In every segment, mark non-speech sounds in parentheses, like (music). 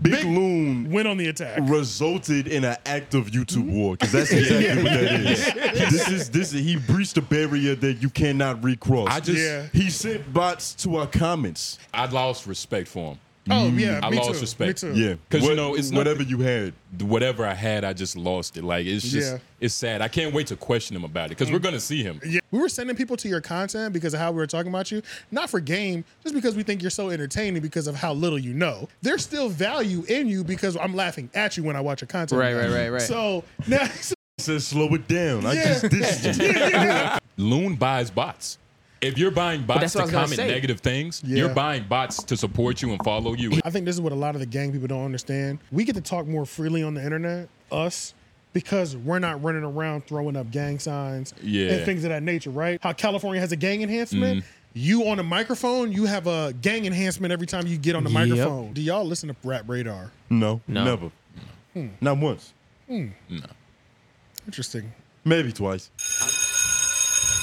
Big Loon went on the attack. Mm-hmm. resulted in an active YouTube war because that's (laughs) exactly what that is. This is this. is- He breached a barrier that you cannot recross. I just, Yeah. he sent bots to our comments. I lost respect for him. Mm. Oh yeah, I me lost too. respect. Me too. Yeah, 'Cause, you What- know, it's whatever you had. Whatever I had, I just lost it. Like it's just, Yeah. it's sad. I can't wait to question him about it Mm. because we're gonna see him. Yeah. We were sending people to your content because of how we were talking about you, not for game, just because we think you're so entertaining because of how little you know. There's still value in you because I'm laughing at you when I watch your content. Right, right, right, right. So (laughs) now, He said, (laughs) "Slow it down." I Yeah. just (laughs) dissed you. Loon buys bots. If you're buying bots that's to what I was gonna comment say. negative things, Yeah. you're buying bots to support you and follow you. (laughs) I think this is what a lot of the gang people don't understand. We get to talk more freely on the internet, us, because we're not running around throwing up gang signs Yeah. Mm. and things of that nature, right? How California has a gang enhancement. You on a microphone, you have a gang enhancement every time you get on the Yep. microphone. Do y'all listen to Rap Radar? No, No. never, Hmm. not once, Hmm. Interesting. maybe twice.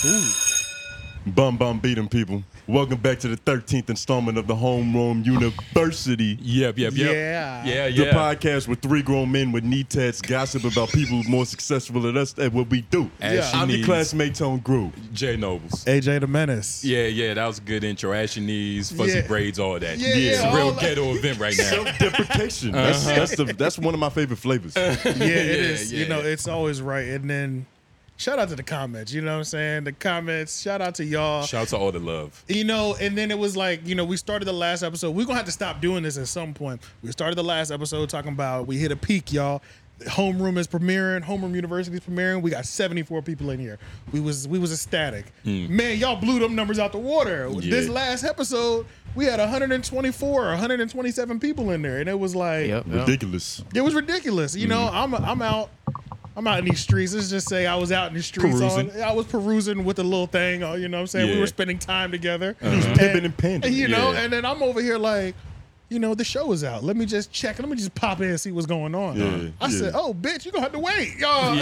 Ooh. Bum bum beat 'em, people. Welcome back to the 13th installment of the Home Room University. Yep, yep, yep. Yeah. yeah, The yeah. podcast with three grown men with knee tats gossip about people more successful than us at what we do. As she I'm your needs. classmate Tone Groove. Jay Nobles. AJ the Menace. Yeah, yeah, that was a good intro. Ashy knees, fuzzy Yeah. braids, all that. Yeah, yeah, it's a real all that. ghetto event (laughs) right now. Uh-huh. Self-deprecation. That's that's, the, that's one of my favorite flavors. (laughs) Yeah, it (laughs) is. yeah, you know, yeah. it's always right. And then shout out to the comments. You know what I'm saying? The comments. Shout out to y'all. Shout out to all the love. You know, and then it was like, you know, we started the last episode. We're gonna have to stop doing this at some point. We started the last episode talking about we hit a peak, y'all. Homeroom is premiering. Homeroom University is premiering. We got 74 people in here. We was we was ecstatic. Man, y'all blew them numbers out the water. This Yeah. last episode, we had 124 or 127 people in there, and it was like, Yep. yep. Ridiculous. it was ridiculous. You Mm. know, I'm I'm out. I'm out in these streets. Let's just say I was out in the streets. On, Perusing. I was perusing with a little thing. uh, You know what I'm saying? We Yeah. were spending time together. Uh-huh. pimping and pandering. You know, Yeah. and then I'm over here like, you know, the show is out. Let me just check. Let me just pop in and see what's going on. Yeah, I said, yeah. oh, bitch, you're going to have to wait. Y'all.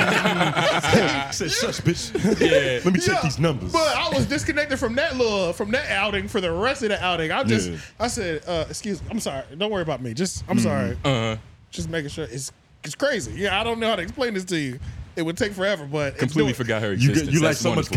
I said, shush, bitch. Yeah. Let me check Yeah, these numbers. But I was disconnected from that little from that outing for the rest of the outing. I just Yeah. Mm. I said, uh, excuse I'm sorry. Don't worry about me. Just I'm sorry. Uh-huh. Just making sure it's it's crazy. Yeah, I don't know how to explain this to you. It would take forever, but it's Completely doing- forgot her you existence. (laughs) get, you like That's so much wonderful.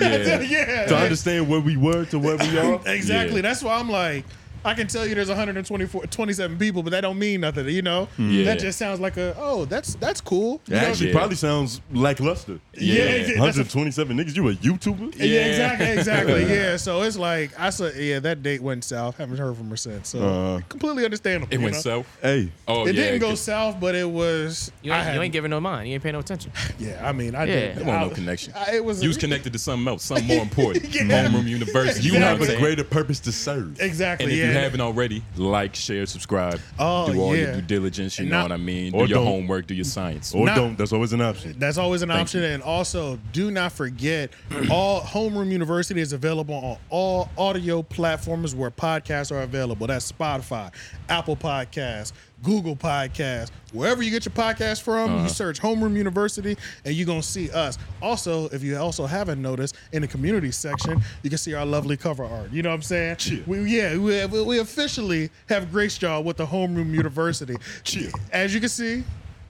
(laughs) Yeah. yeah. to understand where we were to where we are. (laughs) Exactly. Yeah. That's why I'm like, I can tell you there's 124, 27 people, but that don't mean nothing. You know, Hmm. Yeah. that just sounds like a oh, that's that's cool. You It know? actually Yeah. probably sounds lackluster. Yeah. that's a- 127 niggas. You a YouTuber? Yeah, Yeah. exactly, (laughs) (laughs) exactly. Yeah, so it's like I said, yeah, that date went south. Haven't heard from her since. So Uh, completely understandable. It you went know? south. Hey, Oh, It yeah. didn't go cause south, but it was. You I ain't, you hadn't- ain't giving no mind. You ain't paying no attention. (laughs) Yeah, I mean, I Yeah. did. There There wasn't I- no connection. I- it was. You was connected to something else, something more important. (laughs) (laughs) Yeah. Homeroom University. you know have what I'm a saying? greater purpose to serve. Exactly. And if yeah. you haven't already, like, share, subscribe. Oh, do all yeah. your due diligence. You And know not- what I mean. Do Or your don't. homework. Do your science. Or Nah. don't. That's always an option. That's always an option. And also, do not forget, all Homeroom University is available on all audio platforms where podcasts are available. That's Spotify, Apple Podcasts, Google Podcasts, wherever you get your podcast from. You search Homeroom University, and you're gonna see us. Also, if you also haven't noticed, in the community section, you can see our lovely cover art. You know what I'm saying? Chill. We, yeah, we, we we officially have graced y'all with the Homeroom University. Chill. As you can see,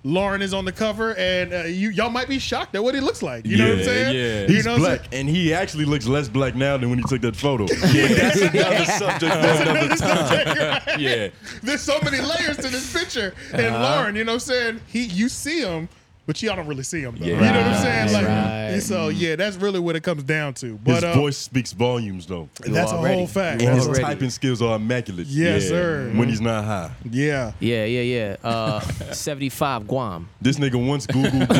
Lauren is on the cover, and uh, you y'all might be shocked at what he looks like. You know what I'm Yeah, saying? yeah. You He's know what I'm black, and he actually looks less black now than when he took that (laughs) photo. (laughs) But (laughs) that's another subject for another time. saying? (laughs) You're right. yeah. There's so many layers to this picture, and Uh-huh. Lauren, you know what I'm saying? He, you see him, but y'all don't really see him. Though. Yeah. You know what I'm saying? Like, Right, right. so yeah, that's really what it comes down to. But His uh, voice speaks volumes, though. that's a Already. whole fact. And his Already. Mm-hmm. typing skills are immaculate. Yes, sir. When he's not high. Yeah. Yeah, yeah, yeah. Uh, (laughs) 75 Guam. This nigga once Google (laughs) Google. (laughs)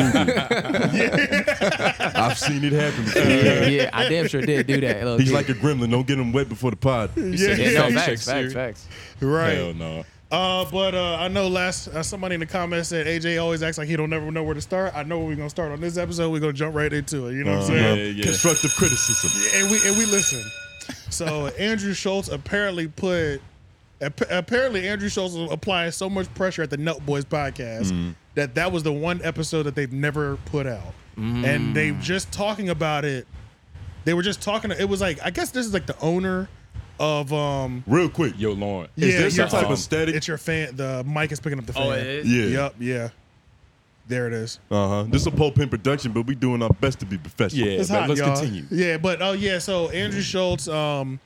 I've seen it happen before. Yeah, yeah, I damn sure did do that. Little He's dude. like a gremlin. Don't get him wet before the pod. (laughs) Yeah. yeah, no, Fact check, facts, Siri. facts, facts. Right. Hell no. Uh, but uh, I know last uh, somebody in the comments said AJ always acts like he don't never know where to start. I know where we're gonna start on this episode. We're gonna jump right into it. You know what I'm Yeah, saying? Uh-huh. yeah, yeah. Uh-huh. Constructive criticism. And we and we listen. (laughs) So Andrew Schultz apparently put ap- apparently Andrew Schultz was applying so much pressure at the Nut Boys Mm. podcast Mm. that that was the one episode that they've never put out, and Hmm. they just talking about it. They were just talking. It was like I guess this is like the owner of um. Real quick, Yo, Lauren. Is yeah, there some your- type um, of static? It's your fan. The mic is picking up the fan. Oh, it is? Yeah. Yep. Yeah. There it is. Uh huh. This is a Pulp Pin production, but we doing our best to be professional. Yeah. It's but hot, let's y'all. continue. Hmm. Yeah, but oh yeah, so Andrew Schultz, um,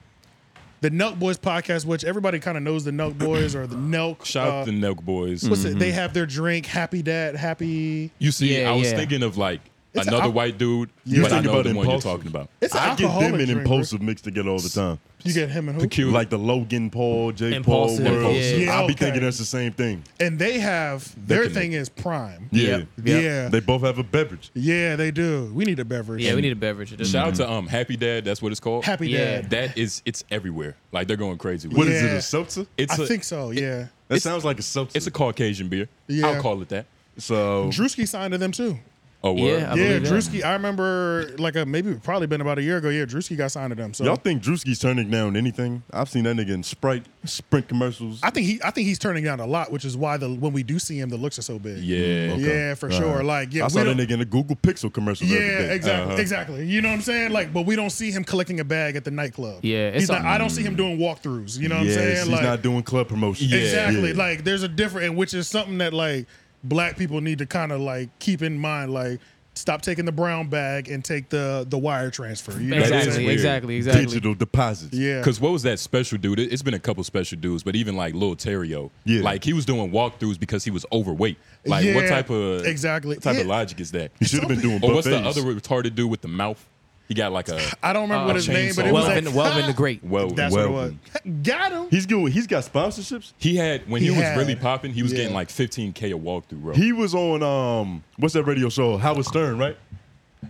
the Nelk Boys podcast, which everybody kind of knows the Nelk Boys (clears throat) or the Nelk. Shout uh, out to Nelk Boys. Mm-hmm. what's it? They have their drink. Happy Dad. Happy. You see, Yeah, I was yeah. thinking of like It's another al- white dude, You but I think know about the one you're impulsive. talking about. It's an I get alcoholic them and drink, bro. impulsive mixed together all the time. You get him and who? Cute. Like the Logan Paul, Jake Impulsive, Paul, world. yeah. Yeah, I'll be okay. thinking that's the same thing. And they have their can- thing is prime. Yeah. Yep. Yep. Yeah. They both have a beverage. yeah, they do. We need a beverage. Yeah, we need a beverage. It Shout out to um Happy Dad. That's what it's called. Happy Yeah. Dad. That is, it's everywhere. Like they're going crazy. With What it. is Yeah. it? A seltzer? um, It's I a- think so. Yeah. That sounds like a seltzer. It's a Caucasian beer. Yeah. I'll call it that. so Drewski signed to them too. Oh, word. Yeah, I yeah, believe that. Drewski. I remember like a maybe probably been about a year ago. Yeah, Drewski got signed to them. So y'all think Drewski's turning down anything? I've seen that nigga in Sprite, Sprint commercials. I think he I think he's turning down a lot, which is why the when we do see him, the looks are so big. Yeah. yeah, for sure. Like Mm-hmm. yeah, I we saw that don't- nigga in the Google Pixel commercial. yeah, the other day. exactly, Uh-huh. exactly. You know what I'm saying? Like, but we don't see him collecting a bag at the nightclub. Yeah, he's it's not, a- I don't see him doing walkthroughs. You know what Yes, I'm saying? he's like, not doing club promotion. Yeah. exactly. Yeah. Like, there's a different, and which is something that like black people need to kind of like keep in mind. Like, stop taking the brown bag and take the the wire transfer. You know is what I'm saying? Exactly, weird. exactly, exactly. digital deposits. Yeah, Because what was that special dude? It- It's been a couple special dudes, but even like Lil Terrio, Yeah. like he was doing walkthroughs because he was overweight. Like what Yeah, type of exactly. what type of Yeah. logic is that? He should have been doing Or buffets. what's the other retarded dude with the mouth? He got like a I don't remember Uh, what his name, but chainsaw. it was Welvin, like, (laughs) Welvin the Great. Well, That's well, what it was. Got him. He's good. He's got sponsorships. he had when he, He was had. really popping, he was Yeah. getting like 15k a walkthrough, bro. He was on um, what's that radio show? Howard Stern, right?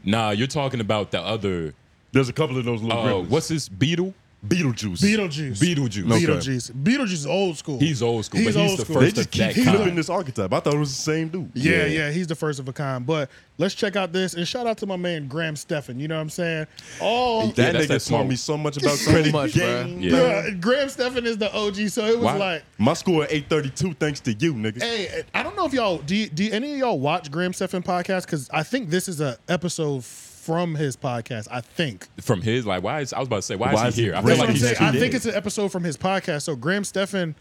nah, you're talking about the other. There's a couple of those little. Uh, gremlins. what's his Beetle? Beetlejuice? Beetlejuice. Beetlejuice. Okay. Beetlejuice. Beetlejuice is old school. He's old school, but he's the They first just of keep that flipping kind. this archetype. I thought it was the same dude. Yeah, yeah, Yeah. he's the first of a kind. But let's check out this and shout out to my man Graham Steffen. You know what I'm saying? Oh, that's That nigga that taught small- me so much (laughs) about So credit much, game. bruh. bruh. yeah, Graham Steffen is the OG. So it was Why- like, My score at 832 thanks to you, nigga. hey, I don't know if y'all do. You, do you- any of y'all watch Graham Steffen podcast? Because I think this is a episode from his podcast. I think. from his. Like why is I was about to say why, Why is he here? I feel really That's like what I'm he's saying. I cheating. think it's an episode from his podcast. So Graham Steffen,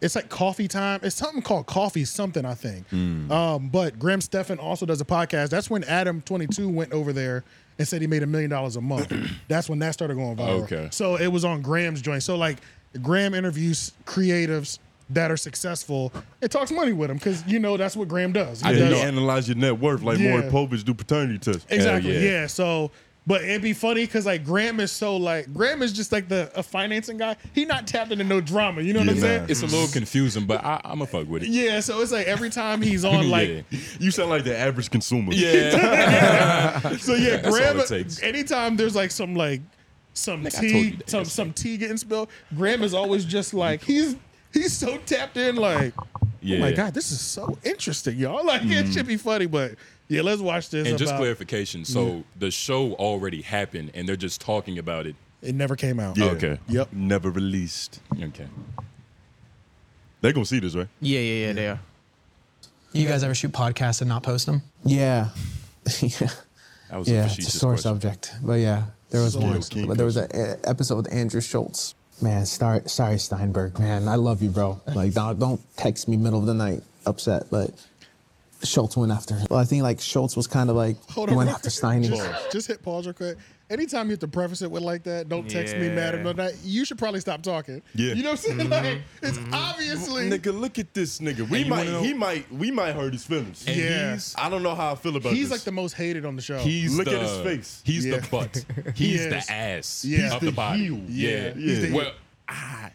it's like coffee time. It's something called coffee something, I think. Mm. Um, but Graham Steffen also does a podcast. That's when Adam twenty two went over there and said he made a million dollars (clears throat) a month. That's when that started going viral. Okay. So it was on Graham's joint. So like Graham interviews creatives that are successful and talks money with them because you know that's what Graham does. He I does- didn't analyze your net worth like Yeah. Maury Povich do paternity tests. Exactly. Hell yeah. yeah. So, but it'd be funny because like Graham is so like Graham is just like the a financing guy. He not tapped into no drama. You know what Yeah, I'm nah. saying? It's a little confusing, but I, I'm a fuck with it. yeah. So it's like every (laughs) time he's on like. yeah. You sound like the average consumer. Yeah. So (laughs) yeah, That's Graham. all it takes. Anytime there's like some like some Nigga, I told you tea, that some yesterday. some tea getting spilled. Graham is always just like he's he's so tapped in like. yeah. Mm-hmm. Oh my god, this is so interesting, y'all. (laughs) Like it should be funny, but yeah, let's watch this. And just about- Mm. clarification. So the show already happened, and they're just talking about it. it never came out. Yeah. Okay. Yep. Never released. Okay. They gonna see this, right? Yeah, yeah, yeah. They are. You guys ever shoot podcasts and not post them? Yeah. (laughs) yeah. That was a Yeah. It's a facetious sore question. subject. But yeah, there was So- one. Okay, But there was an episode with Andrew Schultz. Man, star, sorry, Steinberg. Man, I love you, bro. Like, don't, don't text me middle of the night upset. But Schultz went after him. Well, I think, like, Schultz was kind of like, Hold on. went real after quick. Steiny. Just, just hit pause real quick. Anytime you have to preface it with like that, don't text me, Yeah. madam. Or not, you should probably stop talking. Yeah. You know what I'm Mm-hmm. saying? Like, it's obviously. Nigga, look at this nigga. We And you might, wanna know- he might, we might hurt his feelings. And Yeah. he's, I don't know how I feel about He's like this. the most hated on the show. he's Look the, at his (laughs) face. He's (laughs) Yeah. the butt. He's is. the ass Yeah. He's of the the, body. heel. Yeah. Yeah. He's the Well,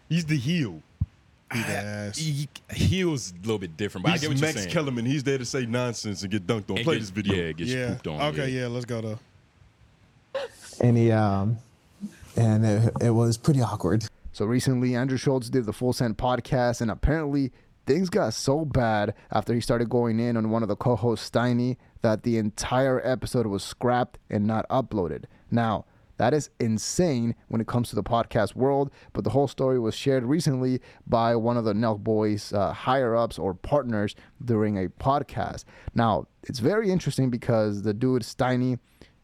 he's the heel. He the ass. he, heel's a little bit different, but I He's get what Max you're saying. Kellerman. He's there to say nonsense and get dunked on. And Play get- this video. Yeah, gets yeah. pooped on. okay, yeah. let's go though. And he, um, and it, it was pretty awkward. So recently, Andrew Schultz did the Full Send podcast, and apparently things got so bad after he started going in on one of the co hosts, Steiny, that the entire episode was scrapped and not uploaded. Now, that is insane when it comes to the podcast world, but the whole story was shared recently by one of the Nelk Boys uh, higher ups or partners during a podcast. Now, it's very interesting because the dude Steiny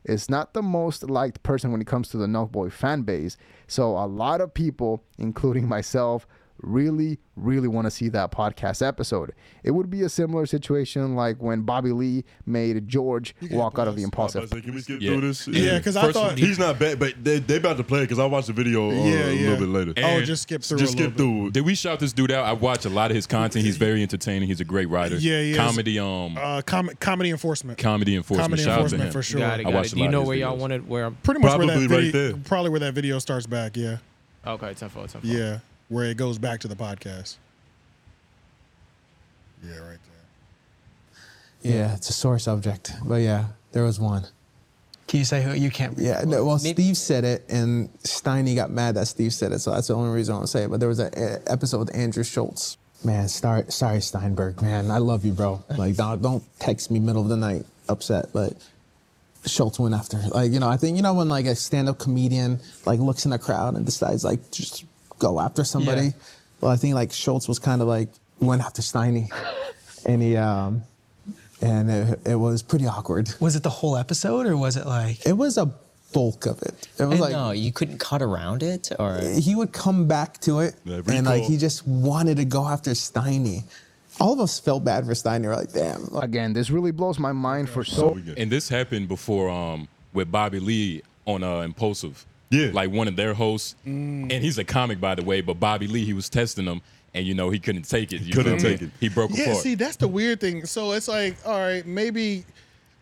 is not the most liked person when it comes to the Nuff Boy fan base. So a lot of people, including myself, really, really want to see that podcast episode. It would be a similar situation like when Bobby Lee made George walk out of the I impulsive. was like, can we skip Yeah. through this? Yeah, because I First thought. one, He's not bad, but they they about to play it because I watched the video uh, Yeah, a yeah. little bit later. oh, And- just skip through. Just a skip little through. it. Did we shout this dude out? I watch a lot of his content. He's very entertaining. He's a great writer. Yeah, he is. Comedy, um, bit. Uh, com- comedy enforcement. comedy enforcement. comedy shout enforcement out to for him. sure. Got it. I Got watched it. a Do you lot of know his where y'all videos. wanted? Where? I'm, Pretty much where that Probably right video, there. probably where that video starts back. Yeah, okay, tenfold, tenfold. yeah, where it goes back to the podcast. Yeah, right there. Yeah, it's a sore subject, but yeah, there was one. Can you say who? You can't. Yeah, no, well, Maybe- Steve said it, and Steiny got mad that Steve said it, so that's the only reason I want to say it. But there was an episode with Andrew Schultz. Man, sorry, sorry, Steinberg. Man, I love you, bro. Like, don't, don't text me middle of the night upset. But Schultz went after. Like, you know, I think you know when like a stand-up comedian like looks in a crowd and decides like just go after somebody. Yeah. Well, I think like Schultz was kind of like went after Steiny, and he um, and it, it was pretty awkward. Was it the whole episode or was it like? It was a bulk of it. It was And like no, you couldn't cut around it, or uh, he would come back to it Yeah, and like recall. he just wanted to go after Steiny. All of us felt bad for Steiny. We're like, damn. Like, Again, this really blows my mind for so We good. And this happened before um with Bobby Lee on uh Impulsive. Yeah. Like one of their hosts. Mm. And he's a comic by the way, but Bobby Lee, he was testing him and you know he couldn't take it. you know couldn't what I mean? take it. He broke Yeah, apart. see, that's the weird thing. So it's like, all right, maybe,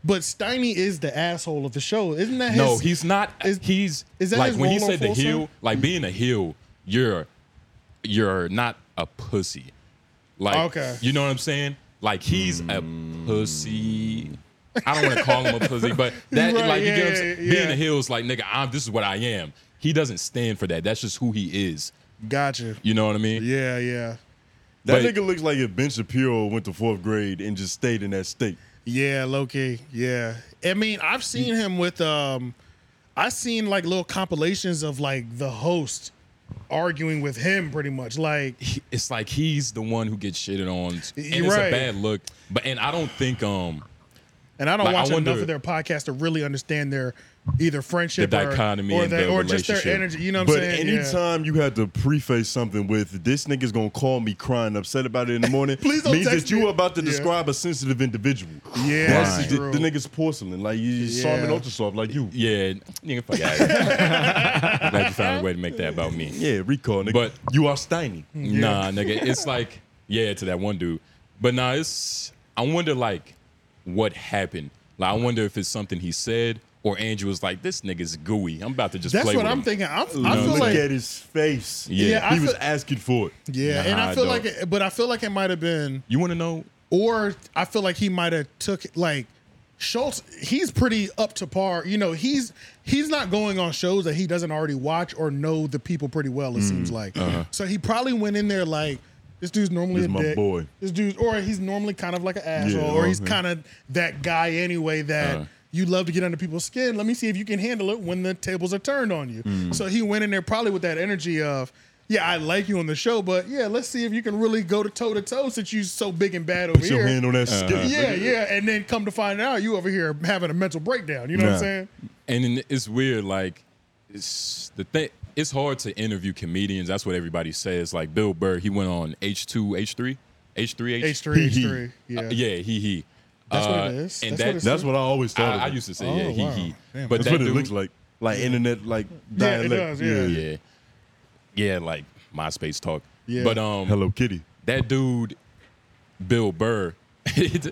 but Steiny is the asshole of the show, isn't that? His, no, he's not is- he's is that like his when he role on said the Full Sail? heel, like being a heel, you're you're not a pussy. Like Okay. you know what I'm saying? Like he's a pussy. I don't want to call him a pussy, (laughs) but that Right, like yeah, you get what I'm saying? yeah, yeah. being a heel is like nigga, I'm this is what I am. He doesn't stand for that. That's just who he is. Gotcha. You know what I mean? Yeah, yeah, But- That nigga looks like if Ben Shapiro went to fourth grade and just stayed in that state. yeah. Low key. Yeah. I mean, I've seen him with um, I've seen like little compilations of like the host arguing with him, pretty much. Like, He- It's like he's the one who gets shitted on, and You're it's right. a bad look. But and I don't think um and I don't Like, I watch enough wonder- of their podcasts to really understand their either friendship, The or- dichotomy or, and their- the or just their relationship. energy. You know what I'm But saying? Yeah. anytime you had to preface something with this nigga's gonna call me crying, upset about it in the morning, (laughs) Please don't means text that you me. were about to Yeah. describe a sensitive individual. Yeah, That's Right. the, true. the nigga's porcelain. Like you just saw him in Yeah. ultra soft, like you. yeah nigga fuck out. Glad (laughs) you found a way to make that about me. Yeah, recall, nigga. But- you are Steiny. Nah, nigga. It's like, yeah, to that one dude. But nah, it's I wonder like what happened. Like I wonder if it's something he said or Andrew was like, this nigga's gooey. I'm about to just That's play what with I'm him. thinking. I'm, I Look feel like at his face. Yeah. Yeah, I he was feel- asking for it. Yeah, and Nah, I feel dog. like, it, but I feel like it might have been, You wanna know? or I feel like he might have took like Schultz. He's pretty up to par. You know, he's he's not going on shows that he doesn't already watch or know the people pretty well. It Mm, seems like uh-huh. so he probably went in there like. This dude's normally This a my dick. boy. This dude, or he's normally kind of like an asshole, or he's okay. kind of that guy anyway that Uh. you love to get under people's skin. Let me see if you can handle it when the tables are turned on you. Hmm. So he went in there probably with that energy of, yeah, I like you on the show, but yeah, let's see if you can really go to toe to toe since you're so big and bad over Put here. Uh-huh. your hand on that skin. yeah, yeah, and then come to find out you over here having a mental breakdown. You know what I'm Nah. saying? And then it's weird, like it's the thing it's hard to interview comedians. That's what everybody says. Like Bill Burr, he went on H two, H three, H three, (laughs) H three, H He- three. Yeah, Uh, yeah, he he. That's what it Uh, is. And That's what that, it's- That's what I always thought. I, I of it. used to say, Oh, yeah, he wow. he. Damn, but That's that what dude, it looks like. Like internet, like Yeah, it dialect. does, yeah. yeah, yeah, like MySpace talk. Yeah. But um, Hello Kitty. that dude, Bill Burr, (laughs) the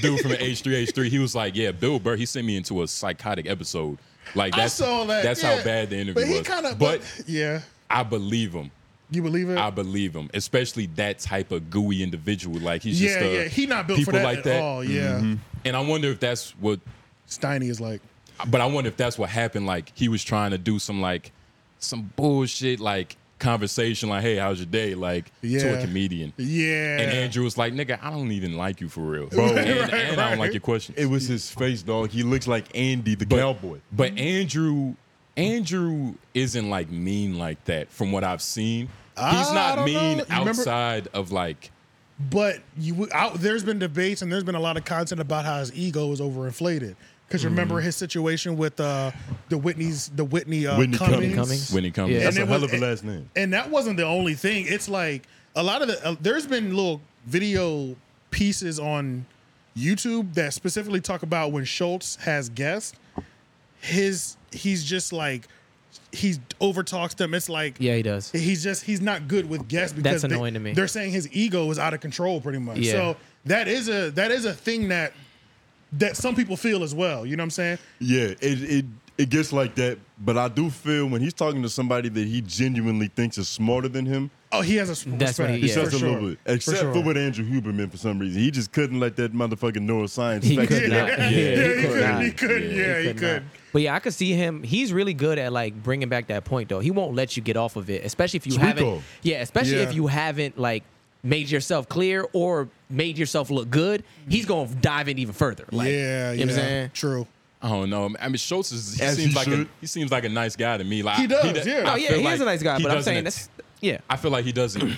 dude from H3H3, he was like, yeah, Bill Burr, he sent me into a psychotic episode. Like I that's saw that. that's yeah. how bad the interview But he was. kind of, but yeah, I believe him. you believe it? I believe him, especially that type of gooey individual. Like he's yeah, just a, yeah. He not built for people that like at that. Mm-hmm. all. Yeah, And I wonder if that's what Steiny is like. But I wonder if that's what happened. Like he was trying to do some like some bullshit like conversation, like, "Hey, how's your day?" Like to Yeah. a comedian. Yeah. And Andrew was like, "Nigga, I don't even like you for (laughs) real, and, and I don't like your question." It was his face, dog. He looks like Andy the cowboy. But Andrew, Andrew isn't like mean like that from what I've seen. He's I not don't mean know. You remember- outside of like. But you, I, there's been debates and there's been a lot of content about how his ego is overinflated. Because remember Mm. his situation with uh, the Whitney's the Whitney uh, Whitney Cummings. Cummings. Cummings. Whitney Cummings. Yeah. That's And a it was- hell of a last name. And that wasn't the only thing. It's like a lot of the uh, there's been little video pieces on YouTube that specifically talk about when Schultz has guests. His he's just like he overtalks them. It's like Yeah, he does. He's just he's not good with guests because That's annoying they, to me. They're saying his ego is out of control, pretty much. Yeah. So that is a that is a thing that that some people feel as well. You know what I'm saying? Yeah, it it it gets like that. But I do feel when he's talking to somebody that he genuinely thinks is smarter than him, Oh, he has a s- That's what respect. he- he Yeah. shuts For a sure. little bit. Except for, sure. with Andrew Huberman for some reason, he just couldn't let that motherfucking neuroscience. He affect could him. not. Yeah, Yeah, he he couldn't. could not. He couldn't. Yeah, he could. not. But yeah, I could see him. He's really good at like bringing back that point though. He won't let you get off of it, especially if you It's haven't. Rico. Yeah, especially Yeah. if you haven't like made yourself clear or made yourself look good. He's gonna dive in even further. Like, yeah, you know what I'm yeah. saying? True. I don't know. I mean, Schultz is, he As seems he like a, should. he seems like a nice guy to me. Like He does, do- yeah. I Oh yeah, feel he is a like nice guy, he but I'm doesn't saying att- that's yeah. I feel like he doesn't,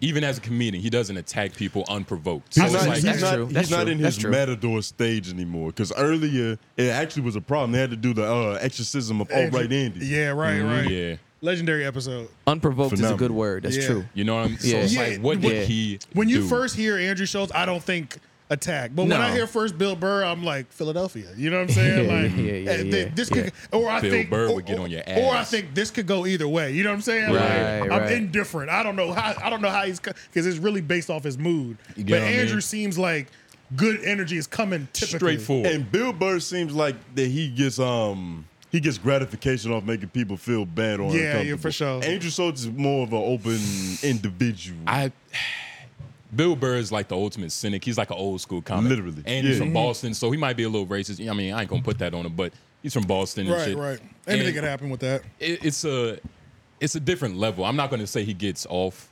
even as a comedian, he doesn't attack people unprovoked. He's So it's not, like- he's that's not- true. he's That's not true. in That's his true. matador stage anymore. Because earlier, it actually was a problem. They had to do the uh, exorcism of all right Andy. Mm-hmm. Yeah, right, right. yeah. Legendary episode. Unprovoked is a good Phenomenal. word. That's Yeah. true. You know what I'm saying? Yeah. So it's like, what did Yeah. he When you do? first hear Andrew Schultz, I don't think attack. But when No. I hear first Bill Burr, I'm like Philadelphia. You know what I'm saying? (laughs) Yeah, like yeah, yeah, eh, th- yeah, this yeah. could or I Bill think Burr or, would get on your Or I ass. think this could go either way. You know what I'm saying? like Right, I'm right. indifferent. I don't know how I don't know how he's cuz it's really based off his mood. You get But what I mean? Andrew seems like good energy is coming typically. straightforward. And Bill Burr seems like that he gets um he gets gratification off making people feel bad or Yeah, yeah, uncomfortable. for sure. Andrew Schultz is more of an open individual. I (sighs) Bill Burr is like the ultimate cynic. He's like an old school comic. Literally. And he's Yeah. from Boston, so he might be a little racist. You know, I mean, I ain't gonna put that on him, but he's from Boston and Right, shit. right. Anything And could happen with that. it- it's a it's a different level. I'm not gonna say he gets off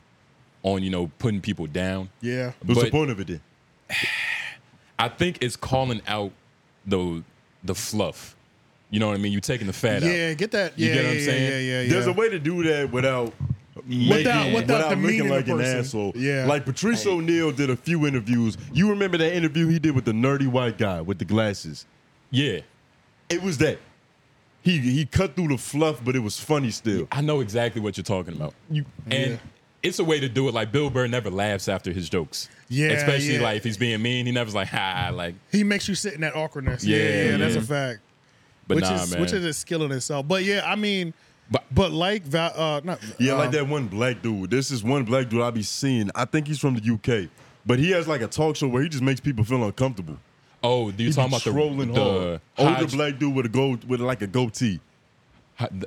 on, you know, putting people down. Yeah. What's the but- point of it then? (sighs) I think it's calling out the the fluff. You know what I mean? You taking the fat out. Yeah, get that. You Yeah, get what I'm yeah, saying? yeah, yeah, yeah. There's a way to do that without Without- without looking demeaning the like an person. asshole. Yeah. Like Patrice O'Neill did a few interviews. You remember that interview he did with the nerdy white guy with the glasses? Yeah. It was that. He he cut through the fluff, but it was funny still. I know exactly what you're talking about. You And it's a way to do it. Like Bill Burr never laughs after his jokes. Yeah, Especially yeah. like if he's being mean, he never's like, ha, like He makes you sit in that awkwardness. Yeah, Yeah, yeah, yeah. that's a fact. But which nah, is man. which is a skill in itself. But yeah, I mean, but, But- like Val, uh, not Yeah, like um, that one black dude. This is one black dude I be seeing. I think he's from the UK, but he has like a talk show where he just makes people feel uncomfortable. oh, you He's talking about the, trolling the, hard. older Hodge, black dude with a gold with like a goatee.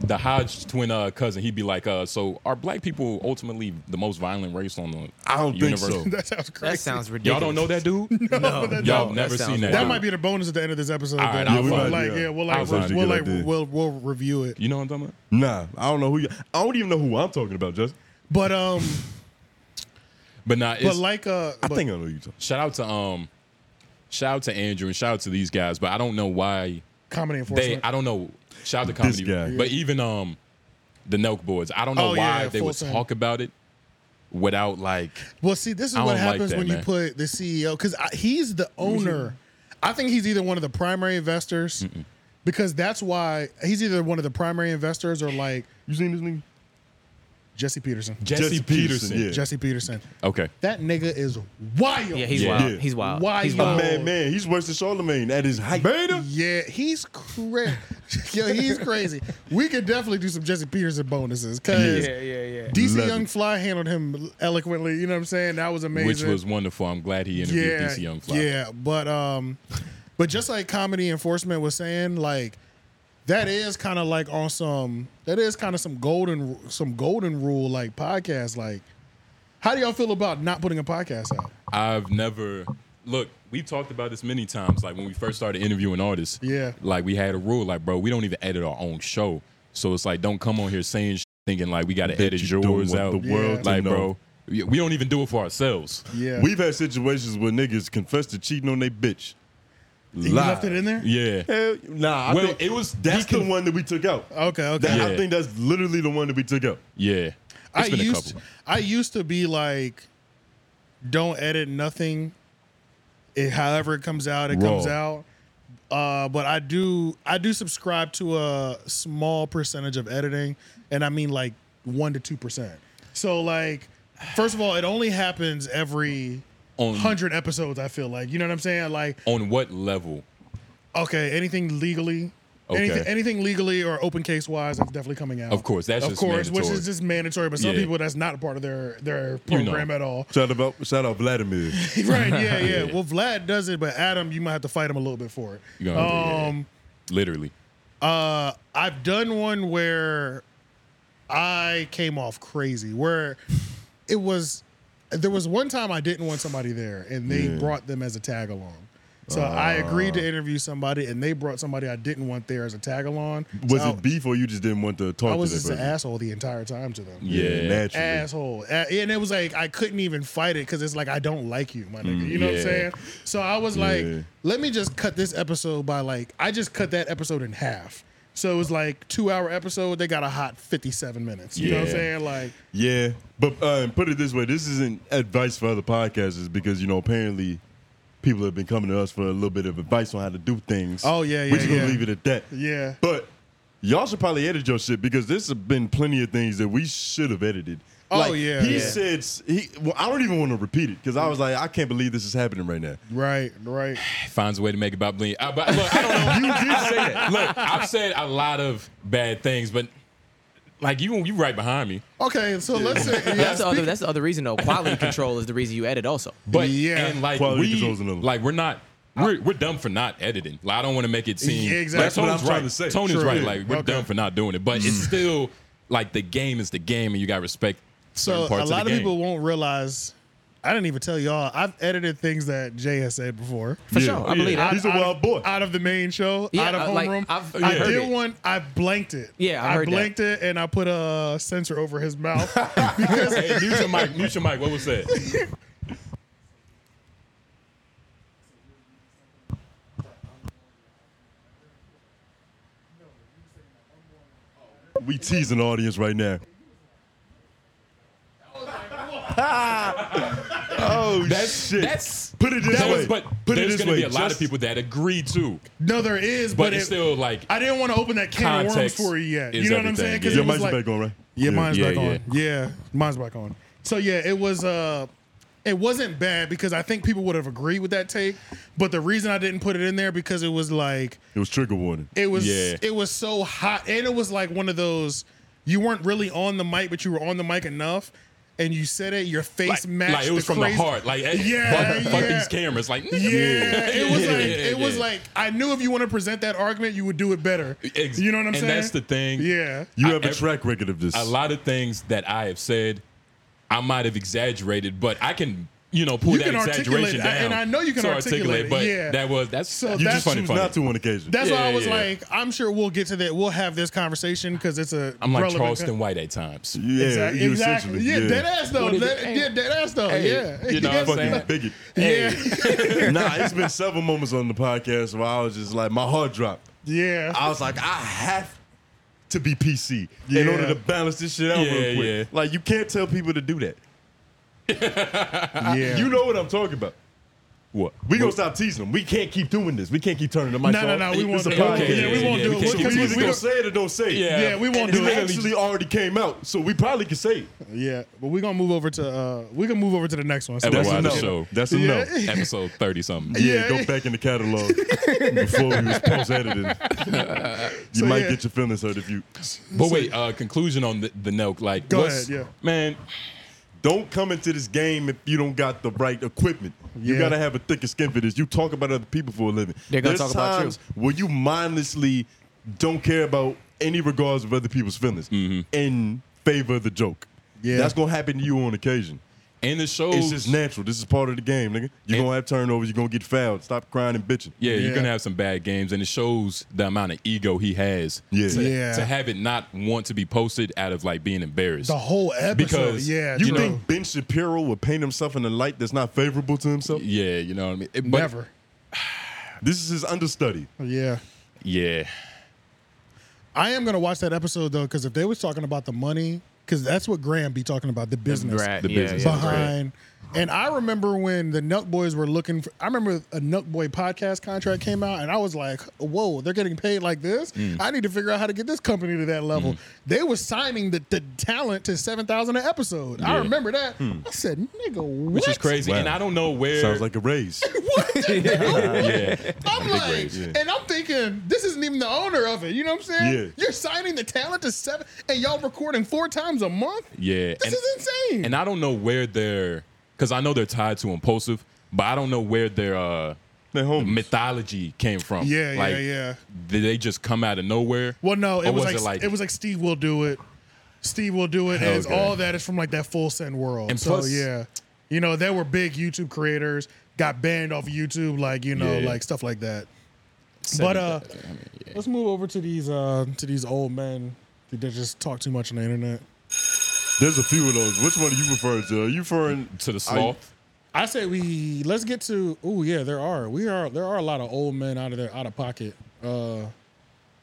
the Hodge twin uh, cousin? He'd be like, uh, so are black people ultimately the most violent race on the I don't think universe? so. (laughs) That sounds crazy. That sounds ridiculous. (laughs) Y'all don't know that (laughs) dude? (laughs) no, that- y'all no, never that seen sounds- that. That dude. might be the bonus at the end of this episode. All right, then. I'll We'll, find- like, yeah. yeah, we'll I'll like, find we'll, a we'll, good like idea. we'll, we'll review it. You know what I'm talking about? Nah, I don't know who. You, I don't even know who I'm talking about, Justin. But um, But nah, it's, but like uh, I but- think I know who you. Talking. shout out to um, shout out to Andrew and shout out to these guys. But I don't know why comedy they. enforcement. I don't know. Shout out to comedy, guy. but even um, the Nelk boys. I don't know Oh, why yeah, they full would send. talk about it without like. Well, see, this is I what don't like happens that, when you man. put the E CEO because he's the owner. I think he's either one of the primary investors because that's why he's either one of the primary investors or like You seen this nigga? Jesse Peterson. Jesse, Jesse Peterson, Peterson. yeah. Jesse Peterson. Okay. That nigga is wild. Yeah, he's Yeah. wild. Yeah. He's wild. Why He's you- wild. Man, man, he's worse than Charlemagne at his height. Beta. Yeah, he's crazy. (laughs) Yo, he's crazy. We could definitely do some Jesse Peterson bonuses because yeah, yeah. DC Love Young it. Fly handled him eloquently. You know what I'm saying? That was amazing. Which was wonderful. I'm glad he interviewed DC Young Fly. Yeah, but um, but just like comedy enforcement was saying, like that is kind of like on some that is kind of some golden some golden rule like podcast. Like, how do y'all feel about not putting a podcast out? I've never look. We talked about this many times. Like when we first started interviewing artists. Yeah. Like we had a rule. Like bro, we don't even edit our own show. So it's like don't come on here saying sh- thinking like we got to edit you don't yours want out. the world to like know. bro, we we don't even do it for ourselves. Yeah, We've had situations where niggas confess to cheating on their bitch. you left it in there. Yeah. Hell, nah, I Well, think it was- that's he the can- one that we took out. Okay, okay. That- I Yeah. think that's literally the one that we took out. Yeah. It's I been used a couple. I used to be like, don't edit nothing. It, however it comes out, it Raw. comes out. Uh, but I do I do subscribe to a small percentage of editing, and I mean like one to two percent. So like, first of all, it only happens every On- hundred episodes. I feel like you know what I'm saying. Like, On what level? okay, anything legally. Okay. Anything, anything legally or open case wise, that's definitely coming out. Of course, that's of just course, which mandatory. is just mandatory. But some Yeah. people that's not a part of their their You know. program (laughs) at all. Shout out, shout out (laughs) Vladimir. right? Yeah, yeah, Well, Vlad does it, but Adam, you might have to fight him a little bit for it. You know, yeah, um, literally. uh, I've done one where I came off crazy, where it was there was one time I didn't want somebody there, and they brought them as a tag along. So I agreed Uh. to interview somebody, and they brought somebody I didn't want there as a tag along. Was so it beef or you just didn't want to talk Oh. I was to just that an person? asshole the entire time to them. Yeah. naturally. asshole. A- And it was like I couldn't even fight it because it's like I don't like you, my nigga. You know what yeah. I'm saying? So I was like, Yeah. let me just cut this episode by like I just cut that episode in half. So it was like two hour episode. They got a hot fifty seven minutes. You know what I'm Yeah. saying? Like Yeah, but uh, put it this way: this isn't advice for other podcasters because you know apparently people have been coming to us for a little bit of advice on how to do things. Oh, yeah, We're yeah, just gonna yeah. leave it at that. Yeah. but y'all should probably edit your shit because there's been plenty of things that we should have edited. Oh, Like, yeah. he Yeah. said s- he. Well, I don't even want to repeat it because I was like, I can't believe this is happening right now. right, right. finds a way to make it about bling. I, but look, I don't know. you did say that. Look, I've said a lot of bad things, but like you, you right behind me. Okay, so let's (laughs) say yeah, that's the other. That's the other reason though. Quality control is the reason you edit also. But Yeah. yeah, and like Quality we, control's another one. like we're not. We're, we're dumb for not editing. Like, I don't want to make it seem. Yeah, exactly. That's what Tony's I'm trying right. to say. Tony's True. right. Yeah. Like we're Okay. dumb for not doing it, but it's still like the game is the game, and you got to respect certain so parts a lot of the of, game. people won't realize. I didn't even tell y'all. I've edited things that Jay has said before. For sure, I believe that. He's a out wild of, boy. Out of the main show, Yeah, out of uh, like, homeroom. I've- I yeah. did heard it. one. I blanked it. Yeah, I heard that. blanked it, and I put a sensor over his (laughs) mouth. (laughs) hey, mute your mic. Mute your mic. What was that? (sighs) We tease an audience right now. oh That's- (laughs) shit! that's- put it this That way. was, but put it there's this gonna way. be a lot Just- of people that agree too, no, there is, but, but, it's it- still like I didn't want to open that can of worms Context for you yet. You is know what I'm everything, saying? 'Cause yeah. Your it was mic's like- back on, right? Yeah, mine's yeah, back on. Yeah, mine's back (laughs) on. So yeah, it was uh it wasn't bad because I think people would have agreed with that take, but the reason I didn't put it in there because it was like It was trigger warning. It was Yeah. it was so hot, and it was like one of those you weren't really on the mic, but you were on the mic enough, and you said it. Your face like, matched. like it was the from crazy- the heart. Like, hey, Yeah, fuck, fuck yeah. these cameras. Like, Yeah, nigga. (laughs) it was like it was yeah. like I knew if you want to present that argument, you would do it better. Ex- You know what I'm and saying? that's the thing. Yeah, You I- have a ev- track record of this. A lot of things that I have said, I might have exaggerated, but I can, you know, pull You that can articulate exaggeration it, down. and I know you can to articulate it, but yeah. that was that's So you that's just funny, Choose funny. not to on occasion. that's why I Yeah, was yeah. like, I'm sure we'll get to that. We'll have this conversation because it's a I'm like relevant Charleston White at times. yeah, Exactly. you exactly. essentially- Yeah, dead ass though. What is it? Dead, yeah, dead ass though. Hey, oh, yeah. (laughs) you know You what I'm saying? Fucking bigot. yeah. (laughs) nah, it's been several moments on the podcast where I was just like, my heart dropped. Yeah. I was like, I have to be (laughs) PC in Yeah. order to balance this shit out Yeah, real quick. yeah. Like, you can't tell people to do that. yeah. You know what I'm talking about. What? We gonna stop teasing them. We can't keep doing this. We can't keep turning the mic No, no, off. no, we It's won't a do it. podcast. Yeah, we won't Yeah, do we it. can't So Because we we, either we gonna don't- say it or don't say it. Yeah. yeah, we won't And do it it. actually already came out, so we probably could say it. Yeah, but we're gonna move over to uh, we can move over to the next one. So That's That's why a the no. show. That's a Yeah. no. Episode thirty something. Yeah, Yeah. go back in the catalog (laughs) before we was (laughs) post editing. you So, might yeah. get your feelings hurt if you But wait, uh, conclusion on the, the Nelk. Like, Go what's- ahead, yeah. man, don't come into this game if you don't got the right equipment. You Yeah. gotta have a thicker skin for this. You talk about other people for a living. They're gonna There's talk about you. times Where you mindlessly don't care about any regards of other people's feelings Mm-hmm. in favor of the joke. Yeah. That's gonna happen to you on occasion. and the show. It's just natural. This is part of the game, nigga. You're And- gonna have turnovers, you're gonna get fouled. Stop crying and bitching. Yeah, Yeah. you're gonna have some bad games, and it shows the amount of ego he has. Yeah. To, Yeah. to have it not want to be posted out of like being embarrassed. the whole episode. Because yeah, You You know- think Ben Shapiro would paint himself in a light that's not favorable to himself? yeah, you know what I mean. It- but- never. (sighs) This is his understudy. Yeah, Yeah, I am gonna watch that episode though because if they was talking about the money because that's what Graham be talking about the business The yeah, business. yeah. behind. And I remember when the Nut Boys were looking for, I remember a Nut Boy podcast contract came out, and I was like, whoa, they're getting paid like this? Mm. I need to figure out how to get this company to that level. They were signing the, the talent to 7,000 an episode. I Yeah. Hmm. remember that. I said, nigga, what? which is crazy. Wow. And I don't know where. Sounds like (laughs) a raise. (laughs) yeah. I'm like, raise, yeah. and I'm thinking, this isn't even the owner of it. You know what I'm saying? Yeah. You're signing the talent to seven, and y'all recording four times a month? Yeah. This and, is insane. and I don't know where they're because I know they're tied to impulsive, but I don't know where their uh They're homies. mythology came from. Yeah, yeah, like, yeah. Did they just come out of nowhere? Well, no, it Or was, was like, it it like- was like Steve will do it. Steve will do it. And it's Okay. all that is from like that full send world. And so plus- yeah, you know they were big YouTube creators, got banned off of YouTube, like you know, Yeah. like stuff like that. Seven- but uh, let's move over to these uh to these old men that just talk too much on the internet. There's a few of those. Which one are you referring to? Are you referring to the sloth. I say we let's get to. Oh yeah, there are we are there are a lot of old men out of there out of pocket. Uh,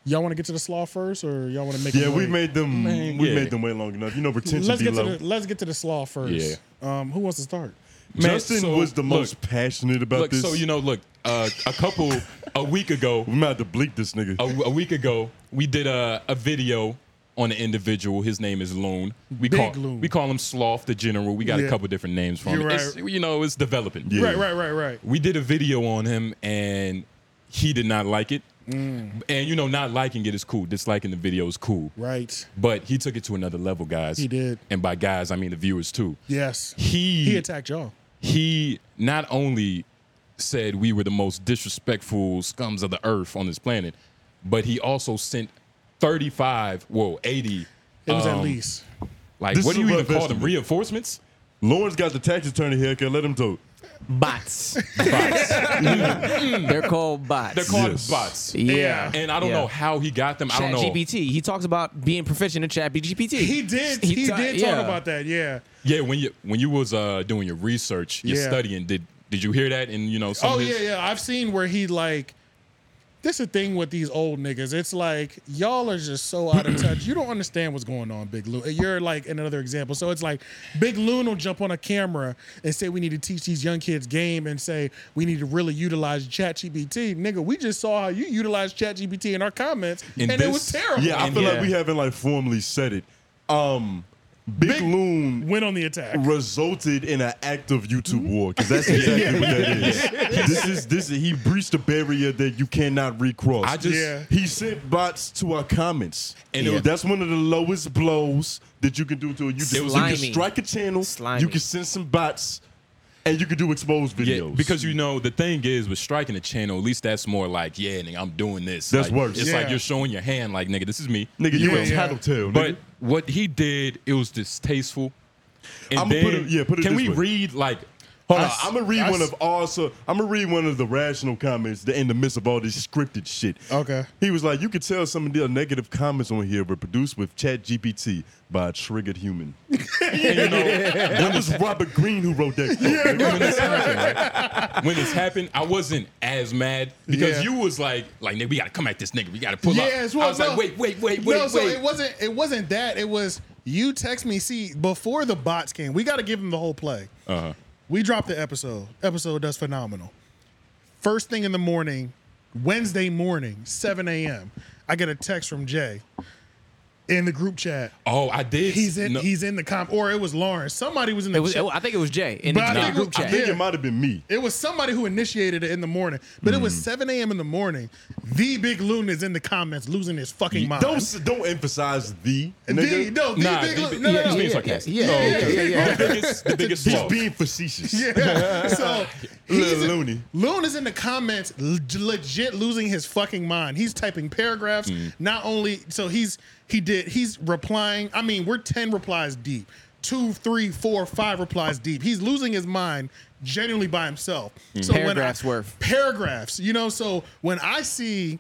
y'all want to get to the slaw first, or y'all want to make? Yeah, them we wait? made them. Man, we yeah. made them wait long enough. You know, retention Let's be get to low. the let's get to the slaw first. Um, who wants to start? Man, Justin so, was the look, most passionate about Look, this. so you know, look, uh, a couple a week ago, we might have to bleep this nigga. a, a week ago, we did a, a video on an individual. His name is Loon. We Big call Loon. we call him Sloth the General. We got Yeah. a couple different names for him. You're right. It's- you know, it's developing. Yeah. Right, right, right, right. We did a video on him, and he did not like it. Mm. And you know, not liking it is cool. Disliking the video is cool. Right. But he took it to another level, guys. He did. And by guys, I mean the viewers too. Yes. He He attacked y'all. he not only said we were the most disrespectful scums of the earth on this planet, but he also sent 35, whoa, 80. It was at um, least. Like, This what is do a you even rough call them? estimate. Reinforcements? Lawrence got the tax attorney haircut. Let him talk. Bots. (laughs) Mm. Bots. They're called bots. They're called Yes. bots. yeah. And I don't Yeah. know how he got them. I Chat don't know. GPT. He talks about being proficient in Chat GPT. He did. He, ta- did yeah. talk about that. Yeah. Yeah, when you when you was uh, doing your research, your Yeah. studying, did did you hear that? And you know, some Oh of his, yeah, yeah. I've seen where he like. This is the thing with these old niggas. It's like y'all are just so (clears throat) out of touch. You don't understand what's going on, Big Loon. You're like another example. So it's like Big Loon will jump on a camera and say we need to teach these young kids game and say we need to really utilize ChatGPT. Nigga, we just saw how you utilized ChatGPT in our comments, In and it was this- terrible. Yeah, I And feel yeah. like we haven't like formally said it. Um, Big, Big- Loon Went on the attack. Mm-hmm. resulted in an active YouTube war because (laughs) that's exactly what that is. This is this. Is, he breached a barrier that you cannot recross. I just Yeah. He sent bots to our comments, and Yeah. that's one of the lowest blows that you can do to a It YouTube. was- You can Slimy. strike a channel, Slimy. you can send some bots, and you can do exposed Yeah, videos. because you know the thing is with striking a channel, at least that's more like, yeah, nigga, I'm doing this. That's Like, worse. It's Yeah. like you're showing your hand, like, nigga, this is me. nigga, you Yeah, a yeah. tattletale. nigga. But what he did, it was distasteful. And I'ma then, put it- yeah, put it Can this we way. read like? Hold on, I- I'm gonna read I- one of also. I'm gonna read one of the rational comments that in the midst of all this scripted shit. Okay. He was like, "You could tell some of the negative comments on here were produced with Chat GPT by a triggered human." that was Robert Greene who wrote that. quote. when (laughs) this happened, right? when this happened, I wasn't as mad because Yeah. you was like, like nigga, we gotta come at this nigga, we gotta pull up. Yeah, it's I was like, wait, wait, wait, wait, no, so wait. it wasn't. It wasn't that. It was you text me. See, before the bots came, we got to give them the whole play. Uh-huh. We dropped the episode. Episode does phenomenal. First thing in the morning, Wednesday morning, seven a.m. I get a text from Jay in the group chat. oh, I did. He's in. no- He's in the comp, or it was Lawrence. Somebody was in the. It was, chat. I think it was Jay in But I the think- group I chat. think Yeah. it might have been me. It was somebody who initiated it in the morning, but Hmm. it was 7 a.m. in the morning. The big loon is in the comments losing his fucking mind. (laughs) Don't s- don't emphasize the the, nigga. Oh, no, the Nah, big the- loon. No, no, yeah, no. he's being sarcastic. yeah, No, yeah, okay. yeah, yeah. The biggest, the biggest He's sloth. being facetious. (laughs) Yeah. so he's Little loony. Loon is in the comments, l- legit losing his fucking mind. He's typing paragraphs. Not only so he's he did he's replying. I mean, we're ten replies deep, two, three, four, five replies deep. He's losing his mind genuinely by himself. Hmm. So when I- Mm. Paragraphs worth. paragraphs. You know, so when I see.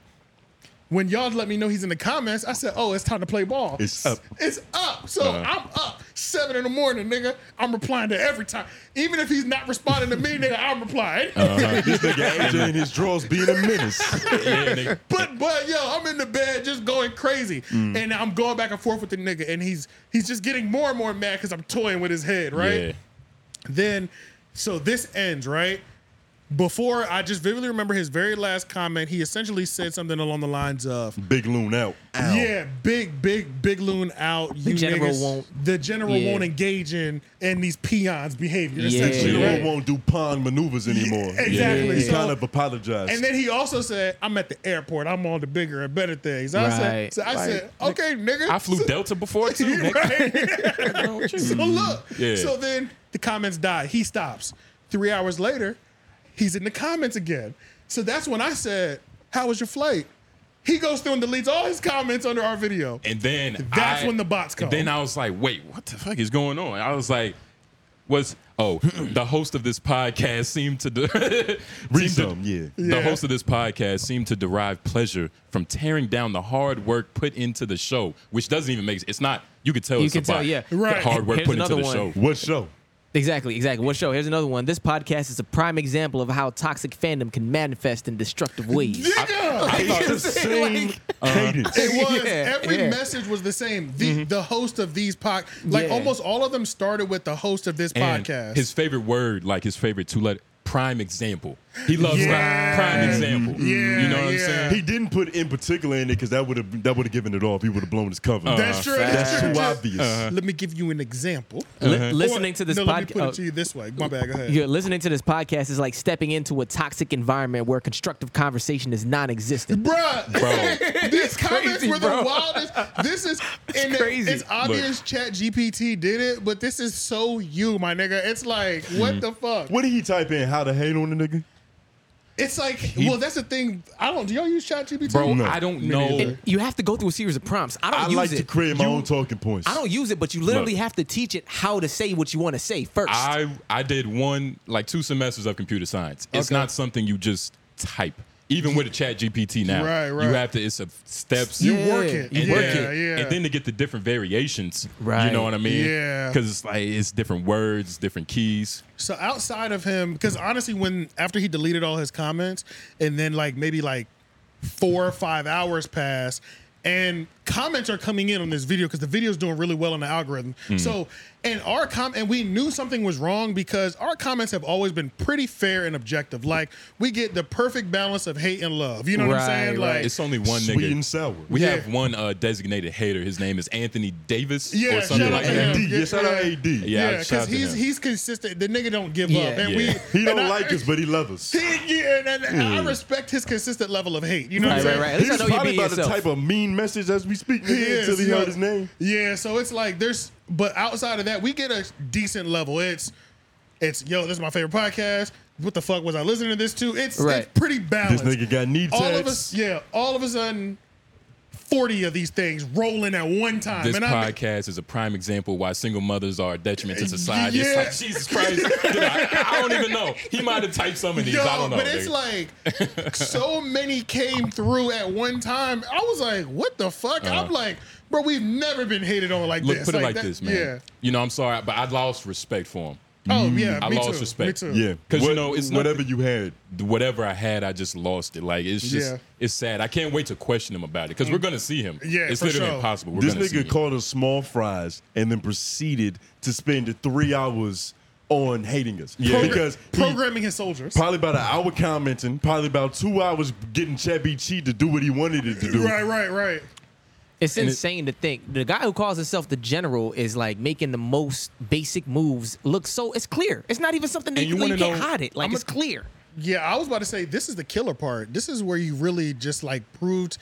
When y'all let me know he's in the comments, I said, "Oh, it's time to play ball." It's up. It's up. So I'm up. seven in the morning, nigga. I'm replying to every time. Even if he's not responding to me, nigga, I'm replying. (laughs) (laughs) this nigga AJ and his drawers being a menace. Uh-huh. (laughs) Yeah, nigga. But but yo, I'm in the bed just going crazy, and I'm going back and forth with the nigga, and he's he's just getting more and more mad because I'm toying with his head, right? Yeah. Then, so this ends right before. I just vividly remember his very last comment. He essentially said something along the lines of, Big loon out. Ow. "Yeah, big, big, big loon out. You general niggas- won't- The general Yeah. won't engage in in these peons' behavior. Yeah. She Essentially, don't right? won't do pawn maneuvers anymore. exactly. He So- kind of apologized. And then he also said, "I'm at the airport. I'm on the bigger and better things." I said, Right. so I said, "Okay, nigga." I flew Delta before (laughs) too. nigga. Right? so look. Yeah. So then the comments die. He stops. Three hours later, he's in the comments again. So that's when I said, "How was your flight?" He goes through and deletes all his comments under our video. And then That's I- when the bots come. and Then I was like, wait, what the fuck is going on? I was like, was oh (clears throat) the host of this podcast seemed to de- (laughs) seemed to- some, yeah. the host of this podcast seemed to derive pleasure from tearing down the hard work put into the show, which doesn't even make it's not you could tell You it's can a bot. tell, yeah. The Right. hard work Here's put into another the one. show. what show? Exactly, exactly. What show? Here's another one. This podcast is a prime example of how toxic fandom can manifest in (laughs) destructive ways. I thought the same (laughs) cadence. Mm-hmm. It was (laughs) Yeah, every yeah. message was the same. The the host of these pod, like Yeah. almost all of them started with the host of this And podcast. His favorite word, like his favorite two letter prime example. He loves Yeah. Mm-hmm. like, prime example. Yeah, you know what I'm yeah. saying? He didn't put in particular in it because that would have that would have given it off. He would have blown his cover. Uh, that's true. That's That's true. Uh, too Just- obvious. Uh-huh. Uh-huh. Let me give you an example. Li- listening Or- to this no, Let me put it podcast. to you this way. My bad. Go ahead. You're listening to this podcast is like stepping into a toxic environment where constructive conversation is non-existent. Bruh, Bro. (laughs) these comments crazy, were the bro. wildest. This (laughs) is and it- crazy. It's obvious Chat GPT did it, but this is so you, my nigga. It's like what Mm-hmm. Mm-hmm. the fuck. What did he type in? How to hate on the nigga? It's like well, that's the thing. I don't. Do y'all use Chat GPT? Bro, No. I don't know. It- you have to go through a series of prompts. I don't I use like it. to create my own talking points. I don't use it, but you literally Look. have to teach it how to say what you want to say first. I I did one like two semesters of computer science. It's not something you just type. Even with a chat GPT now, Right, right. You have to. It's a steps. you Yeah. work it. and yeah, then, yeah. And then to get the different variations, You Right. know what I mean? Yeah. Because it's like it's different words, different keys. So outside of him, because honestly, when after he deleted all his comments, and then like maybe like four or five hours pass, and comments are coming in on this video because the video's doing really well in the algorithm. So and our com and we knew something was wrong because our comments have always been pretty fair and objective. Like we get the perfect balance of hate and love. You know what I'm Right, saying? right. Like It's only one Sweet nigga. and sour. We Yeah. have one uh, designated hater. His name is Anthony Davis Yeah, or something shout like out to that. AD. him. Yeah, shout out Yeah. AD. Yeah. yeah, shout because out to he's him. he's consistent. The nigga don't give Yeah. up, and Yeah. we He don't and I- like us, but he loves us. (laughs) He, yeah, and, and I respect his consistent level of hate. You know Right, what I'm right, saying? right. At least I He's know you probably being about yourself. to type a mean message as we speak He nigga, is, until he yeah. heard his name. Yeah, so it's like there's, but outside of that, we get a decent level. It's, it's yo, this is my favorite podcast. What the fuck was I listening to this to? It's, Right. it's pretty balanced. This nigga got need all of tats. us, yeah, all of a sudden, forty of these things rolling at one time. This and I, podcast is a prime example why single mothers are a detriment to society. Yeah. It's (laughs) like, (laughs) Jesus Christ. (laughs) Dude, I, I don't even know. He might have typed some of these. Yo, I don't know. but it's nigga. (laughs) like so many came through at one time. I was like, what the fuck? I'm like, bro, we've never been hated on like Uh-huh. Look, this. put it like that- this, man. Yeah. You know, I'm sorry, but I lost respect for him. Mm-hmm. Oh yeah, I me lost too. respect. Me too. Yeah, 'Cause, you What- know, it's whatever you had. Whatever I had, I just lost it. Like it's just, Yeah. Mm. it's sad. I can't wait to question him about it because we're gonna see him. Yeah, it's for literally sure. impossible. We're This gonna see nigga him. called us small fries and then proceeded to spend three hours on hating us. Progra- because he programming his soldiers. Probably about an hour commenting, probably about two hours getting Chevy Chi to do what he wanted it to do. right, right, right. It's And it- insane to think the guy who calls himself the general is like making the most basic moves look so it's clear. It's not even something that And you, you you wanna can't know- hide it. Like I'ma- it's clear. Yeah, I was about to say this is the killer part. This is where you really just like proved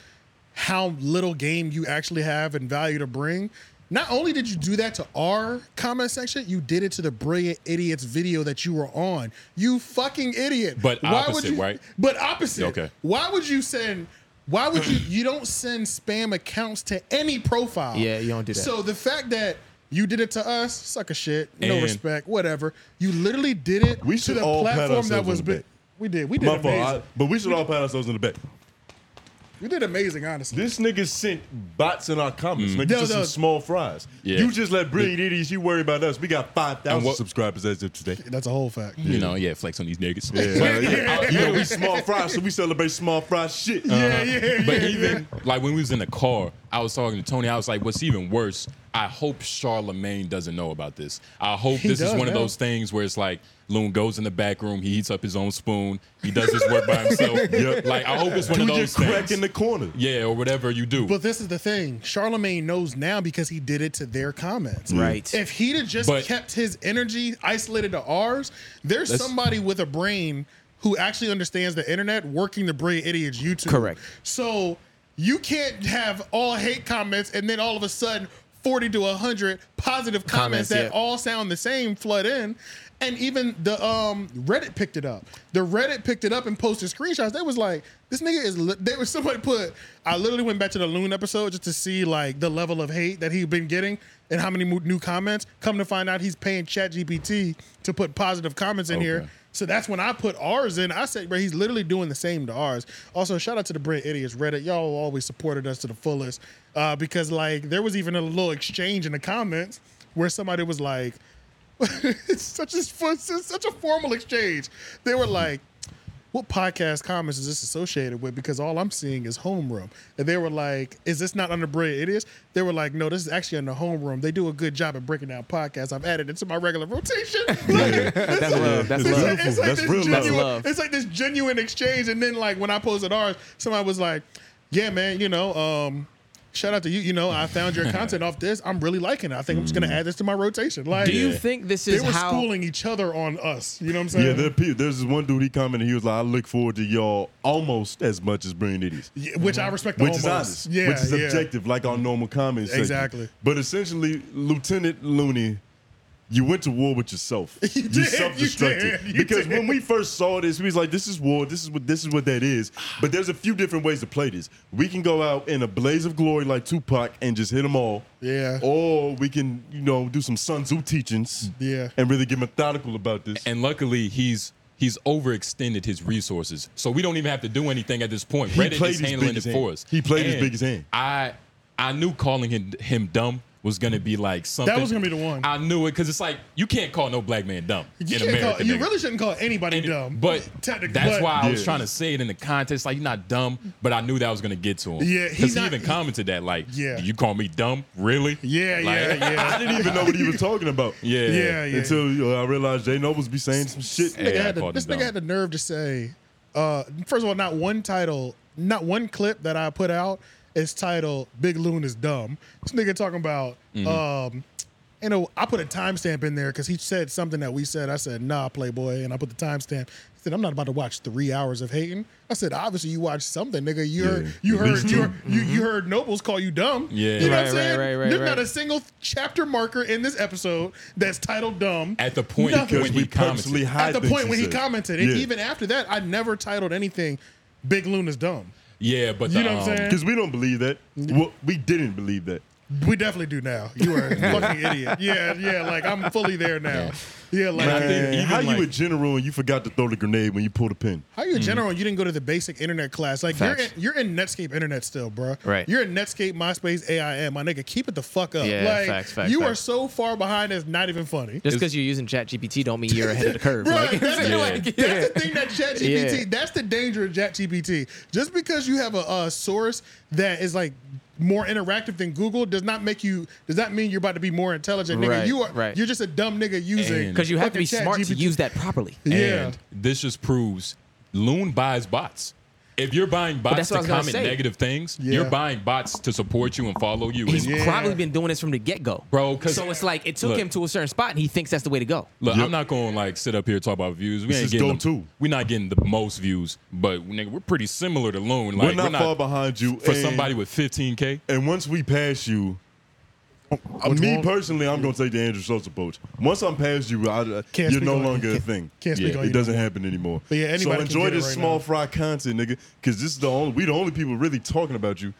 how little game you actually have and value to bring. Not only did you do that to our comment section, you did it to the brilliant idiots video that you were on. You fucking idiot. But would opposite, you, right? But opposite. Okay. Why would you send? Why would you? You don't send spam accounts to any profile. Yeah, you don't do that. So the fact that you did it to us, suck a shit, no And- respect, whatever. You literally did it We to should the all pat platform ourselves that on was the big. back. We did. We did My fault. amazing. I- but we should all pat ourselves in the back. You did amazing, honestly. This nigga sent bots in our comments, nigga, No, just no. some small fries. Mm. Yeah. You just let brilliant idiots. You worry about us. We got five And thousand what- subscribers as of today. That's a whole fact. You know, yeah, flex on these niggas. (laughs) Yeah, yeah. You know, we small fries, so we celebrate small fry shit. Uh-huh. Yeah, yeah, Uh-huh. But yeah, even like when we was in the car, I was talking to Tony. I was like, "What's even worse? I hope Charlemagne doesn't know about this. I hope He this is does one of now. those things where it's like Loon goes in the back room, he heats up his own spoon, he does his work by (laughs) himself. Like I hope it's one Do of your those crack things. in the corner. yeah, or whatever you do. But this is the thing. Charlemagne knows now because he did it to their comments. Right. If he'd have just But- kept his energy isolated to ours, there's That's- somebody with a brain who actually understands the internet working the Brilliant Idiots YouTube. Correct. So you can't have all hate comments and then all of a sudden 40 to 100 positive comments, Comments, that yeah. all sound the same flood in. And even the um, Reddit picked it up. The Reddit picked it up and posted screenshots. They was like, "This nigga is." Li-. There was (laughs) somebody put. I literally went back to the Loon episode just to see like the level of hate that he'd been getting and how many mo- new comments. Come to find out, he's paying ChatGPT to put positive comments in here. Okay. So that's when I put ours in. I said, bro, he's literally doing the same to ours. Also, shout out to the Brit Idiots Reddit. Y'all always supported us to the fullest uh, because, like, there was even a little exchange in the comments where somebody was like, (laughs) it's such a, it's such a formal exchange. They were like, what podcast comments is this associated with? Because all I'm seeing is homeroom. And they were like, is this not under Brilliant Idiots? They were like, no, this is actually under homeroom. They do a good job at breaking down podcasts. I've added it to my regular rotation. (laughs) Like, That's love. That's It's it's love. like, it's like That's this real love. genuine, That's love. It's like this genuine exchange, and then like when I posted ours, somebody was like, "Yeah, man, you know, um, shout out to you. You know, I (laughs) found your content off this. I'm really liking it. I think I'm just gonna add this to my rotation." Like, Do you think this they is were how? schooling each other on us? You know what I'm saying? Yeah, there are people, there's this one dude, he commented, he was like, I look forward to y'all almost as much as Brilliant Idiots. Yeah, which I respect. the Which is almost. honest, Yeah, which is yeah. objective, like our normal comments. Exactly. But essentially, Lieutenant Looney, you went to war with yourself. you did, (laughs) you self-destructed. did, you because did. when we first saw this, we was like, "This is war. This is what this is what that is." But there's a few different ways to play this. We can go out in a blaze of glory like Tupac and just hit them all. Yeah. Or we can, you know, do some Sun Tzu teachings. Yeah. And really get methodical about this. and luckily, he's he's overextended his resources, so we don't even have to do anything at this point. He Reddit played is his handling it biggest for hand. us. He played his And biggest hand. I I knew calling him him dumb was gonna be like something. was gonna be the one. I knew it because it's like you can't call no black man dumb You, in can't America. call, you nigga. really shouldn't call anybody And- dumb. But Technic- that's but- why I was Yeah. trying to say it in the context. Like, you're not dumb, but I knew that was going to get to him. Yeah, he's Because he not- even commented that, like, Yeah. "Do you call me dumb? Really? Yeah, yeah, Like- yeah. (laughs) (laughs) I didn't even know what he was talking (laughs) about. Yeah. Yeah, yeah. Until you know, I realized Jay Nobles be saying some shit. This nigga, Yeah, I had, the, called this him nigga dumb. had the nerve to say, uh, first of all, not one title, not one clip that I put out is titled "Big Loon is Dumb." This nigga talking about, um, you know, I put a timestamp in there because he said something that we said. I said, "Nah, Playboy," and I put the timestamp. He said, "I'm not about to watch three hours of hating." I said, "Obviously, you watched something, nigga. You heard, Yeah, you at heard, least you two. heard, you, you heard Nobles call you dumb. Yeah. you know what Right, I'm right, saying? right, right, There's right. not a single chapter marker in this episode that's titled dumb. At the point Nothing. when Because he we purposely commented. hide at the things point when he said. commented, and Yeah. even after that, I never titled anything "Big Loon is dumb." Yeah, but You the, know what I'm um, saying? Because we don't believe that. Well, we didn't believe that. We definitely do now. You are a fucking idiot. (laughs) Yeah, yeah. Like I'm fully there now. Yeah, like I think- Man, even how like- you a general and you forgot to throw the grenade when you pulled the pin? how you in general? You didn't go to the basic internet class. Like Facts. you're in, you're in Netscape internet still, bro. Right. You're in Netscape, MySpace, AIM. My nigga, keep it the fuck up. Yeah, like facts, facts, you facts. are so far behind. It's not even funny. Just because you're using ChatGPT don't mean you're ahead of (laughs) the (laughs) curve. Right, like, that's, the- like, that's the thing that ChatGPT. Yeah. That's the danger of ChatGPT. Just because you have a, uh source that is like more interactive than Google does not make you does not mean you're about to be more intelligent, nigga. Right, you are right. you're just a dumb nigga using And- Because you have to be fucking smart to ChatGPT. use that properly. Yeah. And this just proves Loon buys bots. If you're buying bots that's to what I was gonna comment say. negative things, Yeah. you're buying bots to support you and follow you. He's And- Yeah. probably been doing this from the get go, Bro, 'cause- so it's like it took Look. him to a certain spot, and he thinks that's the way to go. Look, I'm not going to like sit up here and talk about views. We This ain't is getting dope, the- too. We're not getting the most views, but nigga, we're pretty similar to Loon. Like, we're, not far behind you. for and, somebody with 15k. And once we pass you, me personally, I'm going to take the Andrew Schultz approach. Once I'm past you, I, uh, you're Can't speak no on- longer a can't- thing. can't speak on you It no doesn't happen anymore. But yeah, anybody so can enjoy get it this right small now. fry content, nigga, because this is the only, we the only people really talking about you.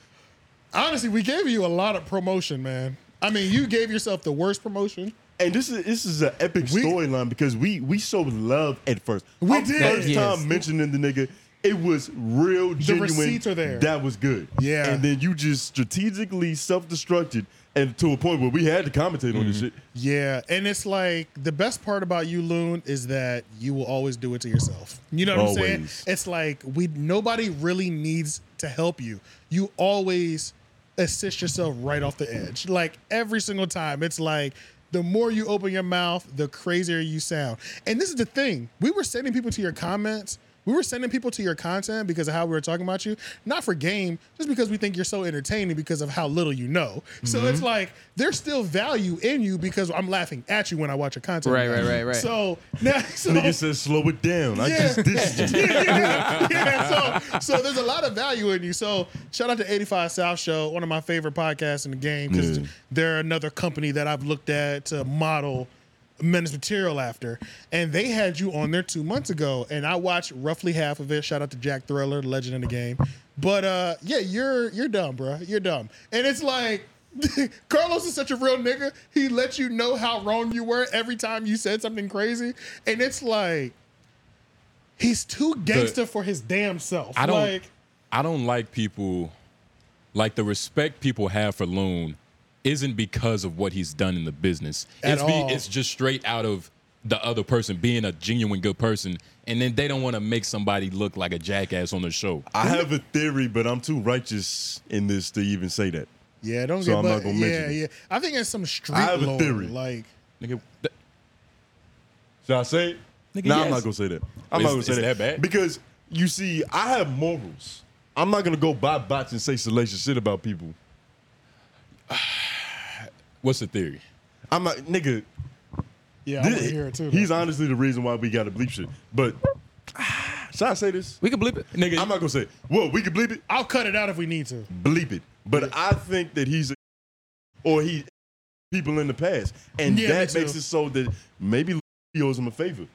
Honestly, we gave you a lot of promotion, man. I mean, you gave yourself the worst promotion. And this is this is an epic We- storyline because we we showed love at first. We Our did. First Yes. time mentioning the nigga, It was real genuine. receipts are there. That was good. Yeah. And then you just strategically self-destructed and to a point where we had to commentate on this shit. Yeah, and it's like the best part about you, Loon, is that you will always do it to yourself. You know what I'm saying? Always. It's like we nobody really needs to help you. You always assist yourself right off the edge. Like every single time, it's like the more you open your mouth, the crazier you sound. And this is the thing: we were sending people to your comments. We were sending people to your content because of how we were talking about you, not for game, just because we think you're so entertaining because of how little you know. So Mm-hmm. it's like there's still value in you because I'm laughing at you when I watch your content. Right, right, right, right. So (laughs) now, so Nigga said, slow it down. I Yeah. just (laughs) dissed you. yeah, yeah, yeah. So, so there's a lot of value in you. So shout out to 85 South Show, one of my favorite podcasts in the game, because Yeah. they're another company that I've looked at to model Menace material after. And they had you on there two months ago, and I watched roughly half of it. Shout out to Jack Thriller, legend in the game. But uh, yeah, you're you're dumb, bruh. You're dumb, and it's like. (laughs) Carlos is such a real nigga. He lets you know how wrong you were every time you said something crazy. And it's like, He's too gangster for his damn self. I don't. Like, I don't like people. Like the respect people have for Loon isn't because of what he's done in the business. At it's all. it's just straight out of the other person being a genuine good person, and then they don't want to make somebody look like a jackass on the show. I have a theory, but I'm too righteous in this to even say that. yeah, don't So get. I'm but, not gonna yeah, mention it. yeah. I think it's some street I have a lore, theory. Like, Nigga, th- Should I say it? Nigga, nah, yes. I'm not gonna say that. I'm Is- not gonna say is it that. that bad? Because you see, I have morals. I'm not gonna go buy bots and say salacious shit about people. (sighs) what's the theory? I'm not, nigga. yeah, I want thi- to hear it (laughs) too. he's though. honestly the reason why we got to bleep shit. But (sighs) should I say this? We can bleep it. Nigga, I'm not gonna say. it. Well, we can bleep it. I'll cut it out if we need to. Bleep it. But I think that he's a, or he people in the past, and Yeah, that me makes too. it so that maybe he owes him a favor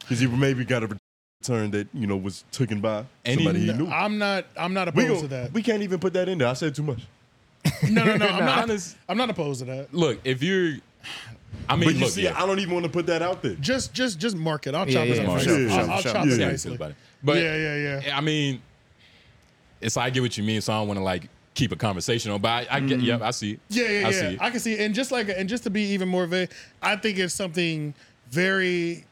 because he maybe got a return that you know was taken by And he somebody he, kn- knew. I'm not. I'm not we, opposed gon- to that. we can't even put that in there. I said too much. no, no, no. I'm not. honest- I'm not opposed to that. look, if you're, I mean, But you look, see, yeah, I don't even want to put that out there. Just, just, just mark it. I'll Yeah, chop yeah, it up. mark for it, sure. yeah, I'll, yeah, I'll sure. chop Yeah, it yeah. how you feel nicely. about it. But Yeah, yeah, I mean, it's I get what you mean, so I don't want to like keep a conversation on. But I, I Mm. get, yeah, I see. it. Yeah, yeah, I yeah. see. it. I can see, it. and just like, and just to be even more vague, I think it's something very.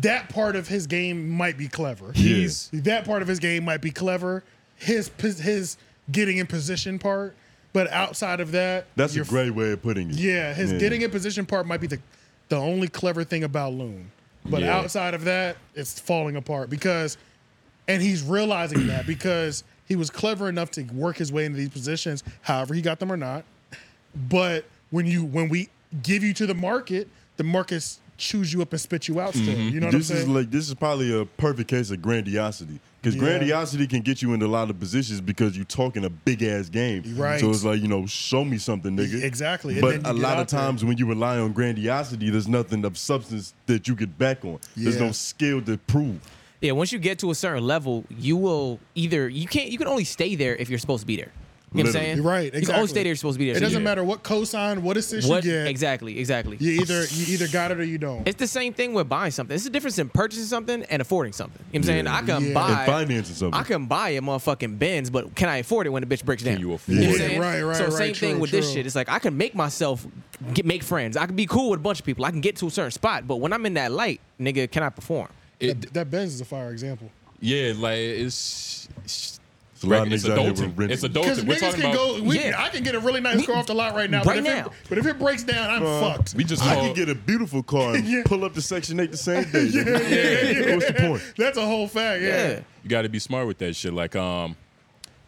That part of his game might be clever. He's that part of his game might be clever. His pos- his getting in position part, but outside of that, That's your a great way of putting it. yeah, his getting in position part might be the the only clever thing about Loon. But Yeah. outside of that, it's falling apart because and he's realizing that because he was clever enough to work his way into these positions, however he got them or not. But when you when we give you to the market, the markets choose you up and spit you out still. You know what Mm-hmm. this I'm is saying? like this is probably a perfect case of grandiosity because Yeah. grandiosity can get you into a lot of positions because you're talking a big ass game. Right. E, So it's like you know, show me something, nigga. Exactly. And then But you a get lot out of there. times when you rely on grandiosity, there's nothing of substance that you get back on. There's Yeah. no skill to prove. Yeah, once you get to a certain level, you will either you can't you can only stay there if you're supposed to be there. You know what I'm Literally. saying? You're right. Exactly. You can only stay there if you're supposed to be there. It So doesn't you- matter what cosign, what assist What you get. exactly, exactly. You either you either got it or you don't. It's the same thing with buying something. It's the difference in purchasing something and affording something. You know what I'm Yeah. saying? I can Yeah. buy And financing something. I can buy a motherfucking Benz, but can I afford it when the bitch breaks down? you know what I'm afford it? saying? Right, right, So right, same thing true, with this true. shit. It's like I can make myself get, make friends. I can be cool with a bunch of people. I can get to a certain spot, but when I'm in that light, nigga, can I perform? it, that, that Benz is a fire example. Yeah, like it's it's, it's, a lot of it's niggas out here with adulting. rent- It's Because adulting. We're niggas talking can about go. We, Yeah. I can get a really nice car off the lot right now. but Right if now. It, but if it breaks down, I'm Uh, fucked. we (laughs) just I call, can get a beautiful car and Yeah. pull up to Section Eight the same day. nigga. What's the point? That's a whole fact. Yeah. Yeah. you got to be smart with that shit. Like um,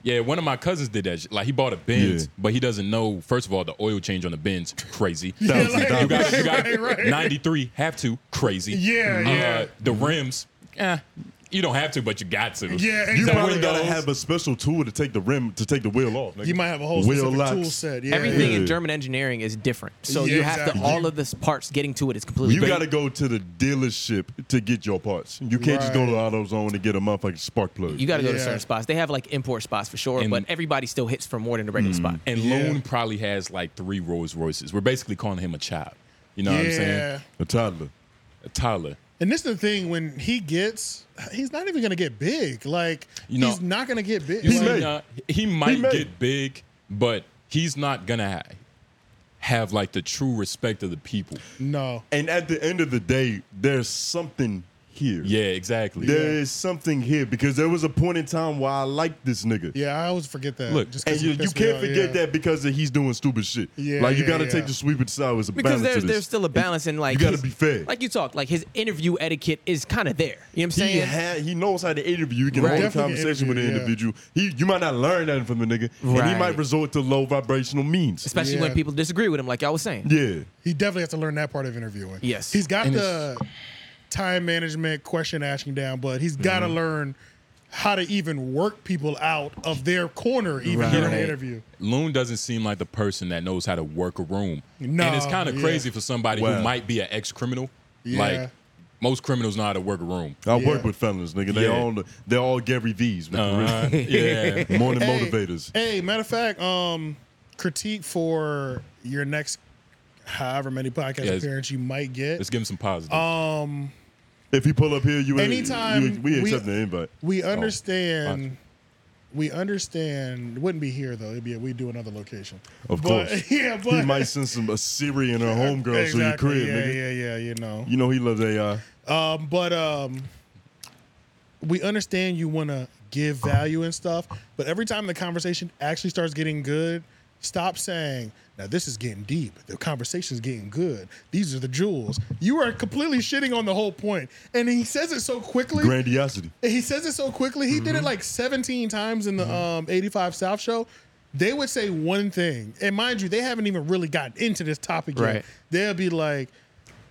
yeah, one of my cousins did that. Shit. Like he bought a Benz, Yeah. but he doesn't know. First of all, the oil change on the Benz (laughs) crazy. Yeah, you like- got, you got right, right. 93 have to crazy. Uh, Yeah, yeah. The rims, eh, you don't have to, but you got to. (laughs) Yeah, You The probably windows. gotta have a special tool to take the rim to take the wheel off. nigga. You might have a whole Wheel specific locks. tool set. Yeah. Everything Yeah. in German engineering is different. So Yeah, you have exactly. to all of the parts getting to it is completely You different. got to go to the dealership to get your parts. You can't just go to AutoZone and get a motherfucking spark plug. You got to go to Yeah. certain spots. They have like import spots for sure, And- but everybody still hits for more than the Mm. regular spot. And Mm. Yeah. Loon probably has like three Rolls Royces. We're basically calling him a child. You know what I'm saying? Yeah. a toddler. A toddler. And this is the thing when he gets, he's not even going to get big. Like You know- he's not going to get big. You Like, see, now, he might may. get big, but he's not gonna ha- have like the true respect of the people. no. And at the end of the day, there's something Mm, here. Yeah, exactly. There is something here because there was a point in time where I liked this nigga. Yeah, I always forget that. Look, Just 'cause And you, he you pissed me can't off, forget yeah. that because of he's doing stupid shit. Yeah, like you yeah, got to yeah. take the sweep and sour as a because balance to there's this. there's still a balance in like you gotta his- be fair. Like you talk, like his interview etiquette is kind of there. You know what I'm he saying? had he knows how to interview. He can Right. hold a Definitely conversation with an interview, yeah. individual. He you might not learn that from the nigga, and he Right. might resort to low vibrational means. Especially Yeah. when people disagree with him, like y'all was saying. yeah, He definitely has to learn that part of interviewing. Yes. He's got And the time management question asking down, but he's got to learn how to even work people out of their corner even Right. during the Right. interview. Loon doesn't seem like the person that knows how to work a room. No, and it's kind of yeah. crazy for somebody Wow. who might be an ex criminal. Yeah. Like most criminals know how to work a room. I Yeah. work with fellas, nigga. They Yeah. all they're all Gary V's, with Uh, (laughs) yeah. the morning Hey, motivators. Hey, matter of fact, um, critique for your next however many podcast Yes. appearance you might Let's get. give him some positive. If he pull up here, you Um, Anytime you, we we- accept the invite. Oh, We understand. we understand. It wouldn't be here though. It'd be we do another location. Of But- course. (laughs) Yeah, but He might send some Assyrian or homegirls to your Exactly, crib, yeah, nigga. yeah, yeah. You know. You know he loves uh, AI. Um, but um, we understand you want to give value and stuff, but every time the conversation actually starts getting good, stop saying, "Now this is getting deep. The conversation's getting good. These are the jewels." You are completely shitting on the whole point, and he says it so quickly. Grandiosity. He says it so quickly. He did Mm-hmm. it like 17 times in the um, 85 South show. They would say one thing. And mind you, they haven't even really gotten into this topic yet. Right. They'll be like,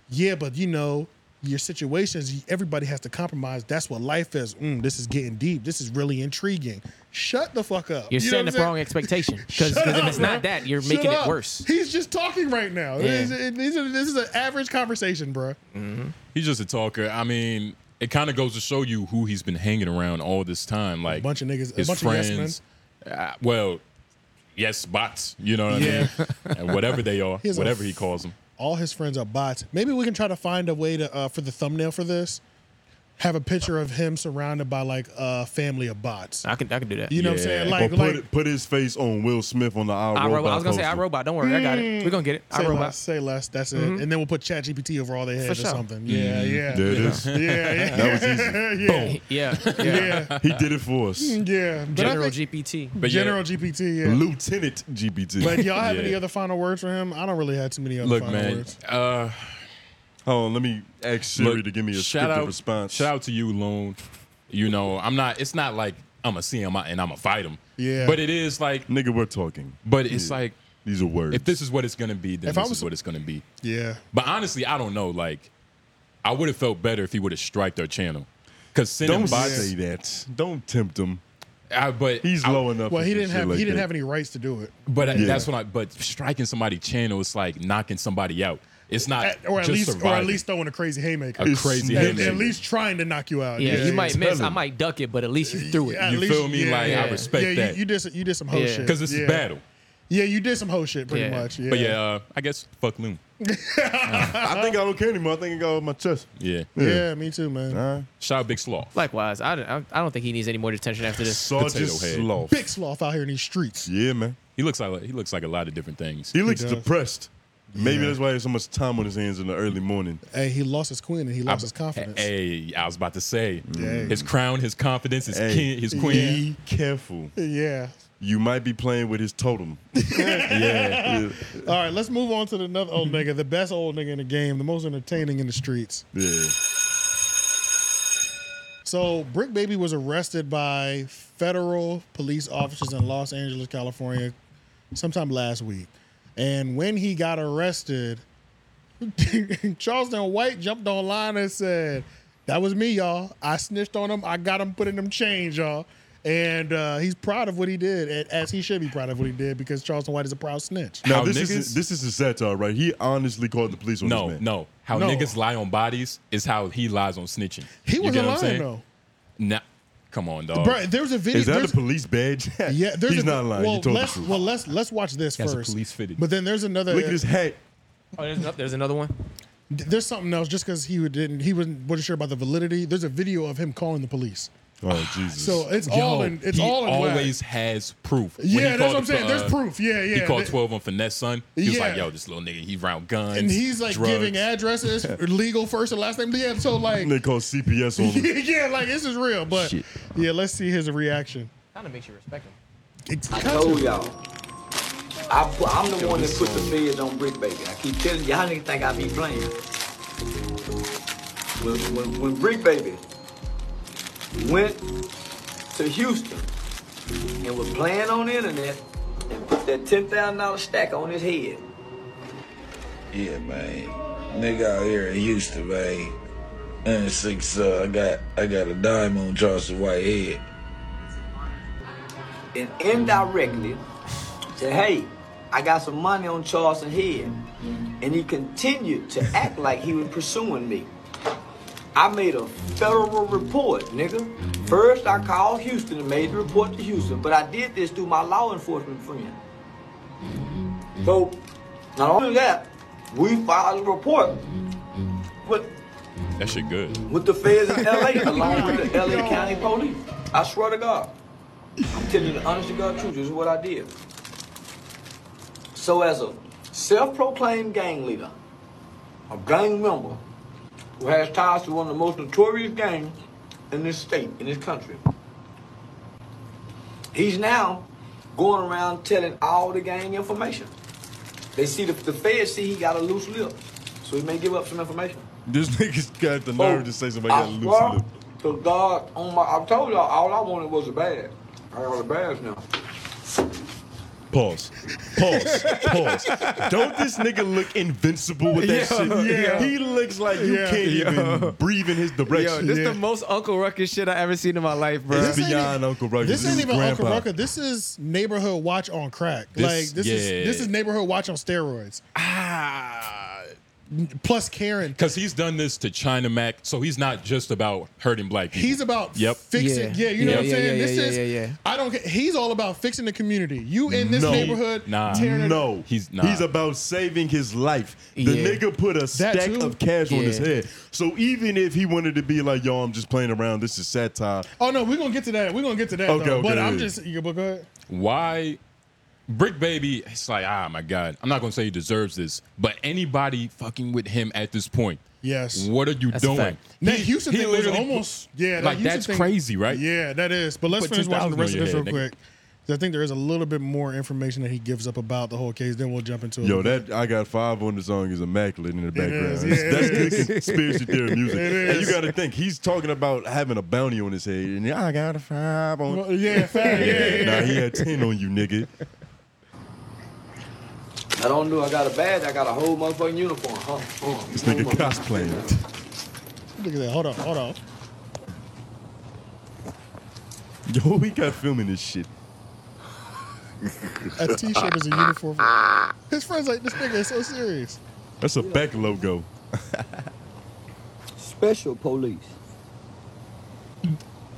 yeah, but you know, your situations, everybody has to compromise. That's what life is. Mm, this is getting deep. This is really intriguing. Shut the fuck up. You're You know setting what up I'm wrong saying? (laughs) expectation because Shut if up, it's bro. not that, you're Shut making up. it worse. He's just talking right now. Yeah. These- these are- This is an average conversation, bro. Mm-hmm. He's just a talker. I mean, it kind of goes to show you who he's been hanging around all this time. Like bunch of niggas- a his bunch of yes friends. Uh, well, yes, bots. You know what Yeah. (laughs) I mean? and whatever they are, He's a whatever f- he calls them. all his friends are bots. Maybe we can try to find a way to uh, for the thumbnail for this. Have a picture of him surrounded by like a family of bots. I can I can do that. You know what I'm saying? Yeah. Or Like, put, like it- put his face on Will Smith on the I, I, Robot robot. I was gonna say I poster. robot. Don't worry, I got it. We're gonna get it. say I less, robot. Mm-hmm. say less. That's it. And then we'll put Chat GPT over all their heads or sure. something. Yeah, Mm-hmm. yeah, Mm-hmm. There it is. (laughs) yeah, (laughs) yeah. That was easy. (laughs) yeah, (laughs) Yeah, yeah, yeah. yeah. Mm, He did it for us. But I General think- GPT. But yeah, General GPT. Yeah. Lieutenant GPT. But y'all (laughs) have Yeah. any other final words for him? I don't really have too many other look, final man. words. Uh, Hold on, let me ask Siri look, to give me a shout scripted out, response. Shout out to you, Loon. You know, I'm not. It's not like I'm gonna see him out and I'm gonna fight him. Yeah. But it is like. Nigga, we're talking. But it's Yeah. like These are words. if this is what it's gonna be, then If I this was- is what it's gonna be. Yeah. But honestly, I don't know. Like, I would have felt better if he would have striked our channel. Cause sending don't bots, say that. Don't tempt (laughs) him. I, but He's I- low enough. Well, he for didn't shit have like he didn't that. have any rights to do it. uh, But Yeah. that's what I. But striking somebody channel is like knocking somebody out. It's not At- or at just least, or at surviving. least throwing a crazy haymaker. a crazy At- at, haymaker. at least trying to knock you out. Yeah, you might it's miss. I better. might duck it, but at least you threw it. At You feel me? Like, I respect yeah, that. You, you did some, you did some hoe Yeah. shit because it's yeah. battle. Yeah, you did some hoe shit pretty Yeah. much. Yeah. But yeah, uh, I guess fuck Loon. I think I don't care anymore. I think I got it off my chest. Yeah, Uh-huh. yeah, me too, man. shout out Big Slaw. Likewise, I don't, I don't think he needs any more detention after this. Sergeant Potato head. Sloth. Big sloth out here in these streets. Yeah, man. He looks like he looks like a lot of different things. He looks does. depressed. Maybe that's why he has so much time on his hands in the early morning. Hey, he lost his queen and he lost his confidence. Hey, I was about to say Dang. his crown, his confidence, his Hey. king, his queen. Be careful. (laughs) Yeah. You might be playing with his totem. (laughs) Yeah, Yeah. All right, let's move on to the another old nigga, the best old nigga in the game, the most entertaining in the streets. yeah. So, Brick Baby was arrested by federal police officers in Los Angeles, California, sometime last week. And when he got arrested, (laughs) Charleston White jumped online and said, That was me, y'all. I snitched on him. I got him put in them chains, y'all. And uh, he's proud of what he did, and- as he should be proud of what he did, because Charleston White is a proud snitch. Now How this niggas- is this is a satire, right? He honestly called the police on no, this man. no. How No. niggas lie on bodies is how he lies on snitching. He You wasn't get what I'm lying, saying? though. Nah, come on, dog. Bro, there was a video. Is that there's- the police badge? (laughs) Yeah, there's he's a, not lying. Well, he told the let's, truth. Well, let's let's watch this He has a first. police fitted. But then there's another. Look at his hat. Oh, there's, there's another one. Th- There's something else. Just because he didn't, he wasn't wasn't sure about the validity. There's a video of him calling the police. Oh Jesus! So it's Yo, all in. It's he all in. whack. always has proof. When he Yeah, that's called what I'm the- saying. There's uh, proof. Yeah, yeah. He called Th- 12 on Finesse Son. He was Yeah. like, yo, this little nigga, he round guns. and he's like drugs. giving addresses, legal first and last name. Yeah, so like, (laughs) they call CPS on him. yeah, like this is real. But Shit. yeah, let's see his reaction. Kind of makes you respect him. It's I told y'all. I, pu- I'm the one that put the feds on Brick Baby. I keep telling y'all niggas think I be playing. When, when, when Brick Baby went to Houston and was playing on the internet and put that $10,000 stack on his head. Yeah, man. Nigga out here in Houston, man. And six, uh, I got I got a dime on Charleston Whitehead. and indirectly said, hey, I got some money on Charleston Head. And he continued to act like he was pursuing me. I made a federal report, nigga. First, I called Houston and made the report to Houston, but I did this through my law enforcement friend. So, not only that, we filed a report with That shit good. with the feds in LA (laughs) along with the LA County Police. I swear to God. I'm telling you the honest to God truth. This is what I did. So as a self-proclaimed gang leader, a gang member who has ties to one of the most notorious gangs in this state, in this country, he's now going around telling all the gang information. They see the, the feds see he got a loose lip, so he may give up some information. This (laughs) nigga's got the nerve to say somebody I got a swear loose lip. To God, on my, I told y'all, all I wanted was a bag. I got a bag now. Pause. Pause. Pause. Don't this nigga look invincible (laughs) with that shit? yeah. He looks like you Yeah. can't even breathe in his Yo, direction. this Yeah. the most Uncle Ruckus shit I ever seen in my life, bro. This- beyond Uncle Ruckus. This, This ain't is even Uncle grandpa. Ruckus. This is neighborhood watch on crack. This- like this yeah. is this is neighborhood watch on steroids. Ah. Plus Karen. Because he's done this to China Mac, so he's not just about hurting black people. He's about Yep. fixing. Yeah, Yeah. you know Yeah, what I'm yeah, saying. yeah, this yeah, is. yeah, yeah. I don't. ca- He's all about fixing the community. You in this No. neighborhood? Oh, Nah. tearing it- No, He's not. He's about saving his life. The Yeah. nigga put a stack too? of cash on his Yeah. head. So even if he wanted to be like, "Yo, I'm just playing around. This is satire." Oh no, we're gonna get to that. We're gonna get to that. Okay, though. okay, but yeah. I'm just. You but go ahead. Why? Brick Baby, it's like, ah, my God. I'm not going to say he deserves this, but anybody fucking with him at this point, Yes. what are you a doing? fact. That Houston thing was literally- almost yeah. that like, Houston that's thing- crazy, right? Yeah, that is. But let's Put finish watching the 10,000 rest of on this your real head, quick. 'Cause I think there is a little bit more information that he gives up about the whole case. Then we'll jump into it. Yo, that I got five on the song is immaculate in the background. is, yeah, it That's is. good conspiracy (laughs) theory music. It And is. you got to think he's talking about having a bounty on his head, and I got a five on. (laughs) Well, yeah, fair, yeah, yeah, Nah, he had ten on you, nigga. I don't know. I got a bag. I got a whole motherfucking uniform. Huh? Huh? This Oh, nigga cosplaying. Look at that. Hold on, hold on. (laughs) Yo, we got filming this shit. A T-shirt is a uniform. His friends like this nigga is so serious. That's a Beck logo. Special police.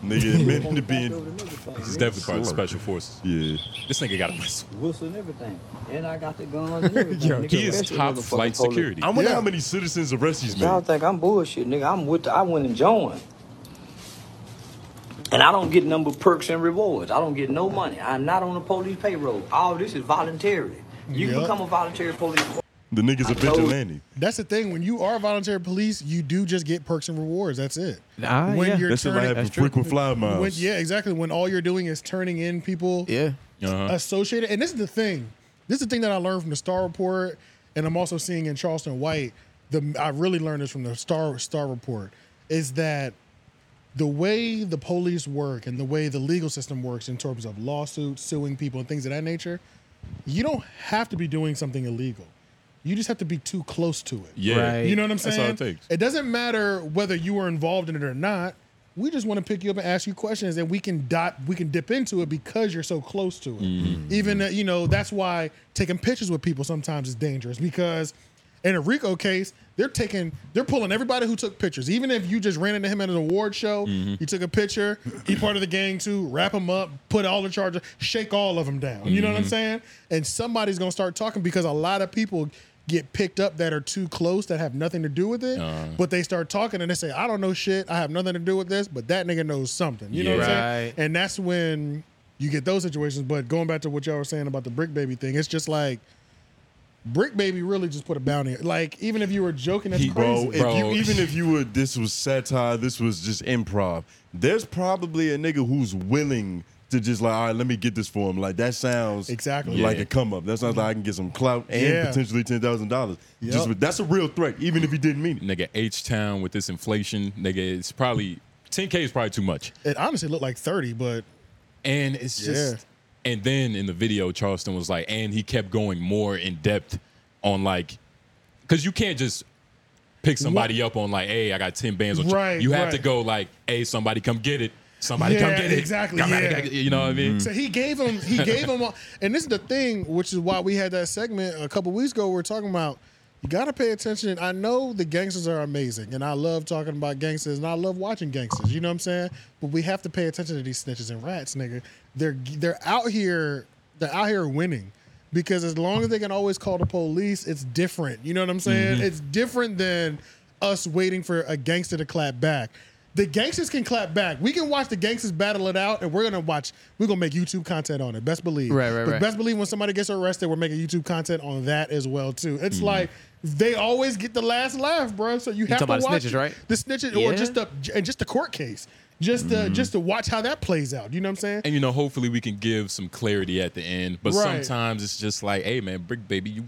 Nigga admitted to being. This is definitely part of the Special Forces. Yeah. This nigga got a (laughs) whistle. Whistle and everything. And I got the (laughs) guns and everything. nigga. He is Special top motherfucking flight police. security. I wonder how many citizens arrests he's Y'all made. think I'm bullshit, nigga. I'm with the, I went and joined. And I don't get number perks and rewards. I don't get no money. I'm not on the police payroll. All this is voluntary. You Yup. can become a voluntary police. The nigga's a I told- vigilante. That's the thing. When you are voluntary police, you do just get perks and rewards. That's it. Ah, when yeah. you're That's what I turning, have for that's true. frequent flyer miles. when, yeah, exactly. When all you're doing is turning in people. Yeah. Uh-huh. associated. And this is the thing. This is the thing that I learned from the Star Report, and I'm also seeing in Charleston White. The I really learned this from the Star Star Report is that the way the police work and the way the legal system works in terms of lawsuits, suing people, and things of that nature, you don't have to be doing something illegal. You just have to be too close to it. Yeah. Right. You know what I'm saying? That's all it takes. doesn't matter whether you were involved in it or not. We just want to pick you up and ask you questions, and we can dot, we can dip into it because you're so close to it. Mm-hmm. Even uh, you know that's why taking pictures with people sometimes is dangerous because in a Rico case, they're taking, they're pulling everybody who took pictures. Even if you just ran into him at an award show, you took a picture, he part of the gang too, wrap him up, put all the charges, shake all of them down. You know what I'm saying? And somebody's gonna start talking because a lot of people get picked up that are too close that have nothing to do with it. Uh-huh. Uh, Mm-hmm. But they start talking and they say, I don't know shit. I have nothing to do with this, but that nigga knows something. You know what I'm saying? Right. And that's when you get those situations. But going back to what y'all were saying about the Brick Baby thing, it's just like Brick Baby really just put a bounty. Like, even if you were joking, that's He- crazy. Bro, if you, even (laughs) if you were, this was satire, this was just improv. There's probably a nigga who's willing to just like, all right, let me get this for him. Like that sounds Exactly. like Yeah. a come up. That sounds like I can get some clout and Yeah. potentially ten thousand dollars. Yup. Just with, that's a real threat, even if he didn't mean it. Nigga, H Town with this inflation, nigga, it's probably 10K is probably too much. It honestly looked like 30, but And it's just, and then in the video, Charleston was like, and he kept going more in depth on like, because you can't just pick somebody up on like, hey, I got 10 bands on. Ch-" Right, You have to right. go like, hey, somebody come get it. Somebody come Yeah, get it. exactly, Somebody yeah. come get it. You know what I mean? So he gave him, he Mm. gave him, all- and this is the thing, which is why we had that segment a couple weeks ago. We are talking about you got to pay attention. I know the gangsters are amazing, and I love talking about gangsters, and I love watching gangsters. You know what I'm saying? But we have to pay attention to these snitches and rats, nigga. They're they're out here, they're out here winning. Because as long as they can always call the police, it's different. You know what I'm saying? It's different than us waiting for a gangster to clap back. The gangsters can clap back. We can watch the gangsters battle it out, and we're gonna watch. We're gonna make YouTube content on it. Best believe. Right, right, But right. Best believe when somebody gets arrested, we're making YouTube content on that as well too. It's Mm-hmm. like they always get the last laugh, bro. So you, have to talking about the watch snitches, it. right? The snitches, or Yeah. Mm-hmm. just the and just the court case, just to just to watch how that plays out. You know what I'm saying? And you know, hopefully we can give some clarity at the end. But Right. sometimes it's just like, hey man, Brick Baby, you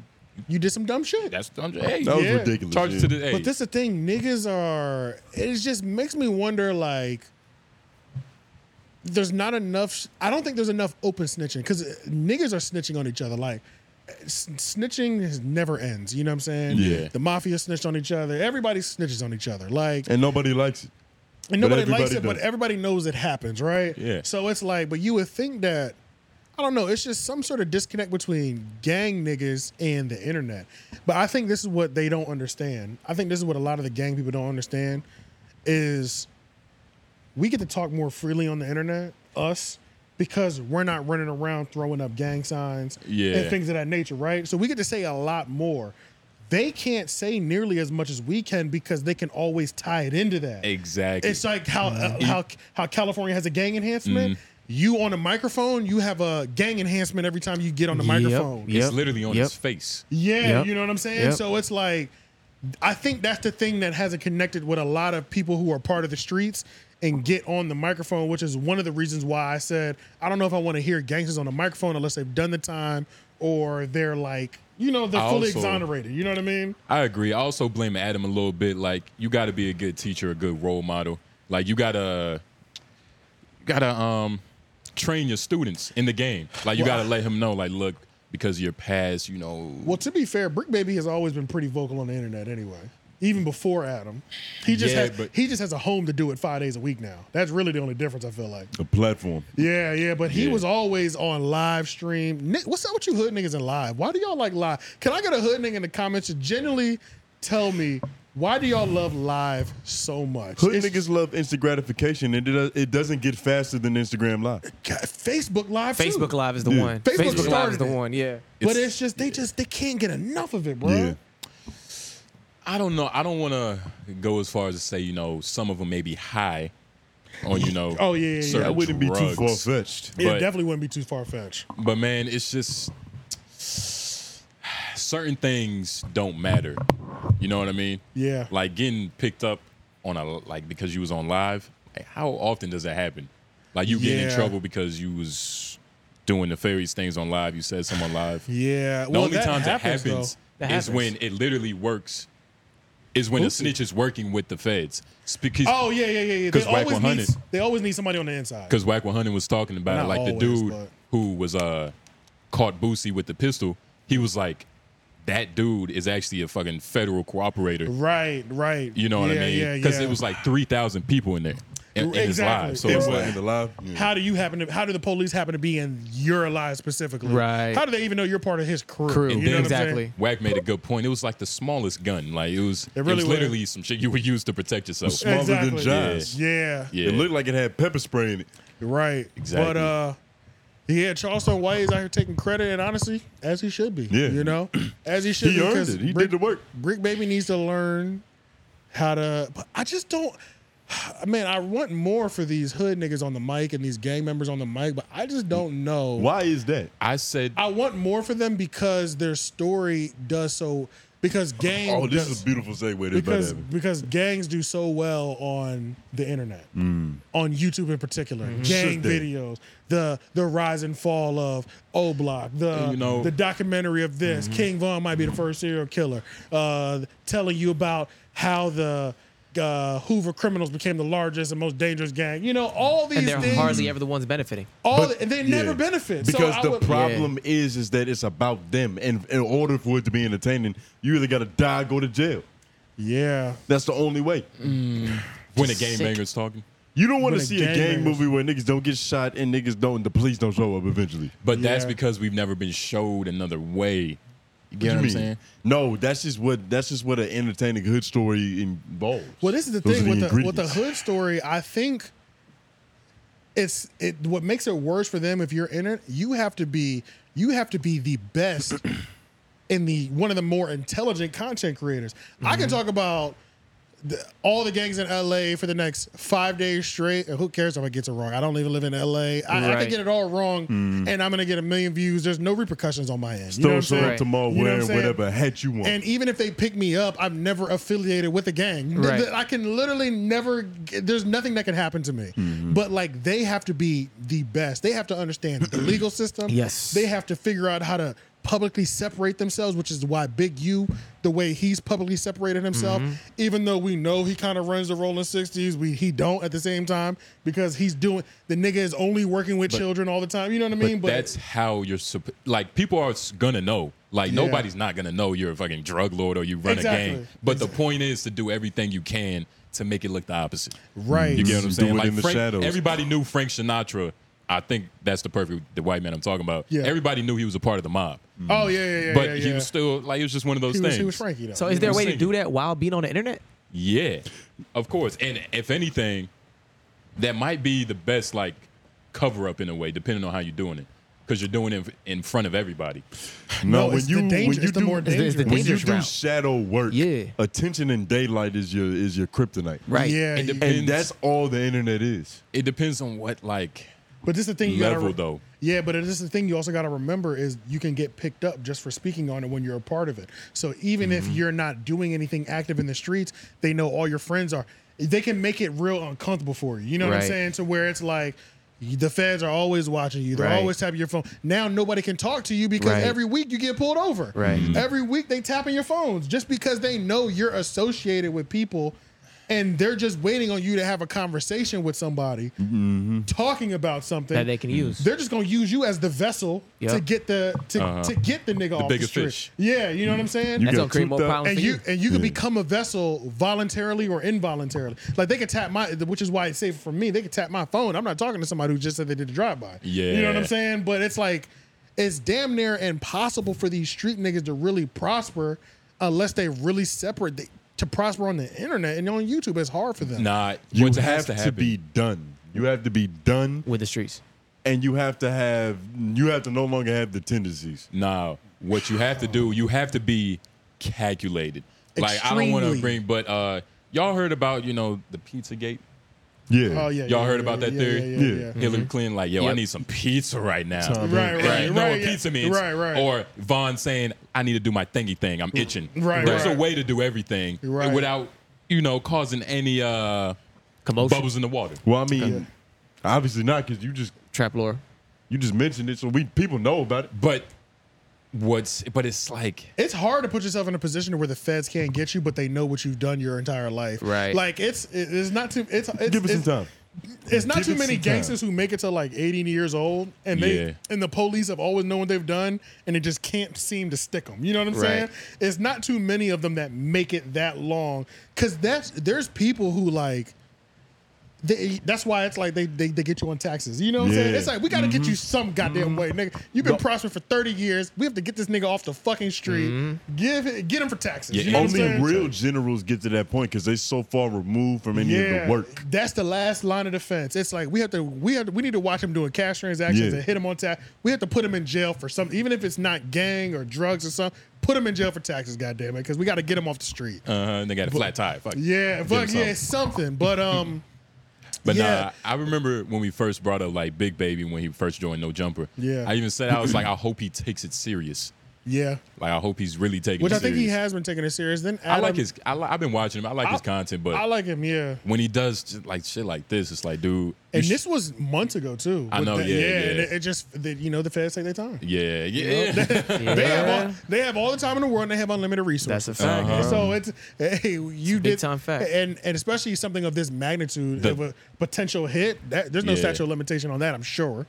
You did some dumb shit. that's hey, That was Yeah. ridiculous. charge yeah. to the hey. But this is the thing, niggas are. It just makes me wonder, like, there's not enough. I don't think there's enough open snitching because niggas are snitching on each other. Like, s- snitching is- never ends. You know what I'm saying? Yeah. The mafia snitched on each other. Everybody snitches on each other. Like, and nobody likes it. and nobody But likes it, everybody but does. everybody knows it happens, right? Yeah. So it's like, but you would think that, I don't know, it's just some sort of disconnect between gang niggas and the internet. But I think this is what they don't understand. I think this is what a lot of the gang people don't understand is we get to talk more freely on the internet, us, because we're not running around throwing up gang signs Yeah. and things of that nature, right? So we get to say a lot more. They can't say nearly as much as we can because they can always tie it into that. exactly. It's like how uh, how how California has a gang enhancement. Mm-hmm. You on a microphone, you have a gang enhancement every time you get on the Yep, microphone. yep, it's literally on yep. his face. Yeah, Yep. you know what I'm saying? Yep. So it's like I think that's the thing that hasn't connected with a lot of people who are part of the streets and get on the microphone, which is one of the reasons why I said I don't know if I want to hear gangsters on the microphone unless they've done the time or they're like, you know, they're I fully also- exonerated. You know what I mean? I agree. I also blame Adam a little bit. Like you got to be a good teacher, a good role model. Like you gotta, you gotta um, train your students in the game. Like you Well, gotta let him know. Like look, because of your past, you know. Well, to be fair, Brick Baby has always been pretty vocal on the internet anyway. Even before Adam, he just Yeah, has, but- he just has a home to do it five days a week now. That's really the only difference I feel like. The platform. Yeah, yeah, but he was always on live stream. Nick, what's up with you hood niggas in live? Why do y'all like live? Can I get a hood nigga in the comments to genuinely tell me why do y'all love live so much? Hood It's- niggas love instant gratification, and it, does- it doesn't get faster than Instagram Live. God, Facebook live. too. Facebook Live is the Dude. one. Facebook Facebook, Live started is the it. one. Yeah. but it's just they just they can't get enough of it, bro. Yeah. I don't know. I don't want to go as far as to say you know some of them may be high, on you know. Oh, yeah, yeah, yeah. certain That wouldn't be too drugs. far fetched. It But- definitely wouldn't be too far fetched. But man, it's just certain things don't matter. You know what I mean? Yeah. Like getting picked up on a like because you was on live. like, how often does that happen? Like you getting Yeah. in trouble because you was doing nefarious things on live. You said something on live. Yeah. The only times it happens That is happens. when it literally works. Is when the snitch is working with the feds. It's because Oh yeah, yeah, yeah, yeah. They 'Cause Whack always 100. need they always need somebody on the inside. Because Whack 100 was talking about it, Not like the always, dude but- who was uh, caught Boosie with the pistol. He was like, that dude is actually a fucking federal cooperator. Right, right. You know what Yeah, I mean? yeah, Because yeah. it was like 3,000 people in there in, in his Exactly. live. So It it's wasn't like, in the live. Yeah. How do you happen to? How do the police happen to be in your alive specifically? Right. How do they even know you're part of his crew? Crew. You know then- what I'm saying? exactly. Whack made a good point. It was like the smallest gun. Like it was, it really was was. literally some shit you would use to protect yourself. Smaller than Exactly. John's. Yeah. Yeah. It looked like it had pepper spray in it. Right. Exactly. But uh, Yeah, Charleston White is out here taking credit, and honestly, as he should be. Yeah. (clears throat) you know, as he should. He be, earned 'cause it. He Brick- did the work. Brick Baby needs to learn how to. But I just don't. (sighs) Man, I want more for these hood niggas on the mic and these gang members on the mic, but I just don't know. Why is that? I said I want more for them because their story does so. Because gang. Oh, this does- is a beautiful segue. This better because happen. because gangs do so well on the internet, Mm. on YouTube in particular, gang Mm-hmm. Should they? videos, the the rise and fall of O Block, the You know- the documentary of this Mm-hmm. King Von might be the first serial killer, uh, telling you about how the uh, Hoover criminals became the largest and most dangerous gang. You know all these and they're things. hardly ever the ones benefiting. all But- and they yeah. never benefit So Because I the would- problem is, is that it's about them, and in order for it to be entertaining, you either got to die, or go to jail. Yeah, that's the only way. Mm. When a game banger's talking. You don't want to When a see a gang gangbangers- movie where niggas don't get shot and niggas don't, the police don't show up eventually. But that's Yeah. because we've never been showed another way. You you get what, I'm mean? saying? No, that's just what that's just what an entertaining hood story involves. Well, this is the Those thing are with the with the ingredients. hood story. I think it's it. What makes it worse for them if you're in it, you have to be you have to be the best in the one of the more intelligent content creators. I Mm-hmm. can talk about. The, all the gangs in LA for the next five days straight. And who cares if I get it wrong? I don't even live in LA. I, I Right. can get it all wrong, Mm. and I'm gonna get a million views. There's no repercussions on my end. You know what Still I'm show saying? up tomorrow You know what I'm wearing saying? whatever hat you want. And even if they pick me up, I'm never affiliated with a gang. Th- Right. th- I can literally never. g- There's nothing that can happen to me. Mm. But like they have to be the best. They have to understand the (clears throat) legal system. Yes. They have to figure out how to publicly separate themselves, which is why Big U, the way he's publicly separated himself, Mm-hmm. Mhm. even though we know he kind of runs the Rolling Sixties, we he don't at the same time because he's doing the nigga is only working with But- children all the time. You know what I mean? but, that's how you're supp- like people are s- gonna know. Like Yeah. nobody's not gonna know you're a fucking drug lord or you run Exactly. a gang. But the point is to do everything you can to make it look the opposite. Right. You get what I'm Do saying? it like in the Frank- shadows. everybody knew Frank Sinatra. I think that's the perfect the white man I'm talking about. Yeah. Everybody knew he was a part of the mob. Oh, yeah, yeah, yeah, But yeah, he yeah. was still like it was just one of those He things. was- he was Frankie, though. So You is there a know way what to I'm do that while being on the internet? Yeah, of course. And if anything, that might be the best like cover up in a way, depending on how you're doing it, because you're doing it in front of everybody. No, No, when it's you the danger- when you it's the do more dangerous when you route. do shadow work, yeah, attention and daylight is your is your kryptonite, Right. Yeah, It yeah. and depends- that's all the internet is. It depends on what like. But this is the thing you gotta level re- though. Yeah, but this is the thing you also got to remember is you can get picked up just for speaking on it when you're a part of it. So even if you're not doing anything active in the streets, they know all your friends are. They can make it real uncomfortable for you. You know what I'm Right. saying? To where it's like you- the feds are always watching you. They're Right. always tapping your phone. Now nobody can talk to you because Right. every week you get pulled over. Mm-hmm. Right. Mhm. Every week they tapping your phones just because they know you're associated with people and they're just waiting on you to have a conversation with somebody Mm-hmm. talking about something That they can use. They're just gonna use you as the vessel to Yep. get the to, Uh-huh. to get the nigga The off bigger the street. fish. Yeah, you know what I'm saying. You That's gonna got create more cooped up. problems And for you, you. and you can Yeah. become a vessel voluntarily or involuntarily. Like they could tap my, which is why it's safe for me. They could tap my phone. I'm not talking to somebody who just said they did a drive by. you know what I'm Yeah. saying. But it's like it's damn near impossible for these street niggas to really prosper unless they really separate. They, to prosper on the internet and on YouTube, it's hard for them. Nah, You what have has to to, happen- be done. You have to be done with the streets, and you have to have you have to no longer have the tendencies. Now, what you have to do, you have to be calculated. Like I don't want Extremely. to bring, but uh, y'all heard about you know the Pizza Gate. Yeah. Oh, yeah, Y'all yeah, heard yeah, about yeah, that yeah, theory? yeah, yeah, yeah. Hillary Mhm. Clinton, like, yo, I Yep. need some pizza right now. Tom Hanks. Right, right, No right, what yeah. pizza means. Right, right. Or Vaughn saying, I need to do my thingy thing. I'm itching. Right, There's right. a way to do everything Right. without, you know, causing any uh bubbles in the water. Well, I mean, obviously not because you just trap lore. You just mentioned it, so we people know about it. But what's but it's like it's hard to put yourself in a position where the feds can't get you, but they know what you've done your entire life. Right. Like it's it- it's not too it's, it's Give it some it's, time. It's not Give too it many some time. gangsters who make it to like 80 years old, and they Yeah. and the police have always known what they've done, and it just can't seem to stick them. You know what I'm Right. saying? It's not too many of them that make it that long, because that's there's people who like They, that's why it's like they, they they get you on taxes. You know what I'm saying? Yeah. It's like we gotta Mm-hmm. get you some goddamn way, nigga. You've been No. prospering for 30 years. We have to get this nigga off the fucking street. Mm-hmm. Give it, get him for taxes. Yeah, you know what I'm only saying? real generals get to that point because they so far removed from any of the work. That's the last line of defense. It's like we have to we have to, we need to watch him doing cash transactions Yeah. and hit him on tax. We have to put him in jail for something, even if it's not gang or drugs or something. Put him in jail for taxes, goddamn it, because we got to get him off the street. Uh huh. And they got a flat tire. Fuck. Yeah, Give fuck them yeah, something. something. (laughs) But um, But nah, Yeah. I remember when we first brought up like Big Baby when he first joined No Jumper. Yeah. I even said I (clears throat) was like, I hope he takes it serious. yeah, Like I hope he's really taking which it I think serious. he has been taking it serious. Then I Adam- like his. I li- I've been watching him. I like his content, but I like him, yeah. when he does j- like shit like this, it's like, dude, And you this was months ago too. I With know, the- yeah, And yeah. it, it just, the, you know, the feds take their time. sh- yeah, (laughs) yeah, (laughs) They have all, they have all the time in the world and they have unlimited resources. That's a fact, And Uh-huh. yeah. (laughs) So it's hey, you did big time fact. and and especially something of this magnitude The- of a potential hit. That, there's no Yeah. statute of limitation on that, I'm sure.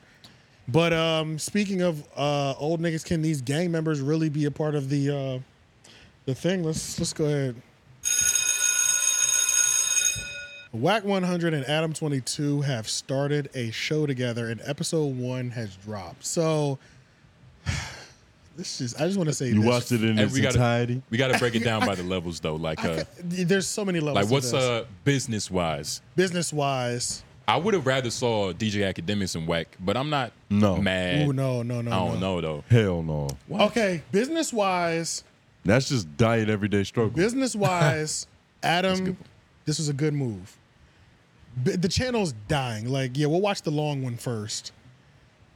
But um, speaking of uh, old niggas, can these gang members really be a part of the uh, the thing? Let's let's go ahead. Whack 100 and Adam 22 have started a show together, and episode one has dropped. So, (sighs) this is, I just want to say You this. watched it in And its we gotta- entirety. we got to break (laughs) it down by the levels though. Like, uh, There's so many levels. like what's to this. uh business wise? business wise? I would have rather saw DJ Academics and Whack, but I'm not No. mad. Oh no, no, no, I don't no. know though. Hell no. Okay, business wise, That's just diet everyday struggle. business (laughs) wise, Adam, this was a good move. B- the channel's dying. Like, yeah, we'll watch the long one first.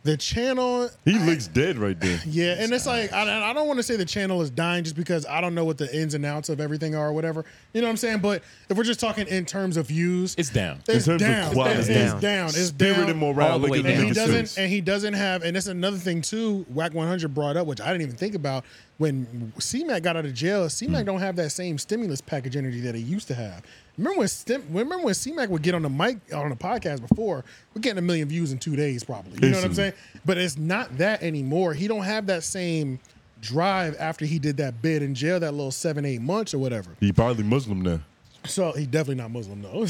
The channel He looks dead right there. Yeah, and it's like I, and I don't want to say the channel is dying just because I don't know what the ins and outs of everything are or whatever. You know what I'm saying? But if we're just talking in terms of views, It's down. In it's terms down. of quality, It's down. It's down. It's spirit down. and All morale. the Look way at the down. and he nigga's doesn't face. and he doesn't have and that's another thing too whack 100 brought up which i didn't even think about when cmac got out of jail cmac don't have that same stimulus package energy that he used to have remember when Stim, remember when cmac would get on the mic on a podcast before we're getting a million views in two days probably you know what i'm saying but it's not that anymore he don't have that same drive after he did that bid in jail that little seven eight months or whatever He probably Muslim now. so he definitely not muslim though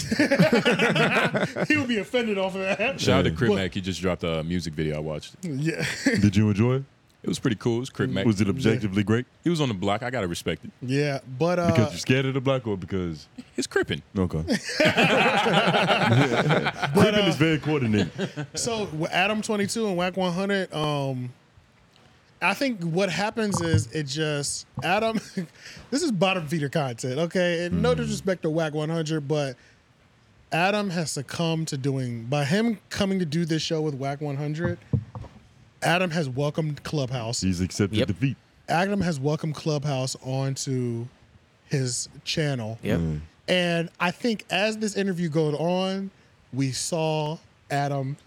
(laughs) he would be offended off of that Shout out to Crip Well- Mac. He just dropped a music video. I watched. It, yeah (laughs) Did you enjoy it? it was pretty cool. It was Crip Mac. Was it objectively great? He was on the block. I gotta respect it. yeah but uh Because you're scared of the black or because It's cripping. okay, (laughs) But, Pippen uh, is very coordinated. so Adam twenty two and Whack one hundred. Um, I think what happens is it just Adam. (laughs) this is bottom feeder content, okay? And no disrespect to Whack one hundred, but Adam has succumbed to doing by him coming to do this show with Whack one hundred. Adam has welcomed Clubhouse. He's accepted Yep. defeat. Adam has welcomed Clubhouse onto his channel. Yep. And I think as this interview goes on, we saw Adam.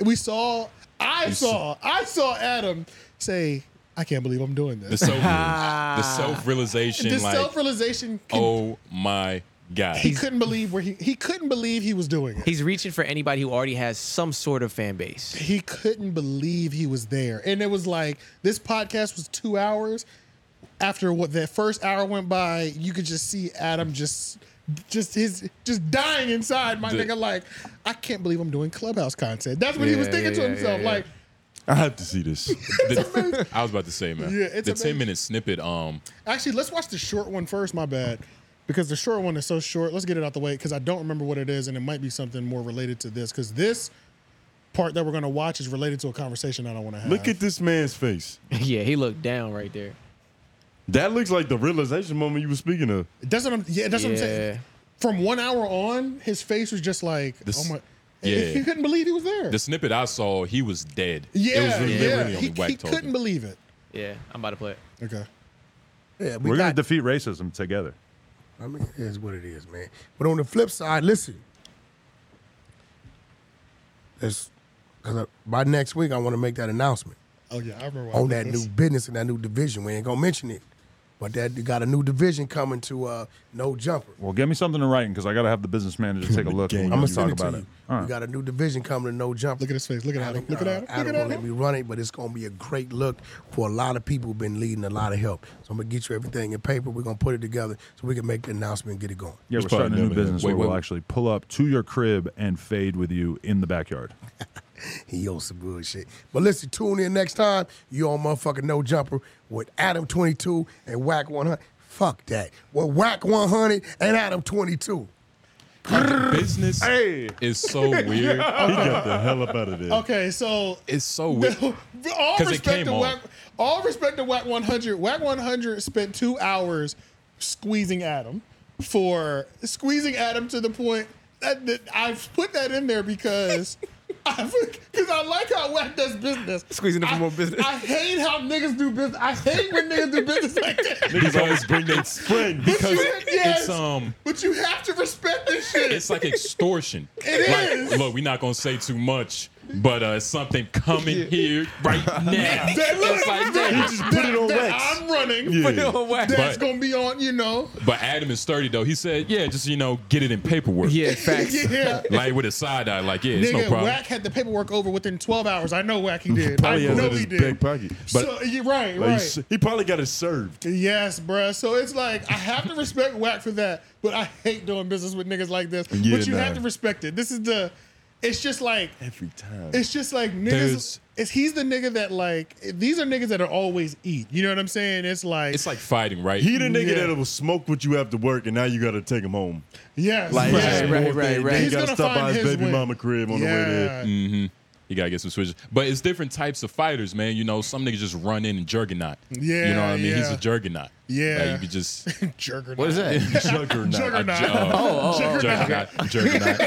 We saw. I saw. I saw Adam say, "I can't believe I'm doing The this." (laughs) self, the self realization. The Like, self-realization. con- oh my god. he couldn't believe where he he couldn't believe he was doing it. He's reaching for anybody who already has some sort of fan base. He couldn't believe he was there, and it was like this podcast was two hours. After what that first hour went by, you could just see Adam just. Just his, just dying inside, my The- nigga. Like, I can't believe I'm doing clubhouse content. That's what he was Yeah, thinking yeah, to yeah, himself. yeah, yeah. Like, I have to see this. (laughs) The- I was about to say, man. Yeah, it's the amazing. ten minute snippet. Um, Actually, let's watch the short one first. My bad, because the short one is so short. Let's get it out the way because I don't remember what it is, and it might be something more related to this. Because this part that we're gonna watch is related to a conversation that I want to have. Look at this man's face. (laughs) yeah, he looked down right there. That looks like the realization moment you were speaking of. that's what I'm. Yeah, that's what I'm Yeah. saying. From one hour on, his face was just like, This- oh my. yeah. He couldn't believe he was there. the snippet I saw, he was dead. yeah, it was really, yeah. really only he whack he talking. couldn't believe it. Yeah, I'm about to play it. Okay. Yeah, we We're got. gonna defeat racism together. I mean, it is what it is, man. But on the flip side, listen. It's because uh, by next week I want to make that announcement Oh yeah, I remember. why I on did that this. new business and that new division. We ain't gonna mention it. But that you got a new division coming to uh, no jumper. Well, give me something in writing because I got to have the business manager take a look. I'm and gonna we send talk it to about you. it. All We right. got a new division coming to no jump. Look at his face. Look at Adam. Look at Adam. Look at Adam Adam. will let me run it, but it's gonna be a great look for a lot of people who've been leading a lot of help. So I'm gonna get you everything in paper. We're gonna put it together so we can make the announcement and get it going. Yeah, we're starting a new business where we'll actually pull up to your crib and fade with you in the backyard. (laughs) He on some bullshit. But listen, tune in next time. You on motherfucking no jumper with Adam 22 and Whack 100. Fuck that. Well, Whack 100 and Adam 22. Business is (laughs) (laughs) so (laughs) weird. He got the hell up out of there. Okay, so It's so weird. all 'Cause it respect came to on. Wack, all respect to Wack 100. Wack 100 spent two hours squeezing Adam for squeezing Adam to the point that, that I've put that in (laughs) there because. Because I like how Wack does business. Squeezing it for I, more business. I hate how niggas do business. I hate when niggas do business like that. Niggas always bring their friend because yes. it's um But you have to respect this shit. it's like extortion. It like, is. Look, we're not gonna say too much, but uh, something coming here right now. That- it's like (laughs) that- that. that- that I'm running. Yeah. Put it on wax. That's But- gonna be on, you know. But Adam is sturdy though. He said, "Yeah, just you know, get it in paperwork." Yeah, facts. Yeah. Like with a side eye, like yeah, it's Nigga, no problem. Whack had the paperwork over within 12 hours. I know Whack he did. I probably has it know in he his did. back pocket. But so, you're right, like, right. he- he probably got it served. Yes, bruh. So it's like I have to respect Whack for that, but I hate doing business with niggas like this. Yeah, but you nah. have to respect it. This is the. It's just like Every time. It's just like niggas. There's- It's, he's the nigga that like these are niggas that are always eat. You know what I'm saying? It's like it's like fighting, right? He the nigga Yeah. that will smoke with you after work, and now you got to take him home. yes, Like, right. it's right, more right, than- right. Then He's you got gonna to stop find by his his baby win. mama crib on the way there. hmm You gotta get some switches, but it's different types of fighters, man. You know, some niggas just run in and juggernaut. Yeah, you know what I mean. He's yeah. a juggernaut. Yeah. like, you could just (laughs) Juggernaut. What is (laughs) that? (laughs) Juggernaut. Juggernaut. A ju- Oh, oh, oh. (laughs) Juggernaut. Juggernaut.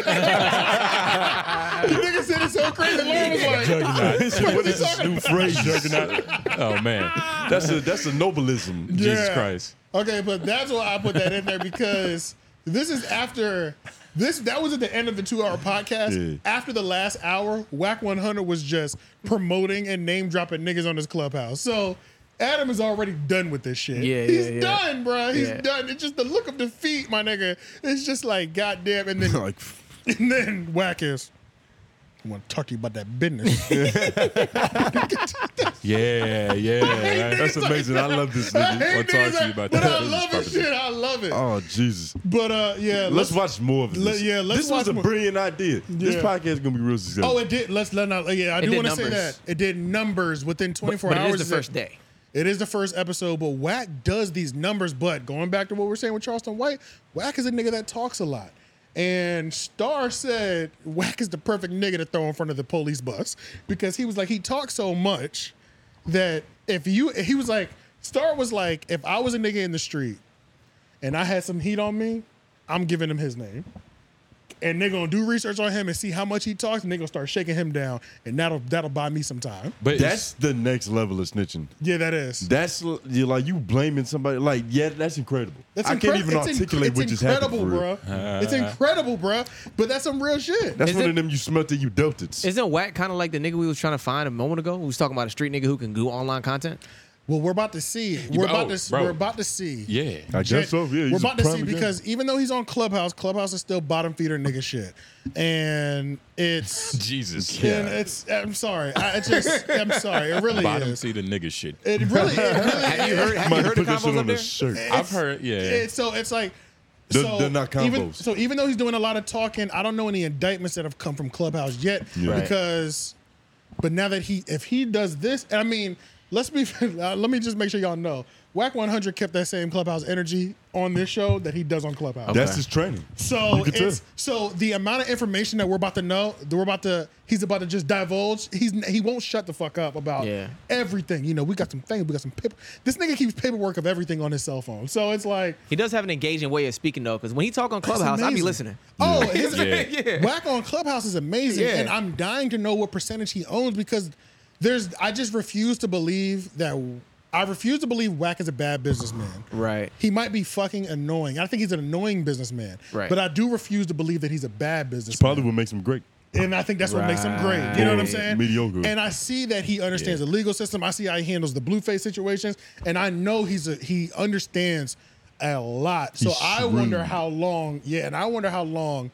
the nigga said it so crazy. Lauren was like, Juggernaut. (laughs) "What what you is this talking new about?" phrase, juggernaut? Oh man, That's a that's a nobleism. Jesus Yeah. Christ. Okay, but that's why I put that in there because this is after this. That was at the end of the two-hour podcast. Yeah. After the last hour, Whack 100 was just promoting and name dropping niggas on his clubhouse. So Adam is already done with this shit. Yeah, he's yeah, yeah. done, bruh. He's Yeah. (laughs) done. It's just the look of defeat, my nigga. It's just like goddamn, and then (laughs) (laughs) and then Whack is. I want to talk to you about (laughs) that business. (laughs) Yeah, yeah. right? That's amazing. I love this I nigga. hate I'll talk to you about but that. I This is love this property. shit. I love it. Oh Jesus. But uh, yeah, let's, watch more of this. let- yeah, let's this watch was a more. brilliant idea. This Yeah. podcast is gonna be real successful. Oh, it did. Let's let not. Yeah, I It do did want to say numbers. that it did numbers within 24 but it is hours. the first day. It is the first episode, but Whack does these numbers. But going back to what we we're saying with Charleston White, Whack is a nigga that talks a lot. And Star said Whack is the perfect nigga to throw in front of the police bus because he was like he talks so much that if you he was like Star was like if I was a nigga in the street and I had some heat on me, I'm giving him his name and they're gonna do research on him and see how much he talks, and they're gonna start shaking him down, and that'll that'll buy me some time. But that's the next level of snitching. Yeah, that is. That's l- you're like you blaming somebody. Like yeah, that's incredible. That's I can't incre- even it's inc- articulate it's what just incredible, happened. For real. bruh. Uh, it's incredible, bruh. But that's some real shit. That's Is one it- of them you smelt it, you dumped it. Isn't Wack kind of like the nigga we was trying to find a moment ago? We was talking about a street nigga who can do online content. Well, we're about to see. We're bro- about oh, to. bro. We're about to see. Yeah. I guess so. Yeah, he's we're a about to prime see example. because even though he's on Clubhouse, Clubhouse is still bottom feeder nigga shit, and (laughs) it's Jesus. and it's. I'm sorry. I it just. I'm sorry. It really Bottom is. see the nigga shit. It (laughs) really. It really Have you heard? Have Might you heard the put that combos shit up on there? a shirt. I've heard. Yeah. It's- so it's like They're- so they're not Even, combos. so even though he's doing a lot of talking, I don't know any indictments that have come from Clubhouse yet Yeah. Right. because. But now that he, if he does this, and I mean, let's be, (laughs) uh, let me just make sure y'all know, Whack 100 kept that same Clubhouse energy on this show that he does on Clubhouse. That's his training. So You can it's tell. so the amount of information that we're about to know, that we're about to, he's about to just divulge. He's he won't shut the fuck up about Yeah. everything. You know, we got some things, we got some paper. This nigga keeps paperwork of everything on his cell phone. So it's (laughs) like, He does have an engaging way of speaking though, because when he talk on That's Clubhouse, I be amazing. listening. Oh, (laughs) his, (laughs) Yeah. Whack on Clubhouse is amazing, Yeah. and I'm dying to know what percentage he owns because there's. I just refuse to believe that. I refuse to believe Whack is a bad businessman. Right. He might be fucking annoying. I think he's an annoying businessman. Right. But I do refuse to believe that he's a bad businessman. Probably what makes him great. And I think that's what makes him great. You know what I'm Right. saying? Mediocre. And I see that he understands the legal system. I see how he handles the blueface situations, and I know he's a, he understands a lot. So He's I wonder shrewd. how long. Yeah, and I wonder how long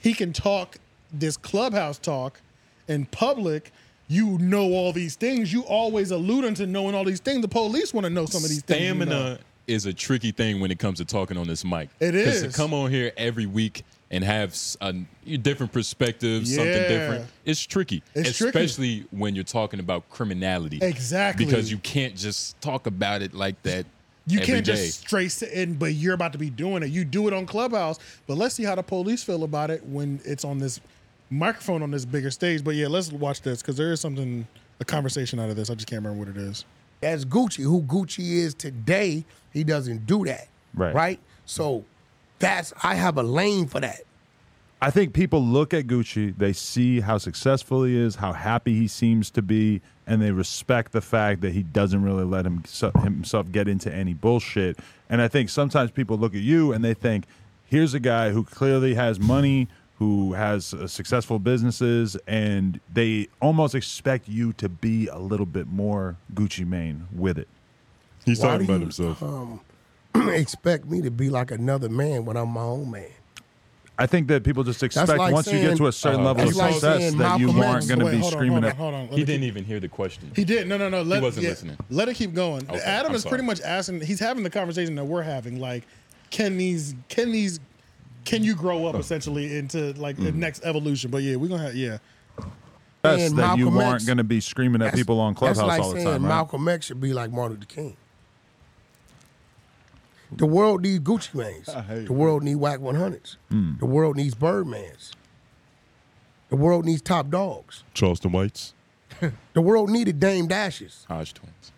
he can talk this clubhouse talk in public. You know all these things. You always alluding to knowing all these things. The police want to know some of these things. you know. Stamina is a tricky thing when it comes to talking on this mic. It 'Cause to is. come on here every week and have s- a different perspectives, Yeah. something different. It's tricky, It's tricky. especially when you're talking about criminality. Exactly. because you can't just talk about it like that. You every can't day. just straight sit in, but you're about to be doing it. You do it on Clubhouse, but let's see how the police feel about it when it's on this microphone on this bigger stage. But yeah, let's watch this because there is something, a conversation out of this. I just can't remember what it is. as Gucci, who Gucci is today, he doesn't do that. Right. Right? So that's I have a lane for that. I think people look at Gucci, they see how successful he is, how happy he seems to be, and they respect the fact that he doesn't really let him, himself get into any bullshit. And I think sometimes people look at you and they think, here's a guy who clearly has money, who has uh, successful businesses, and they almost expect you to be a little bit more Gucci Mane with it. He's Why do you, Um, (clears throat) expect me to be like another man when I'm my own man. I think that people just expect like once you get saying- to a certain Uh, level of that's like success saying that you Malcolm aren't X. going to Wait, be hold on, screaming hold at. on, hold on. Let He me didn't keep- even hear the question. He did. No, no, no. Let, wasn't yeah, listening. Let it keep going. Okay, Adam I'm is pretty sorry. much asking. He's having the conversation that we're having. Like, can these? Can these? Can you grow up essentially into like Mm. the next evolution? But yeah, we're gonna have yeah. That's And that you Malcolm aren't X- going to be screaming at That's- people on Clubhouse that's like all the saying time, right? Malcolm X should be like Martin Luther King. The world needs (laughs) Gucci Manes. The world needs Whack 100s. Hmm. Mm. The world needs Birdmans. The world needs Top Dogs. Charleston Whites, The world needed Dame Dashes. Hodge twins.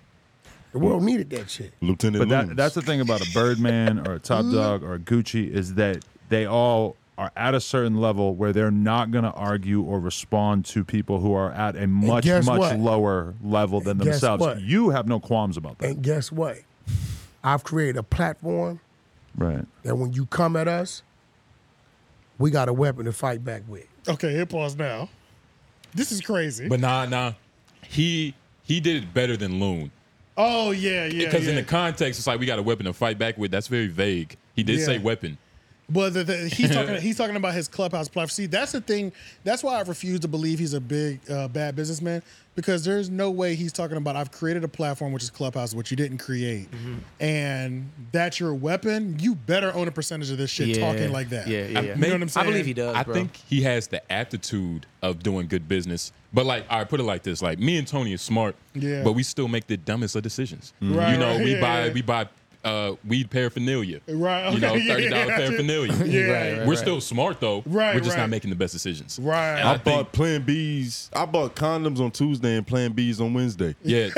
The world needed that shit. Lieutenant. But that, Loomis. that's the thing about a Birdman or a Top Mm-hmm. Dog or a Gucci is that they all are at a certain level where they're not going to argue or respond to people who are at a much guess much what? lower level than And guess themselves. what? You have no qualms about that, And guess what? I've created a platform right? that when you come at us, we got a weapon to fight back with. Okay, hit pause now. This is crazy. But nah, nah. He he did it better than Loon. oh yeah, yeah. Because yeah. in the context, it's like we got a weapon to fight back with. That's very vague. He did Yeah. say weapon. But the, the, he's talking. (laughs) he's talking about his clubhouse platform. See, that's the thing. That's why I refuse to believe he's a big uh, bad businessman because there's no way he's talking about. I've created a platform which is clubhouse, which you didn't create, Mm-hmm. and that's your weapon. You better own a percentage of this shit Yeah. talking like that. Yeah, yeah, You yeah. know what I'm saying? I think he has the aptitude of doing good business. But like, all right, put it like this: like me and Tony is smart, Yeah. Mm-hmm. but we still make the dumbest of decisions. Right, you know, right, we yeah, buy yeah. we buy uh, weed paraphernalia. Right, You know, okay, (laughs) yeah, thirty dollar yeah, paraphernalia. (laughs) yeah. Right, right, We're right. still smart though. Right, We're just right. not making the best decisions. Right. And I, I, think, bought Plan B's. I bought condoms on Tuesday and Plan B's on Wednesday. (laughs) yeah.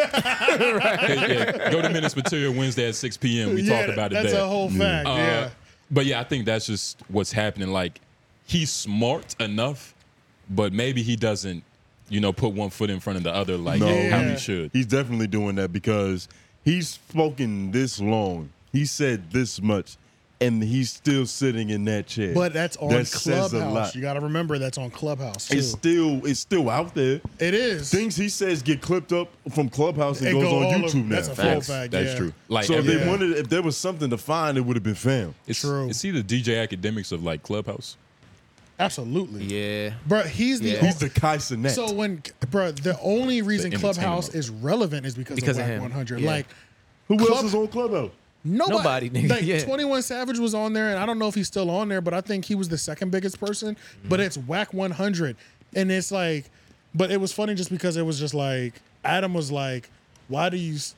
yeah. Go to Minutes Material Wednesday at six p.m. We Yeah, talk about it. that's there. a whole fact, yeah. But yeah, I think that's just what's happening. Like he's smart enough, but maybe he doesn't, you know, put one foot in front of the other like how he should. He's definitely doing that because he's spoken this long. He said this much, and he's still sitting in that chair. But that's on That Clubhouse. says a lot. You got to remember that's on Clubhouse too. It's still it's still out there. It is. Things he says get clipped up from Clubhouse and It goes go all on over- YouTube now. that's a full Facts. fact, That's yeah. true. Like, so if every- they wanted, if there was something to find, it would have been found. It's true. It's either DJ academics of like Clubhouse. Absolutely. Yeah. Bro, he's the he's the Kai Sinet. So when, bro, the only reason entertainment Clubhouse is relevant is because, Because of of Whack him. 100. Yeah. Like, who Club- else is on Clubhouse? Nobody, Nobody, nigga. Like Yeah. 21 Savage was on there, and I don't know if he's still on there, but I think he was the second biggest person. But it's Whack 100, and it's like, but it was funny just because it was just like Adam was like, why do you, s-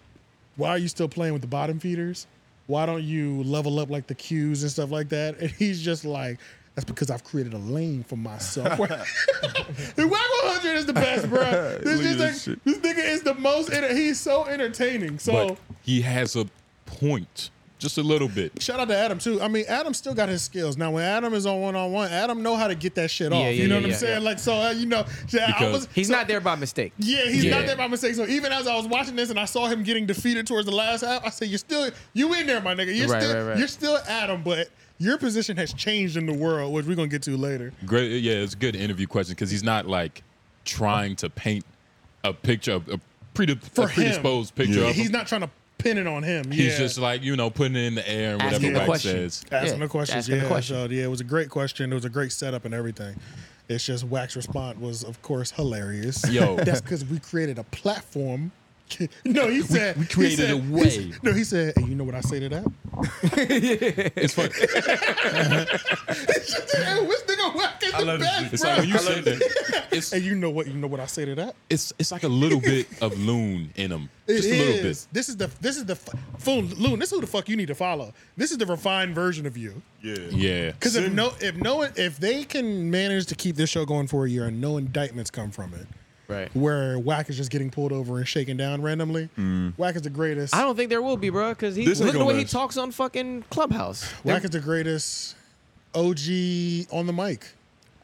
why are you still playing with the bottom feeders? Why don't you level up like the Qs and stuff like that? (laughs) And he's just like. That's because I've created a lane for myself. (laughs) Whack 100 is the best, bro. This, Look at just this like, this nigga is the most. Enter- he's so entertaining. So But he has a point, just a little bit. Shout out to Adam too. I mean, Adam still got his skills. Now, when Adam is on one on one, Adam know how to get that shit Yeah, off. yeah, you know yeah, what I'm yeah, saying? yeah. Like, so uh, you know, yeah, I Because was. he's not there by mistake. Yeah, he's not Yeah. there by mistake. So even as I was watching this and I saw him getting defeated towards the last half, I said, "You're still you in there, my nigga. You're Right, still right, right. you're still Adam, but your position has changed in the world, which we're gonna get to later. Great. Yeah, it's a good interview question because he's not like trying to paint a picture, a, pre- For a predisposed him, picture Yeah, of him. he's not trying to pin it on him. He's yeah. just like you know putting it in the air and whatever Asking the Wack question. says. Asking the questions. asking the yeah. question. So, yeah, it was a great question. It was a great setup and everything. It's just Wax response was, of course, hilarious. Yo. (laughs) that's because we created a platform. (laughs) no, he said we he created said- a he way. said- no, he said, and you know what I say to that? (laughs) It's funny. Hey, this nigga Wack is I the love best, this. It's bro. like when you said (laughs) that. and you know what? You know what I say to that? It's it's like a little bit of loon in him, It just a little bit. is. This is the this is the f- fool Loon. This is who the fuck you need to follow. This is the refined version of you. Yeah. Yeah. Because if no if no one if they can manage to keep this show going for a year and no indictments come from it, Right. Where Whack is just getting pulled over and shaken down randomly. Mm. Whack is the greatest. I don't think there will be, bro, because he This ain't look at the gonna way he last. talks on fucking Clubhouse. Whack is the greatest OG on the mic.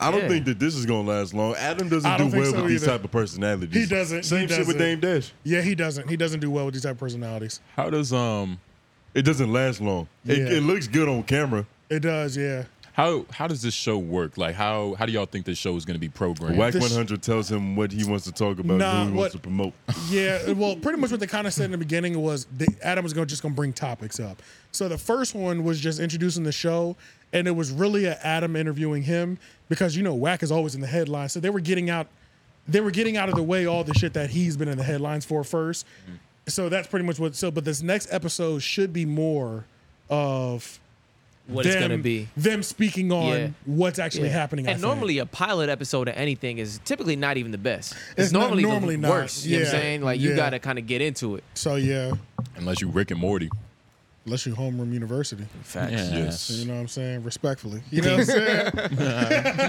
I don't Yeah. think that this is gonna last long. Adam doesn't I do don't well think with so these either. type of personalities. He doesn't. Same he shit with Dame doesn't. Dash. Yeah, he doesn't. He doesn't do well with these type of personalities. How does um? It doesn't last long. It, Yeah. it looks good on camera. It does, yeah. How how does this show work? Like how how do y'all think this show is going to be programmed? Whack 100 tells him what he wants to talk about, Nah, and who he what- wants to promote. Yeah, well, pretty much what they kind of said in the beginning was that Adam was gonna just gonna bring topics up. So the first one was just introducing the show, and it was really a Adam interviewing him because you know Whack is always in the headlines. So they were getting out, they were getting out of the way all the shit that he's been in the headlines for first. Mm-hmm. So that's pretty much what. So, but this next episode should be more of What it's gonna them- be. them speaking on Yeah. what's actually Yeah. happening. I And think. normally, a pilot episode of anything is typically not even the best. It's, It's not- normally, the normally not. worst. You know what I'm Yeah. saying? Like Yeah. you got to kind of get into it. So yeah, Unless you Rick and Morty. unless you homeroom university. Facts. Yeah. Yes. You know what I'm saying? Respectfully. (laughs) You know what I'm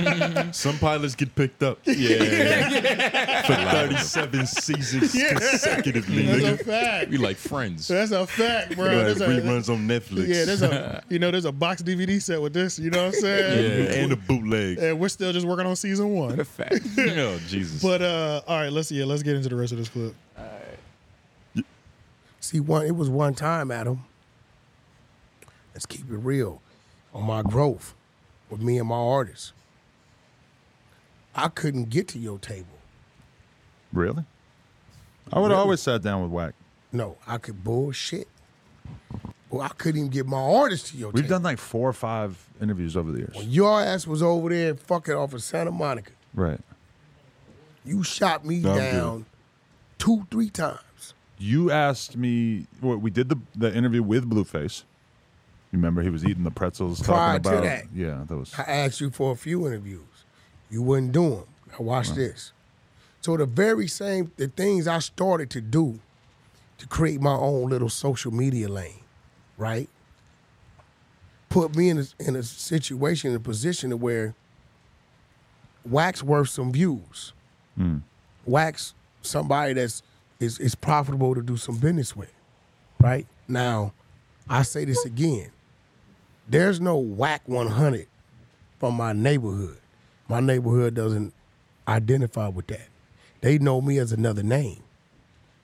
saying? (laughs) Some pilots get picked up. Yeah. For 37 seasons Yeah. consecutively. That's nigga. a fact. We like friends. That's a fact, bro. You know, There's a- reruns on Netflix. Yeah, (laughs) (laughs) there's a you know, there's a box DVD set with this, you know what I'm saying? Yeah, and a bootleg. And we're still just working on season (laughs) one. Fact. oh Jesus. But uh all right, let's yeah, let's get into the rest of this clip. See, one it was one time, Adam. Let's keep it real on my growth with me and my artists. I couldn't get to your table. Really? I would have Really? always sat down with Whack. No, I could bullshit. Well, I couldn't even get my artists to your We've table. done like four or five interviews over the years. Your ass was over there fucking off of Santa Monica. Right. You shot me No, I'm good. down two, three times. You asked me. Well, we did the the interview with Blueface. Remember, he was eating the pretzels. Prior to talking about, that. yeah, that was I asked you for a few interviews. You wouldn't do them. Now watch this. So the very same the things I started to do to create my own little social media lane, right? Put me in a, in a situation, a position to where wax worth some views. Mm. Wax somebody that's is, is profitable to do some business with, right? Now, I say this again. There's no whack 100 from my neighborhood. My neighborhood doesn't identify with that. They know me as another name.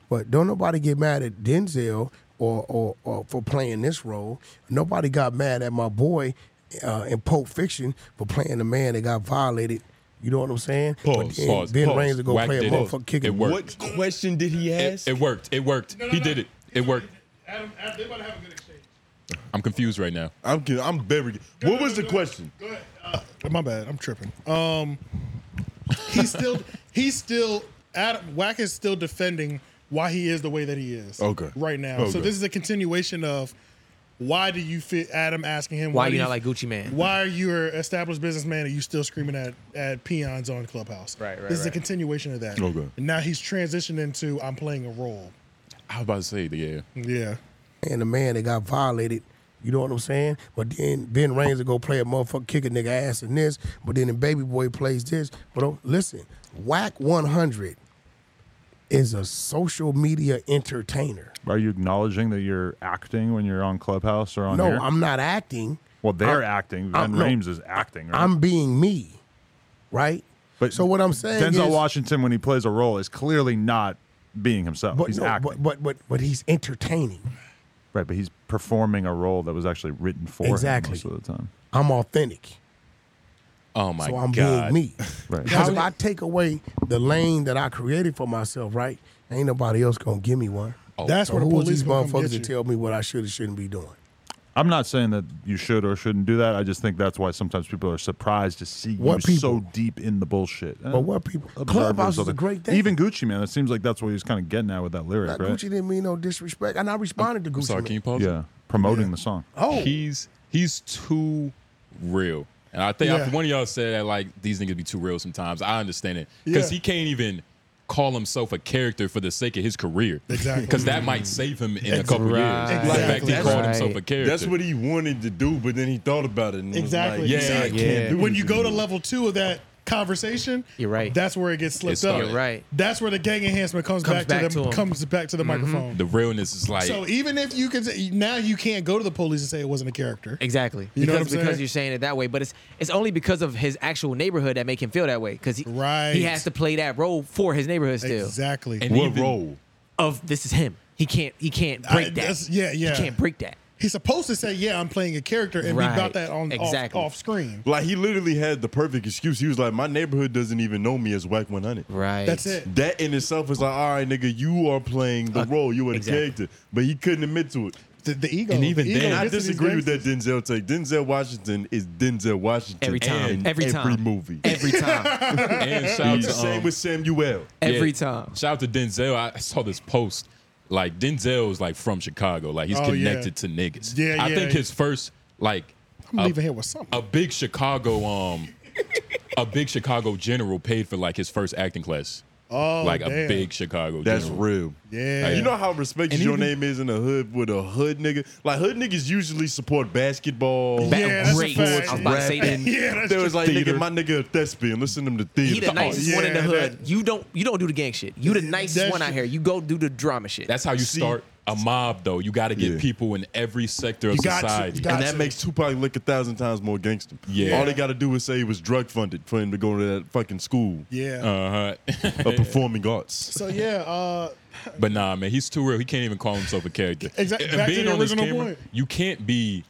But don't nobody get mad at Denzel or or, or for playing this role. Nobody got mad at my boy uh, in Pulp Fiction for playing the man that got violated. You know what I'm saying? Pause. Then pause. ben pause. Reigns to go Wack play a did it. motherfucker kicking. It worked. question did he It, it worked. It worked. he did it. It worked. Adam, Adam they about to have a good I'm confused right now. I'm kidding. I'm very. What was the question? My bad. I'm tripping. Um, he's still he's still Adam Wack is still defending why he is the way that he is. Okay. Right now, so Okay. this is a continuation of why do you fit Adam asking him Why do you not like Gucci Man? Why are you an established businessman and you still screaming at at peons on Clubhouse? Right. right, This is a right. continuation of that. Okay. And now he's transitioned into I'm playing a role. I was about to say the yeah. Yeah. And the man that got violated. You know what I'm saying? But then Ben Reigns will go play a motherfucker kick a nigga ass in this. But then the baby boy plays this. But oh, listen, Whack 100 is a social media entertainer. Are you acknowledging that you're acting when you're on Clubhouse or on no, here? I'm not acting. Well, they're I'm- acting. Ben I'm- no. Rames is acting. Right? I'm being me, right? But so what I'm saying Denzel is, Washington, when he plays a role, is clearly not being himself. but He's no, acting. but, but but but he's entertaining. Right, but he's performing a role that was actually written for Exactly. him most of the time. I'm authentic. Oh my so I'm god. (laughs) being me. (laughs) Right. Because if I take away the lane that I created for myself, right, ain't nobody else gonna give me one. Oh. That's so where the who's police these gonna come motherfuckers get to you. tell me what I should or shouldn't be doing. I'm not saying that you should or shouldn't do that. I just think that's why sometimes people are surprised to see What you people? so deep in the bullshit. Uh, But what people? Observers Clubhouse of is it. a great thing. Even Gucci man, it seems like that's what he was kind of getting at with that lyric, Like, right? Gucci didn't mean no disrespect, and I responded to Gucci. man. Yeah, promoting the song. Oh. he's he's too real, and I think Yeah. one of y'all said that like these niggas be too real sometimes. I understand it because Yeah. he can't even call himself a character for the sake of his career. Exactly. because that might save him in a couple years. The fact he called himself a character. That's what he wanted to do, but then he thought about it. And was Exactly. like, You yeah, I see, can't do When you this go to anymore. level two of that conversation, You're right. That's where it gets slipped It's up. started. You're right. That's where the gang enhancement comes, Comes back, back to to the 'em. Mm-hmm. comes back to the microphone. the realness is like. Mm-hmm. so even if you can, say, now you can't go to the police and say it wasn't a character. Exactly. You know because what I'm saying? because you're saying it that way, but it's it's only because of his actual neighborhood that make him feel that way. Because he, he has to play that role for his neighborhood still. Exactly. And What even- role? Of this is him. He can't he can't I- break that. that's- yeah, yeah. He can't break that. He's supposed to say, "Yeah, I'm playing a character," and Right. we got that on Exactly. off, off screen. Like he literally had the perfect excuse. He was like, "My neighborhood doesn't even know me as Whack 100." Right. That's it. That in itself is like, "All right, nigga, you are playing Uh, the role. You are the exactly. character." But he couldn't admit to it. The, the ego. And even the ego then, I gets to these disagree gangsters. with that Denzel take. Denzel Washington is Denzel Washington Every time. in Every time. every movie, (laughs) Every time. and shout out He's to the same um, with Samuel. Every Yeah. time. Shout out to Denzel. I I saw this post. Like Denzel is like from Chicago. Like he's Oh, yeah. connected to niggas. Yeah, I yeah, think yeah. his first like I'm a, leaving here with something. a big Chicago um a big Chicago general paid for like his first acting class. Oh, like a damn. big Chicago. That's general. real. Yeah. You know how respected And your even- name is in the hood with a hood nigga? Like, hood niggas usually support basketball. Ba- Yeah, that's a sports, fact. I was about to say that. rapping. Yeah, that's There was true. like, Theater. nigga, my nigga a thespian. Let's send him to theater. He Oh, the nicest one in the hood. you don't you don't do the gang shit. You the nicest that one out shit- here. You go do the drama shit. That's how you start a mob though. You gotta get people in every sector of You got to, society. and that makes Tupac look a thousand times more gangster. Yeah. All they got to do is say he was drug funded for him to go to that fucking school. Yeah. Uh huh. Of performing arts. So yeah, uh, But nah, man, he's too real. He can't even call himself a (laughs) character. Exactly. And Back to being the on this original camera, point. you can't be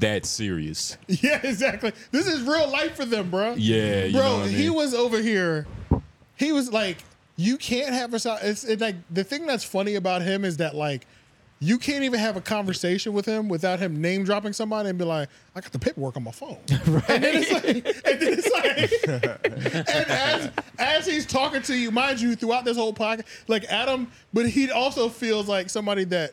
that serious. (laughs) yeah, exactly. This is real life for them, bro. Yeah, you bro. know what I He mean? was over here. He was like, you can't have a. so- It's it, like the thing that's funny about him is that like. You can't even have a conversation with him without him name dropping somebody and be like, "I got the paperwork on my (laughs) phone." Right. And then it's like, and then it's like, and as as he's talking to you, mind you, throughout this whole podcast, like Adam, but he also feels like somebody that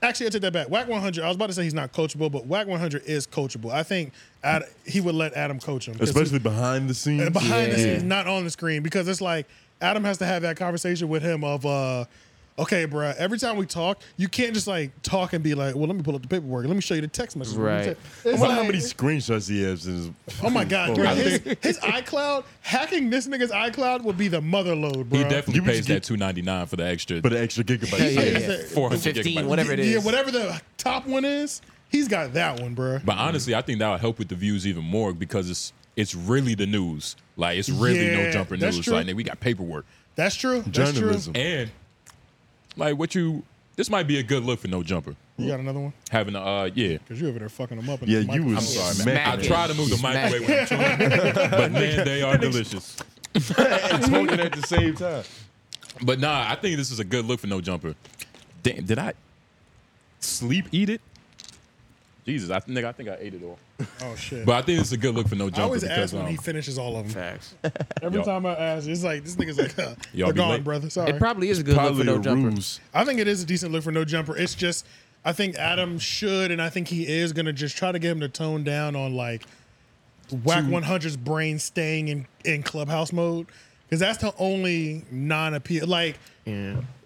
Actually, I take that back. Whack 100. I was about to say he's not coachable, but Whack 100 is coachable. I think Ad, he would let Adam coach him, 'cause Especially behind the he- Mm-hmm. scenes. uh, behind the scenes, not on the screen, because it's like Adam has to have that conversation with him of, uh, okay, bruh, Every time we talk, you can't just like talk and be like, well, let me pull up the paperwork. Let me show you the text message. Right. I It's wonder how (laughs) like- many screenshots he has in his. Oh my God, phone. bro. His, his iCloud, hacking this nigga's iCloud would be the mother load, bro. He definitely pays (laughs) that two ninety nine for the extra for the extra gigabyte. Yeah, yeah, yeah. Four hundred gigabytes, Yeah, whatever the top one is, he's got that one, bruh. But honestly, I think that would help with the views even more because it's it's really the news. Like it's really no Yeah, jumper that's news. true. Like nigga, we got paperwork, That's true. That's true. and like what you. This might be a good look for no jumper. You got another one? Having a uh, yeah. Because you over there fucking them up. in Yeah, the you microphone. was I'm sorry, man. smacking I it. try to move the Smacking microwave when I'm (laughs) but man, they are delicious. (laughs) and talking at the same time. But nah, I think this is a good look for no jumper. Damn, did I sleep eat it? Jesus, I think I think I ate it all. (laughs) Oh shit! But I think it's a good look for no jumper. I always because, ask when um, he finishes all of them. Facts. (laughs) Every Y'all- time I ask, it's like this nigga's like, huh, Y'all they're be gone, late. brother. Sorry. It probably is a good look for Probably no a jumper. ruse. I think it is a decent look for no jumper. It's just, I think Adam should, and I think he is gonna just try to get him to tone down on like whack Too- 100's brain staying in in clubhouse mode because that's the only non appeal. Like,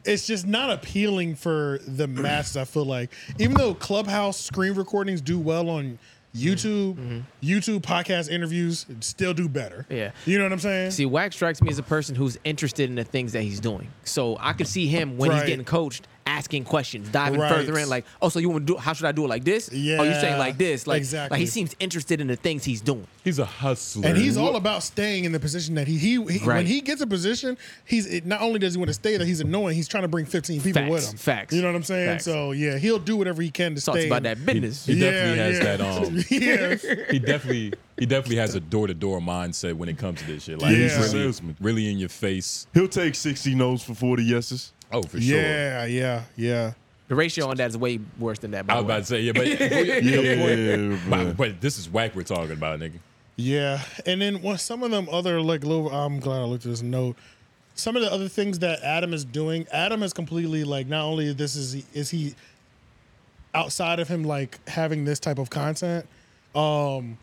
it's just not appealing for the (clears throat) masses. I feel like, even though Clubhouse screen recordings do well on YouTube, Mm-hmm. YouTube podcast interviews still do better. Yeah. you know what I'm saying. See, Wack strikes me as a person who's interested in the things that he's doing. So I could see him when he's Right. getting coached asking questions, diving Right. further in. Like, oh, so you want to do? How should I do it? Like this? Oh, you Yeah, saying like this? Like, exactly. like he seems interested in the things he's doing. He's a hustler, And he's all about staying in the position that he he, he when Right. he gets a position, he's it, not only does he want to stay there, he's annoying. He's trying to bring fifteen people with Facts, him. facts, You know what I'm saying? facts. So yeah, he'll do whatever he can to Talks stay. about in- that business. He definitely has yeah. that. (laughs) Um, (laughs) Yeah. he definitely he definitely has a door to door mindset when it comes to this shit. Like Yeah. he's He's a really, really in your face. He'll take 60 no's for 40 yeses. Oh, for Yeah, yeah, yeah. The ratio on that is way worse than that. By I was the way. about to say yeah, (laughs) (laughs) but Yeah, but, but this is whack we're talking about, nigga. Yeah, and then what some of them other like low. I'm glad I looked at this note. Some of the other things that Adam is doing, Adam is completely like not only this is is he outside of him like having this type of content, um,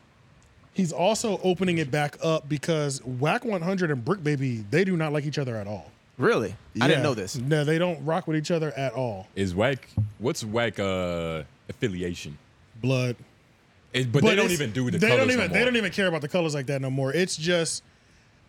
he's also opening it back up because Whack 100 and Brick Baby they do not like each other at all. Really, I Yeah. didn't know this. No, they don't rock with each other at all. Is whack? What's whack uh, affiliation? Blood. It, but, they don't it's- even do the They colors don't even. no They more. don't even care about the colors like that no more. It's just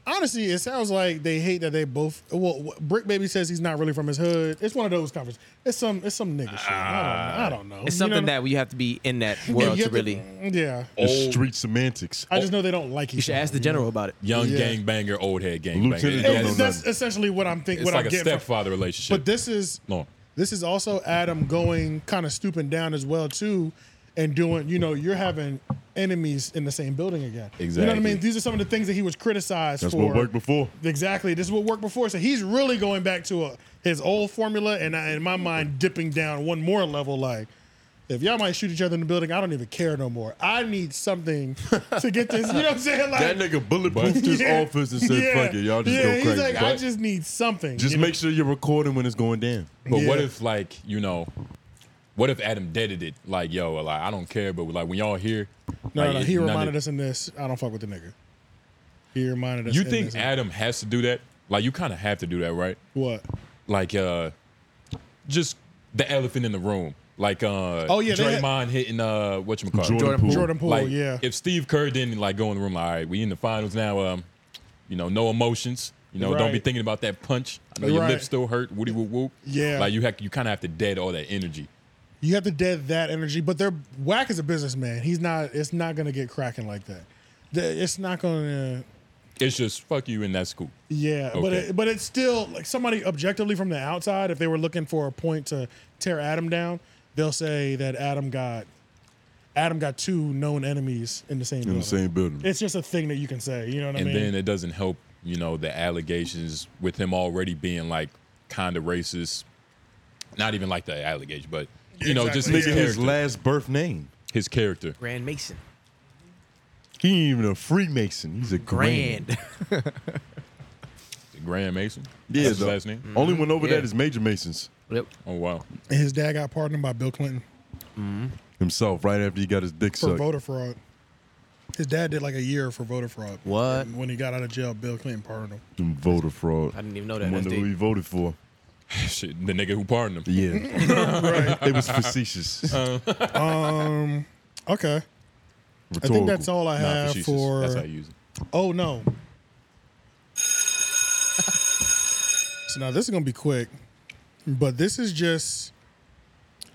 honestly, it sounds like they hate that they both. Well, wh- Brick Baby says he's not really from his hood. It's one of those conversations. It's some. It's some nigga shit. (laughs) I Uh, don't, I don't know. It's You know something what that we have to be in that I'm- world you to have really. Yeah. It's street semantics. I just know they don't like each other. You should ask the general about it. Young Yeah. gangbanger, old head Lieutenant gangbanger. don't It's- that's essentially what I'm It's thinking. What like I'm a getting. from- stepfather relationship. But this is no. This is also Adam going kind of stooping down as well too, and doing you know you're having enemies in the same building again. You know what I Exactly. mean? These are some of the things that he was criticized That's for. what worked before. Exactly. This is what worked before. So he's really going back to a, his old formula, and I, in my mind, dipping down one more level. Like, if y'all might shoot each other in the building, I don't even care no more. I need something to get this. (laughs) You know what I'm saying? Like, that nigga bulletproofed his Yeah. office and said, Yeah. fuck it, y'all just yeah, go he's crazy. like, I But just need something. just you know? make sure you're recording when it's going down. But what Yeah. if like you know, what if Adam deaded it? Like yo, like I don't care, but like when y'all here, (laughs) No, like, no, it- he none of- reminded us in this. I don't fuck with the nigga. He reminded us. You in think this. Adam has to do that? Like you kind of have to do that, right? what? Like uh, just the elephant in the room. Like uh, Oh, yeah, they had- Draymond hitting uh, what you call Jordan Jordan Poole. Jordan Poole, yeah. If Steve Kerr didn't like go in the room, like, all right, we in the finals now. Um, you know, no emotions. You know, don't be Right. thinking about that punch. I know your Right. lips still hurt. Woody whoop whoop. Yeah. Like you have, you kind of have to dead all that energy. You have to dead that energy, but they're whack as a businessman. He's not. It's not gonna get cracking like that. The- It's not gonna. It's just fuck you and that's cool. Yeah, but Okay. it, but it's still like somebody objectively from the outside. If they were looking for a point to tear Adam down, they'll say that Adam got Adam got two known enemies in the same In the building. same building. It's just a thing that you can say. You know what and I mean? then it doesn't help, you know, the allegations with him already being like kind of racist. Not even like the allegation, but you know, just nigga, his, his character. last birth name. His character. Grand Mason. He ain't even a Freemason. He's a grand. Grand. (laughs) Grand Mason. Yeah, That's his though. last name. Only one over Yeah. that is Major Masons. Yep. Oh wow. his dad got pardoned by Bill Clinton. Himself, right after he got his dick for sucked. voter fraud. His dad did like a year for (laughs) voter fraud. What? When he got out of jail, Bill Clinton pardoned him. Some voter fraud. I didn't even know that. Wonder That's who deep. he voted for. (laughs) Shit, the nigga who pardoned Uh, him. (laughs) Yeah. (laughs) Right. It was facetious. um, okay. I Rhetorical. think that's all I Nah, have facetious. for. That's how you use it. Oh no. so now this is gonna be quick, but this is just.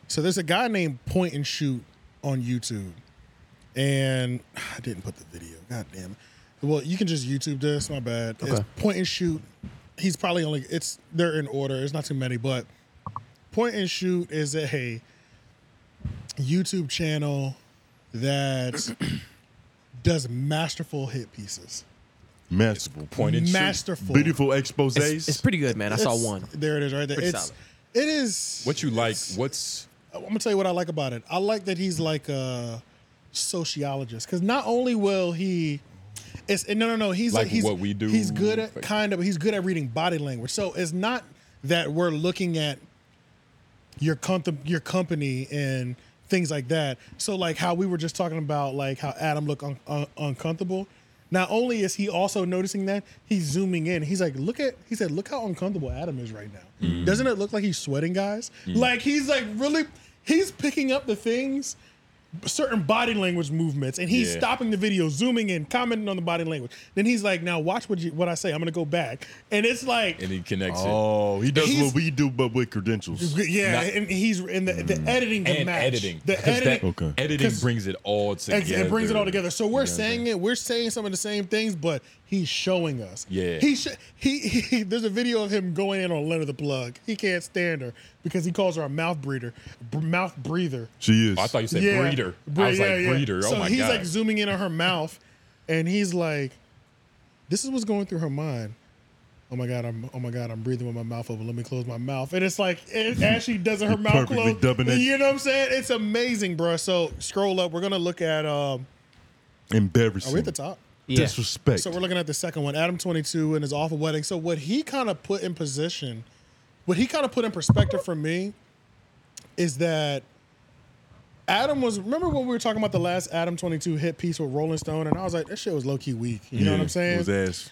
So there's a guy named Point and Shoot on YouTube, and (sighs) I didn't put the video. God damn it. Well, you can just YouTube this. My bad. It's Okay. Point and Shoot. He's probably only. It's they're in order. It's not too many, but Point and Shoot is a YouTube channel that (clears throat) does masterful hit pieces. Masterful. Point and shoot. Masterful. Beautiful exposes. It's, it's pretty good, man. I saw It's- one. There it is, right there. Pretty it's solid. it is. What you like? What's I'm gonna tell you what I like about it. I like that he's like a sociologist because not only will he, it's no no no he's Like he's what we do. He's good at kind of he's good at reading body language. So it's not that we're looking at your com- your company and things like that. So like how we were just talking about like how Adam looked un- un- uncomfortable. Not only is he also noticing that, he's zooming in. He's like, look at he said, look how uncomfortable Adam is right now. Mm-hmm. Mm. Doesn't it look like he's sweating, guys? Mm. Like he's like really he's picking up the things certain body language movements, and he's Yeah. stopping the video, zooming in, commenting on the body language. Then he's like, "Now watch what you, what I say. I'm gonna go back." And it's like, and he connects it. Oh, he does He's- what we do, but with credentials. yeah, Not- Mm. and he's and the, the editing the and match. editing. the 'cause editing. That, Okay. Editing 'Cause- brings it all Ex- together. It brings it all together. So we're You know what I'm saying it. We're saying some of the same things, but he's showing us. Yeah. He sh- he, he. (laughs) There's a video of him going in on Leonard the Plug. He can't stand her because he calls her a mouth breeder, b- mouth breather. She is. I thought you said Yeah. breeder. Bre- I was yeah, like yeah. breeder. So oh my he's god. like zooming in on her mouth, and he's like, "This is what's going through her mind." Oh my god! I'm oh my god! I'm breathing with my mouth open. Let me close my mouth, and it's like it, as she does it, her You're mouth perfectly closed. dubbing it. You know what I'm saying? It's amazing, bro. So scroll up. We're gonna look at. um Embarrassing. Are we at the top? Disrespect. So we're looking at the second one, Adam 22 and his awful wedding. So what he kind of put in position, what he kind of put in perspective for me is that Adam was remember when we were talking about the last Adam 22 hit piece with Rolling Stone and I was like that shit was low key weak. You know what I'm saying? It was ass.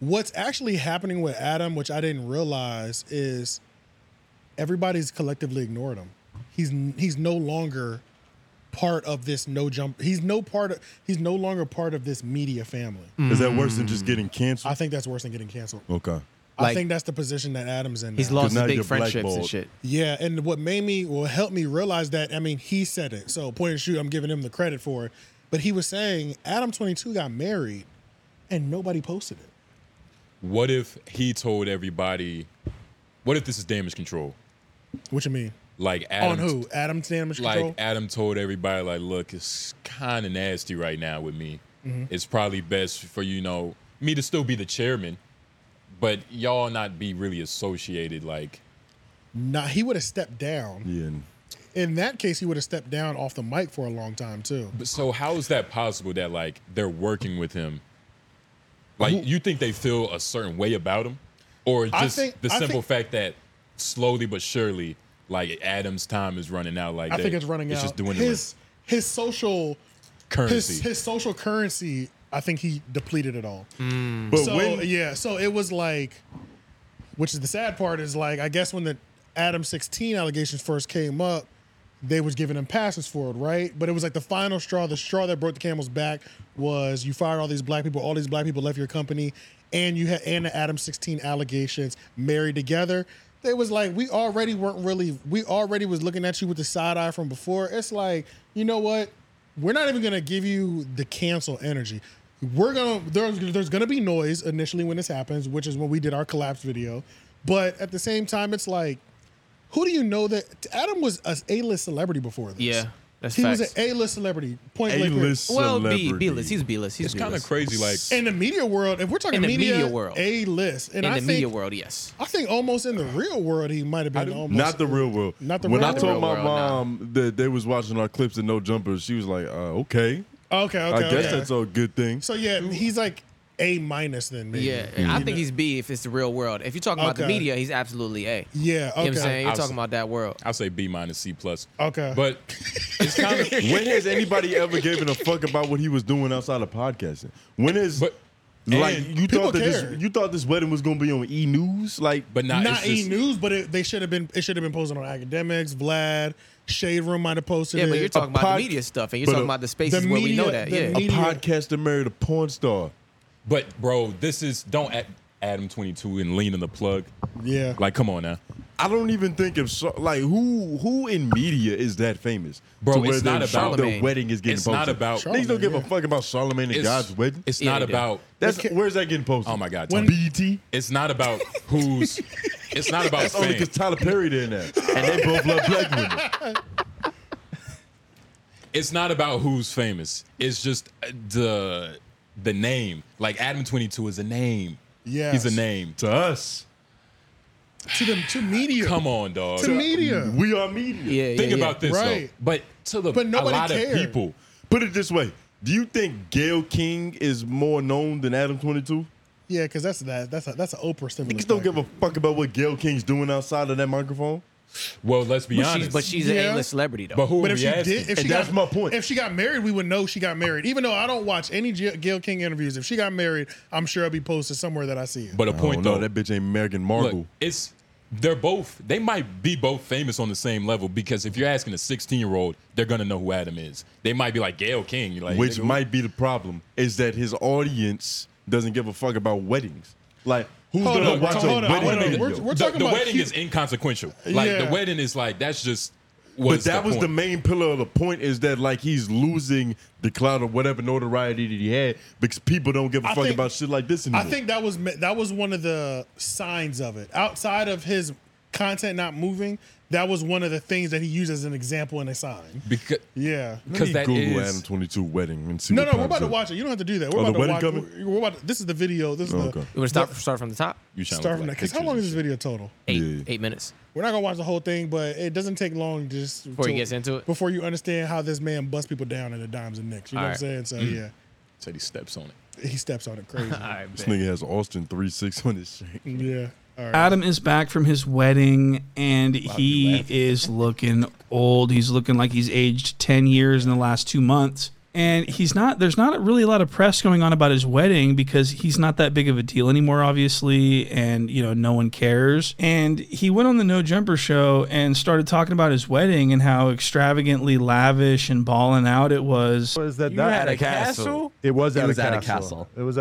What's actually happening with Adam, which I didn't realize, is everybody's collectively ignored him. He's he's no longer part of this no jump. He's no part of he's no longer part of this media family. Is that worse than just getting canceled? I think that's worse than getting canceled. Okay. I think that's the position that Adam's in. He's now. lost his Now big you're friendships and blackballed. shit. Yeah, and what made me well helped me realize that I mean he said it. So point and shoot, I'm giving him the credit for it. But he was saying Adam 22 got married, and nobody posted it. What if he told everybody? What if this is damage control? What you mean? Like Adam, On who? Adam's damage like control. Adam told everybody, like, look, it's kind of nasty right now with me. Mhm. It's probably best for you know me to still be the chairman, but y'all not be really associated. Like, Nah, he would have stepped down. yeah. In that case, he would have stepped down off the mic for a long time too. But so how is that possible? That like they're working with him. Like you think they feel a certain way about him, or I just think- the I simple think- fact that slowly but surely, like Adam's time is running out. Like I they- think it's running it's out. Just doing his his social Currency. His, his social currency. I think he depleted it all. Hmm. Mm. But so when- yeah, so it was like, which is the sad part is like I guess when the Adam sixteen allegations first came up, they was giving him passes for it, right? But it was like the final straw. The straw that broke the camel's back was you fired all these black people. All these black people left your company, and you had and the Adam sixteen allegations married together. They was like we already weren't really. We already was looking at you with the side eye from before. It's like you know what? We're not even gonna give you the cancel energy. We're gonna there's there's gonna be noise initially when this happens, which is when we did our collapse video. But at the same time, it's like who do you know that Adam was a A list celebrity before this? (laughs) Yeah, that's he was facts. an A list celebrity. Point blank. A-list period. Well, B- celebrity. B-list. He's B-list. He's It's kinda B-list. crazy, like- in the media world. If we're talking In the media, media world. A list. And in I the think, media world, yes. I think almost in the real world, he might have been almost Not the real world. Not the when real I told world. my Not the real world, mom that they was watching our clips and no jumpers, she was like, uh, okay. Okay, I okay, guess okay. that's a good thing. So yeah, he's like A minus then maybe. Yeah, I think he's B if it's the real world. If you're talking about the Okay. media, he's absolutely A. Yeah, You know what I'm okay. saying? You're I'll talking say- about that world. I'll say B minus C plus. Okay. But it's kind of (laughs) when has anybody ever given a fuck about what he was doing outside of podcasting? When is like and you people thought that care. this you thought this wedding was gonna be on E News? Like, but not E News, but it, they should have been. It should have been posted on academics. Vlad Shade Room might have posted. Yeah, but it. you're talking about the media stuff, and you're talking about the spaces where we know that. Yeah, A podcaster married a porn star. But bro, this is don't add Adam twenty two and lean in the plug. Yeah. Like, come on now. I don't even think if so, like who who in media is that famous, Bro, to where it's their- not about- their wedding is getting It's posted. not about- niggas don't give a fuck about Charlemagne and It's- God's wedding. it's Yeah, not they do. about- that's where's that getting posted? Oh my god, When- Tony. E BT. It's not about who's. It's not about That's only fame. because Tyler Perry did that, and they both love black women. It's not about who's famous. It's just uh, the the name. Like Adam Twenty Two is a name. Yes. he's a name to us. To them, to media. Come on, dog. To media. We are media. Yeah, Think yeah, yeah. about this, Right. though. But to the But nobody a lot cared. of people. Put it this way: Do you think Gail King is more known than Adam Twenty Two? Yeah, because that's that. That's a, that's an Oprah stimulus. Niggas don't give a fuck about what Gail King's doing outside of that microphone. Well, let's be But she's- honest. but she's an Yeah. A-list celebrity But if she did, if she and got, that's my point. If she got married, we would know she got married. Even though I don't watch any G- Gail King interviews, if she got married, I'm sure I'll be posted somewhere that I see it. But a point no, though, that bitch ain't American Margot. Look, it's they're both they might be both famous on the same level because if you're asking a 16 year old, they're gonna know who Adam is. They might be like Gail King, like Which nigga, might be the problem is that his audience doesn't give a fuck about weddings. Like, who's Hold gonna on, watch hold a on, hold wedding on. video? We're- we're The- talking the about wedding is inconsequential. Like the wedding is like that's just. But What's that was the point? main pillar of the point is that like he's losing the cloud of whatever notoriety that he had because people don't give a I fuck think- about shit like this anymore. I think that was me- that was one of the signs of it. Outside of his content not moving, that was one of the things that he used as an example and a sign. because Yeah, Let me Google Adam twenty two wedding and see. No, what no, we're pops about to up. watch it. You don't have to do that. We're Oh, the about to wedding watch. coming? We're, we're about to, this is the video. This is Oh, the. okay. You want to start start from the top? You Start from that. Because how long is this video total? Eight eight minutes. We're not gonna watch the whole thing, but it doesn't take long just Before he to- gets into it? Before you understand how this man busts people down at the dimes and nicks. You know All what I'm saying? right. So Mm. Mm-hmm. Said he steps on it. yeah, he steps (laughs) on it crazy. This nigga has Austin three six on his shirt. Yeah. All right. Adam is back from his wedding and he is looking old. He's looking like he's aged 10 years in the last two months. And he's not, there's not really a lot of press going on about his wedding because he's not that big of a deal anymore, obviously. And, you know, no one cares. And he went on the No Jumper show and started talking about his wedding and how extravagantly lavish and balling out it was. Was that that It was at, a, castle. It was Oh, at a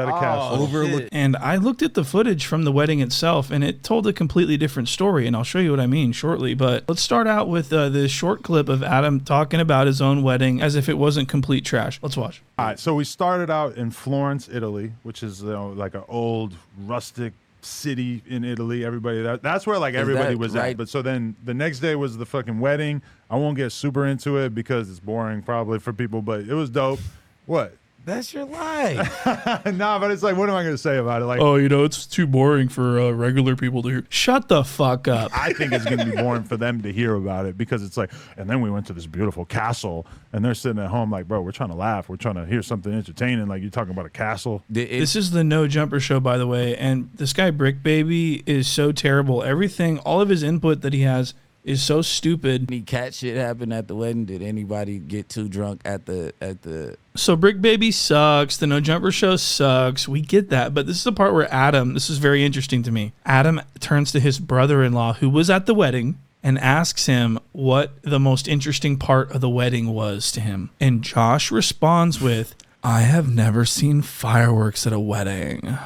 Oh, castle. And I looked at the footage from the wedding itself, and it told a completely different story. And I'll show you what I mean shortly. But let's start out with uh, this short clip of Adam talking about his own wedding as if it wasn't complete trash. Let's watch. All right, so we started out in Florence, Italy, which is you know, like an old rustic city in Italy. Everybody that, that's where like Is everybody that was right- at. But so then the next day was the fucking wedding. I won't get super into it because it's boring probably for people, but it was dope. What? That's your life. (laughs) nah, but it's like, what am I gonna say about it? Like, oh, you know, it's too boring for uh, regular people to hear. Shut the fuck up. I think it's going to be (laughs) boring for them to hear about it because it's like, and then we went to this beautiful castle, and they're sitting at home like, bro, we're trying to laugh, we're trying to hear something entertaining, like you're talking about a castle. this is the no jumper show, by the way, and this guy Brick Baby is so terrible. Everything, all of his input that he has is so stupid. Any cat shit happened at the wedding? Did anybody get too drunk at the at the? So Brick Baby sucks. The No Jumper Show sucks. We get that. But this is the part where Adam, this is very interesting to me. Adam turns to his brother in law, who was at the wedding, and asks him what the most interesting part of the wedding was to him. And Josh responds with, I have never seen fireworks at a wedding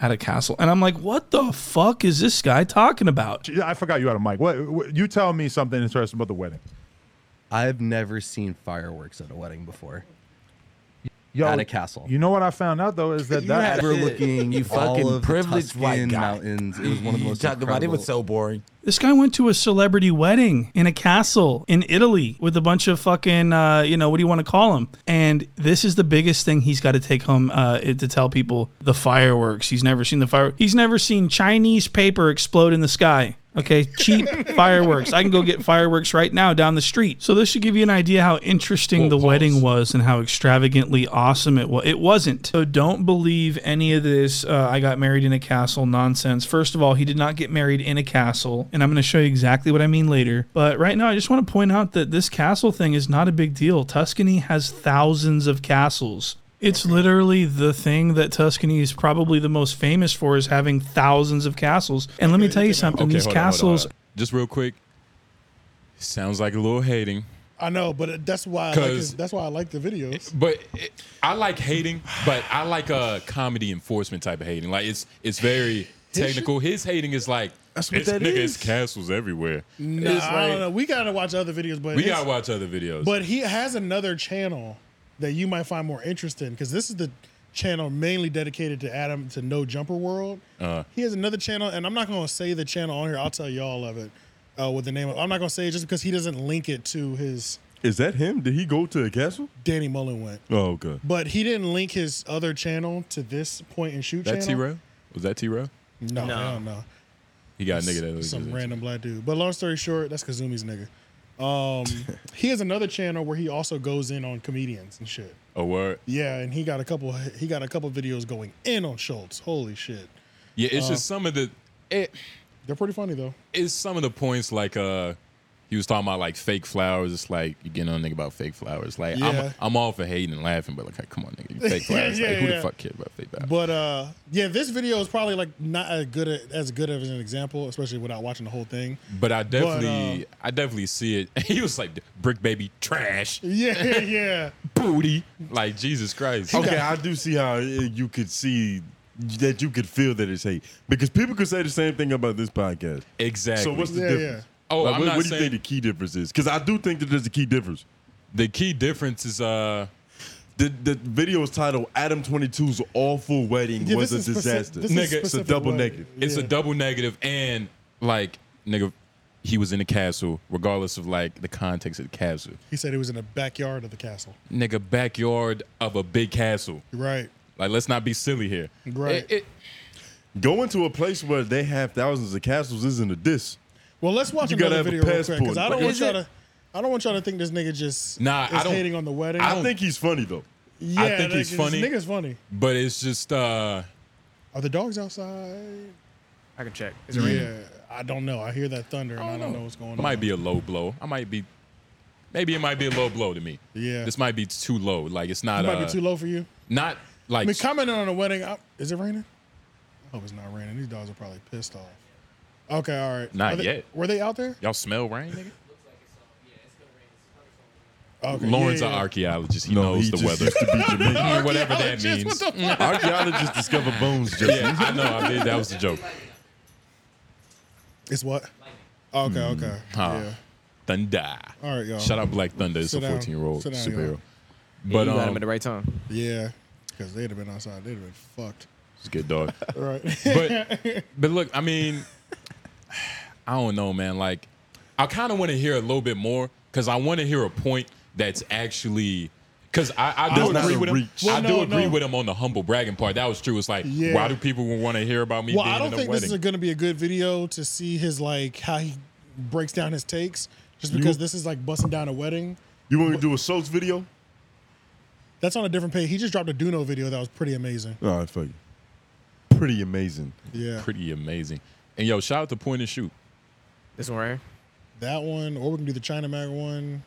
at a castle. And I'm like, what the fuck is this guy talking about? I forgot you had a mic. What, what you tell me something interesting about the wedding? I've never seen fireworks at a wedding before. Yo, at a castle. You know what I found out though is that You that had (laughs) overlooking You all of fucking the privileged white Tuscan guy. mountains. It was one of the You most talking about it was so boring. This guy went to a celebrity wedding in a castle in Italy with a bunch of fucking, uh, you know, what do you want to call them? And this is the biggest thing he's got to take home uh, to tell people the fireworks. He's never seen the fire. He's never seen Chinese paper explode in the sky. Okay, cheap fireworks. I can go get fireworks right now down the street. So this should give you an idea how interesting the wedding was and how extravagantly awesome it was. It wasn't. So don't believe any of this. Uh, I got married in a castle nonsense. First of all, he did not get married in a castle, and I'm going to show you exactly what I mean later. But right now, I just want to point out that this castle thing is not a big deal. Tuscany has thousands of castles. It's literally the thing that Tuscany is probably the most famous for is having thousands of castles. And let me tell you something, these hold on, hold on, hold castles on. Just real quick. Sounds like a little hating. I know, but that's why I like his, 'Cause- that's why I like the videos. But it, I like hating, but I like a comedy enforcement type of hating. Like it's it's very shit- technical. His hating is like That's what it's, that nigga, is. it's castles everywhere. Nah, It's I like- don't know. We gotta watch other videos, but we it's- gotta watch other videos. But he has another channel that you might find more interesting because this is the channel mainly dedicated to Adam to No Jumper World. uh, He has another channel, and I'm not going to say the channel on here. I'll tell y'all of it uh, with the name of. I'm not going to say it just because he doesn't link it to his. Is that him? Did he go to a castle? Danny Mullen went, Oh, okay. but he didn't link his other channel to this point and shoot that T channel. Rail? Was that T Rail? No, no, I don't know. He got a nigga that Some random black dude. But long story short, that's Kazumi's nigga. (laughs) Um, he has another channel where he also goes in on comedians and shit. a word. Yeah, and he got a couple. He got a couple videos going in on Schultz. Holy shit! Yeah, it's Uh, just some of the eh. They're pretty funny though. it's some of the points like uh He was talking about like fake flowers. It's like you getting on a nigga about fake flowers. Like Yeah. I'm, I'm all for hating and laughing, but like, come on, nigga, you (laughs) fake flowers. Yeah, like, who yeah. the fuck care about fake flowers? But uh, yeah, this video is probably like not as good a, as good of an example, especially without watching the whole thing. (laughs) But I But, uh, definitely, I definitely see it. (laughs) He was like, "Brick baby, trash." yeah, (laughs) yeah. booty. Like Jesus Christ. Okay, I do see how uh, you could see that you could feel that it's hate because people could say the same thing about this podcast. Exactly. So what's the Yeah, difference? yeah. Oh, Like, I'm what, not what do you saying- think the key difference is? Because I do think that there's a key difference. The key difference is uh, the the video is titled "Adam 22's awful wedding Yeah, was a this is speci- disaster." this is Nigga, it's a specific double way. negative. It's a double negative, and like nigga, he was in the castle, regardless of like the context of the castle. He said it was in the backyard of the castle. Nigga, backyard of a big castle. Right. Like, let's not be silly here. Right. Going to a place where they have thousands of castles isn't a diss. Well, let's watch You gotta another have a video real quick because I passport. don't want Is y'all it- to. I don't want y'all to think this nigga just Nah, is I don't- hating on the wedding. I think he's funny though. Yeah, I think that- he's this funny. Nigga's funny. But it's just uh, Are the dogs outside? I can check. Is it raining? Yeah, I don't know. I hear that thunder and I don't, know. what's going on. might be a low blow. I might be, maybe it might be a low blow to me. Yeah. This might be too low. Like it's It not. might uh, be too low for you. Not I like mean, commenting on a wedding. I, is it raining? I hope it's not raining. These dogs are probably pissed off. Okay, all right. Not Are they- yet. Were they out there? y'all smell rain, nigga. Okay, Lauren's yeah, yeah. an archaeologist. He No, knows he the just weather. used (laughs) to be Jamaican. Mm, Whatever that Archaeologist, means. what the fuck? (laughs) Archaeologists discover bones, Jason. Yeah, I know. I did. That (laughs) was the joke. It's what? Okay, okay. Hmm, Huh. Yeah. Thunder. All right, y'all. Shout out Black Thunder. It's Sit a down. 14 year old Sit down, superhero. y'all. But um, right time. Yeah, because they'd have been outside. They'd have been fucked. It's good dog. (laughs) Right. (laughs) But (laughs) but look, I mean, (sighs) I don't know, man. Like, I kind of want to hear a little bit more because I want to hear a point that's actually. Because I, I do That's not agree a with him. reach. I Well, do no, agree no. with him on the humble bragging part. That was true. It's like, Yeah. why do people want to hear about me well, being I don't in a think wedding? this is going to be a good video to see his like how he breaks down his takes, just because this is like busting down a wedding. You want me to do a Schultz video? That's on a different page. He just dropped a Duno video that was pretty amazing. All right, fuck you. Pretty amazing. Yeah. Pretty amazing. And yo, shout out to Point and Shoot. This one right here. That one, or we can do the China Mag one.